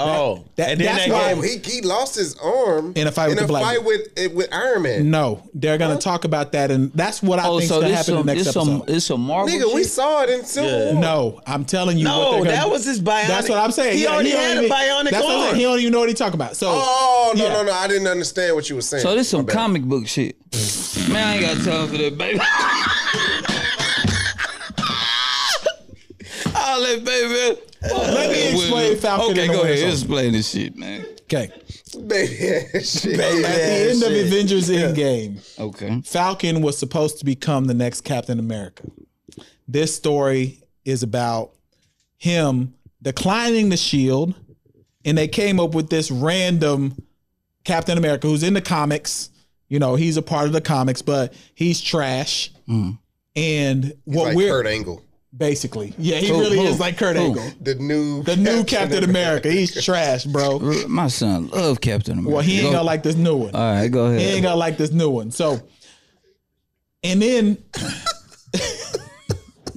Speaker 6: oh,
Speaker 3: that-
Speaker 6: and then
Speaker 3: that's
Speaker 6: they
Speaker 3: why-
Speaker 6: gave,
Speaker 4: Oh, he, he lost his arm
Speaker 3: in a fight
Speaker 4: in
Speaker 3: with the
Speaker 4: a
Speaker 3: black.
Speaker 4: fight
Speaker 3: dude.
Speaker 4: with eh, with Iron Man.
Speaker 3: No, they're gonna talk about that, and that's what I
Speaker 7: Oh,
Speaker 3: think's
Speaker 7: so
Speaker 3: gonna
Speaker 7: this
Speaker 3: happen in
Speaker 7: some
Speaker 3: the next
Speaker 7: this some
Speaker 3: episode.
Speaker 7: this some Marvel.
Speaker 4: Nigga, we
Speaker 7: shit?
Speaker 4: saw it in Civil
Speaker 6: Yeah.
Speaker 4: War.
Speaker 3: No, I'm telling you. what
Speaker 6: no,
Speaker 3: they're gonna
Speaker 6: that
Speaker 3: do.
Speaker 6: was his bionic.
Speaker 3: That's what I'm saying.
Speaker 6: He
Speaker 3: Yeah,
Speaker 6: already
Speaker 3: don't
Speaker 6: had a
Speaker 3: even-
Speaker 6: bionic
Speaker 3: that's what I'm saying. He
Speaker 6: arm.
Speaker 3: don't even know what he's talking about. So
Speaker 4: Oh no
Speaker 3: Yeah.
Speaker 4: no no! I didn't understand what you were saying.
Speaker 7: So Oh, this some
Speaker 4: My bad.
Speaker 7: comic book shit. Man, I ain't got time for that, baby. I'll let baby.
Speaker 3: let me explain Falcon.
Speaker 7: Okay,
Speaker 3: and the
Speaker 7: go
Speaker 3: Winter
Speaker 7: ahead.
Speaker 3: Soldier.
Speaker 7: Explain this shit, man.
Speaker 3: Okay,
Speaker 4: baby shit.
Speaker 3: at the end of Avengers Endgame.
Speaker 7: Okay.
Speaker 3: Falcon was supposed to become the next Captain America. This story is about him declining the shield, and they came up with this random Captain America who's in the comics. You know,
Speaker 7: Mm.
Speaker 3: he's a part of the comics, but he's trash. And what
Speaker 4: like
Speaker 3: we're
Speaker 4: Kurt Angle.
Speaker 3: Basically, yeah, he
Speaker 7: Who-
Speaker 3: really
Speaker 7: who?
Speaker 3: is like Kurt
Speaker 7: Who?
Speaker 3: Angle,
Speaker 4: The new
Speaker 3: the new Captain America. He's trash, bro.
Speaker 7: R- My son love Captain America.
Speaker 3: Well, he ain't
Speaker 7: Go-
Speaker 3: gonna like this new one.
Speaker 7: All right, go
Speaker 3: He ain't
Speaker 7: ahead.
Speaker 3: gonna like this new one. So, and then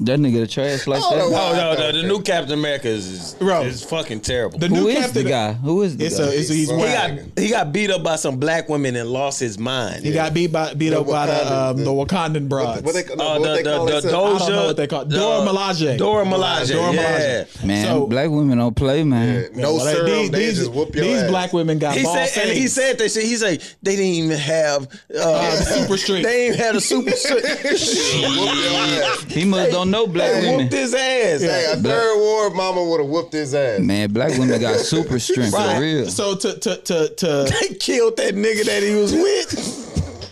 Speaker 7: That nigga trash like
Speaker 4: Hold on.
Speaker 7: that.
Speaker 6: Oh no, no, the new Captain America is is,
Speaker 3: Bro.
Speaker 6: is fucking terrible.
Speaker 3: the
Speaker 7: Who
Speaker 3: new
Speaker 7: is
Speaker 3: Captain.
Speaker 7: the guy? Who is the
Speaker 3: It's
Speaker 7: guy?
Speaker 3: a, it's a, he's
Speaker 4: He
Speaker 6: he
Speaker 3: whack.
Speaker 6: got he got beat up by some black women and lost his mind.
Speaker 3: He got beat by beat up by the
Speaker 4: Wakandan-
Speaker 3: um,
Speaker 4: the-
Speaker 3: the Wakandan broads.
Speaker 4: What they, no,
Speaker 6: Oh,
Speaker 4: what
Speaker 6: the,
Speaker 4: they call
Speaker 6: the, the,
Speaker 4: themselves?
Speaker 6: Doja.
Speaker 3: I don't know what they call- Dora Milaje.
Speaker 6: Dora Milaje.
Speaker 3: Dora
Speaker 6: yeah.
Speaker 7: man,
Speaker 3: so-
Speaker 7: black women don't play, man.
Speaker 4: no
Speaker 3: Well, they-
Speaker 4: serum,
Speaker 3: these,
Speaker 4: they
Speaker 3: these-
Speaker 4: just whoop your
Speaker 3: these
Speaker 4: ass.
Speaker 3: black women got
Speaker 6: He
Speaker 3: ball
Speaker 6: said, and he
Speaker 3: saves.
Speaker 6: said that shit. He's like, they didn't even have uh,
Speaker 3: the super streak.
Speaker 6: They ain't had a super streak.
Speaker 4: Whoop your ass.
Speaker 7: He must don't know black
Speaker 6: they
Speaker 7: women.
Speaker 6: whooped his ass.
Speaker 4: Hey, a third ward mama would have whooped his ass.
Speaker 7: Man, black women got super strength for real.
Speaker 3: So to to to to
Speaker 6: They killed that nigga that he was with.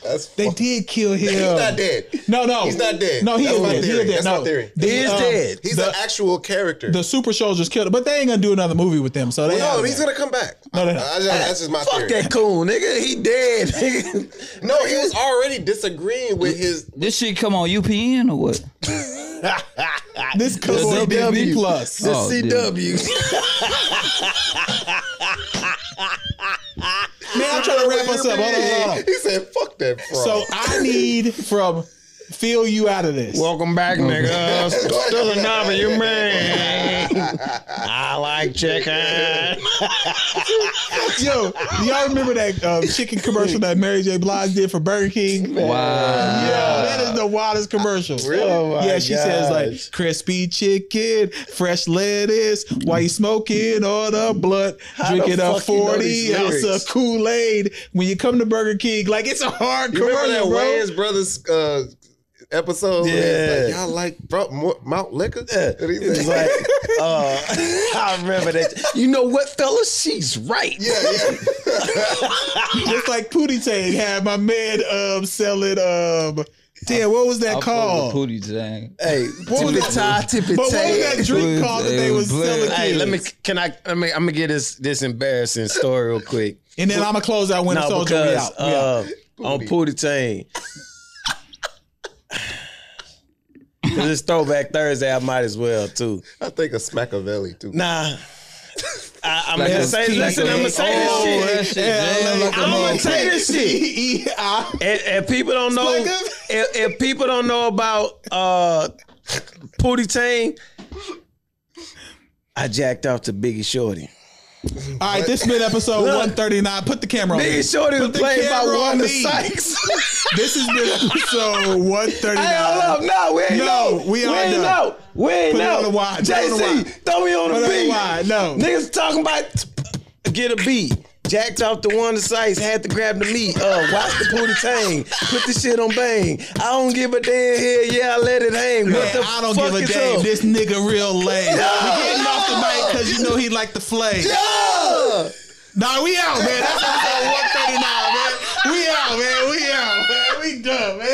Speaker 4: That's
Speaker 3: they
Speaker 4: fucked.
Speaker 3: did kill him.
Speaker 4: He's not dead.
Speaker 3: No, no,
Speaker 4: He's not dead.
Speaker 3: No, he
Speaker 4: That's
Speaker 3: is
Speaker 4: my
Speaker 3: dead. He
Speaker 4: theory.
Speaker 3: is dead.
Speaker 4: That's
Speaker 3: no,
Speaker 4: my theory. Uh,
Speaker 3: The,
Speaker 6: He is
Speaker 3: um,
Speaker 6: dead.
Speaker 4: He's
Speaker 3: the-
Speaker 4: an actual character.
Speaker 3: The super soldiers killed him, but they ain't gonna do another movie with them. So they
Speaker 4: no,
Speaker 3: out of
Speaker 4: he's
Speaker 3: that.
Speaker 4: gonna come back.
Speaker 3: No, no, no.
Speaker 4: I just- that's just my
Speaker 6: Fuck
Speaker 4: theory.
Speaker 6: that coon, nigga. He dead. nigga.
Speaker 4: No, he was already disagreeing with his.
Speaker 7: This shit come on UPN or what?
Speaker 3: this comes
Speaker 7: The
Speaker 3: on
Speaker 7: CW.
Speaker 3: DB plus.
Speaker 6: The
Speaker 7: Oh, dude.
Speaker 6: CW.
Speaker 3: Man, I'm trying to wrap us up. Hold on, hold on.
Speaker 4: He said, "Fuck that fraud."
Speaker 3: So I need from feel you out of this.
Speaker 6: Welcome back,
Speaker 3: Uh,
Speaker 6: nigga. Still another you man. I like chicken.
Speaker 3: Yo, do y'all remember that um, chicken commercial that Mary J. Blige did for Burger King? Wow. Yo, that is the wildest commercial.
Speaker 6: Oh my
Speaker 3: yeah, she says
Speaker 6: gosh.
Speaker 3: like crispy chicken, fresh lettuce, while you smoking all the blunt, drinking
Speaker 6: the
Speaker 3: a
Speaker 6: fuck you know
Speaker 3: 40
Speaker 6: these
Speaker 3: ounce of
Speaker 6: lyrics?
Speaker 3: Kool-Aid. When you come to Burger King, like it's a hard
Speaker 4: you remember that
Speaker 3: commercial, bro.
Speaker 4: Wayans brothers uh, episode? where he's
Speaker 6: Yeah.
Speaker 4: like, y'all like bro, Mo- Mount Liquor? And he's
Speaker 6: It's
Speaker 4: like,
Speaker 6: like, uh, I remember that. You know what, fella? She's right.
Speaker 4: yeah, yeah.
Speaker 3: Just like Pootie Tang had my man um, selling um, damn, what was that
Speaker 7: I
Speaker 3: called?
Speaker 7: fuck with Pootie Tang.
Speaker 6: Hey, what was the tie tippet
Speaker 3: But what was that drink
Speaker 7: Pootie
Speaker 3: called that they
Speaker 7: Tang
Speaker 3: was
Speaker 7: was
Speaker 3: selling?
Speaker 7: playing.
Speaker 6: Hey,
Speaker 3: kids?
Speaker 6: let me. Can I? I mean, I'm gonna get this this embarrassing story real quick.
Speaker 3: And then I'm gonna close out Winter
Speaker 6: No,
Speaker 3: Soldier. We
Speaker 6: because
Speaker 3: out. We out.
Speaker 6: uh, on Pootie Tang. 'Cause it's Throwback Thursday. I might as well too.
Speaker 4: I think of Smacavelli too.
Speaker 6: Nah. I, I'm
Speaker 7: Like
Speaker 6: gonna
Speaker 7: a
Speaker 6: say.
Speaker 7: tea,
Speaker 6: Listen,
Speaker 7: like
Speaker 6: I'm
Speaker 7: a-
Speaker 6: gonna say
Speaker 7: oh,
Speaker 6: this
Speaker 7: that
Speaker 6: shit.
Speaker 7: shit jam like a
Speaker 6: I'm gonna
Speaker 7: motherfucker.
Speaker 6: say this shit.
Speaker 3: E-E-I.
Speaker 6: And, and people don't know
Speaker 3: Spike up.
Speaker 6: if, if people don't know about uh Pootie Tang, I jacked off to Biggie Shorty.
Speaker 3: All right, this been episode
Speaker 6: Look.
Speaker 3: 139. Put the camera on. me.
Speaker 6: Biggie Shorty was
Speaker 3: Put the
Speaker 6: played by
Speaker 3: camera on
Speaker 6: Wanda
Speaker 3: me.
Speaker 6: Sykes.
Speaker 3: This has been episode 139.
Speaker 6: Hey, hold up. No, we ain't
Speaker 3: No,
Speaker 6: know.
Speaker 3: we are
Speaker 6: ain't
Speaker 3: done.
Speaker 6: know. We ain't
Speaker 3: Put it
Speaker 6: know.
Speaker 3: on the wide. Put it on the
Speaker 6: JC,
Speaker 3: wide.
Speaker 6: throw me on
Speaker 3: Put
Speaker 6: the
Speaker 3: it on the
Speaker 6: beat.
Speaker 3: wide. No.
Speaker 6: Niggas talking about get a beat. Jacked off the Wanda Sykes, had to grab the meat. Uh, watch the Pootie Tang. Put the shit on bang. I don't give a damn here. Yeah, I let it hang. what
Speaker 3: Man,
Speaker 6: the
Speaker 3: I don't
Speaker 6: fuck
Speaker 3: give a
Speaker 6: is
Speaker 3: damn.
Speaker 6: up?
Speaker 3: This nigga real lame. We getting off the mic because you know he like the flame.
Speaker 6: Yeah.
Speaker 3: Nah, we out, man. That's episode 139, man. We out, man. We out, man. We done, man.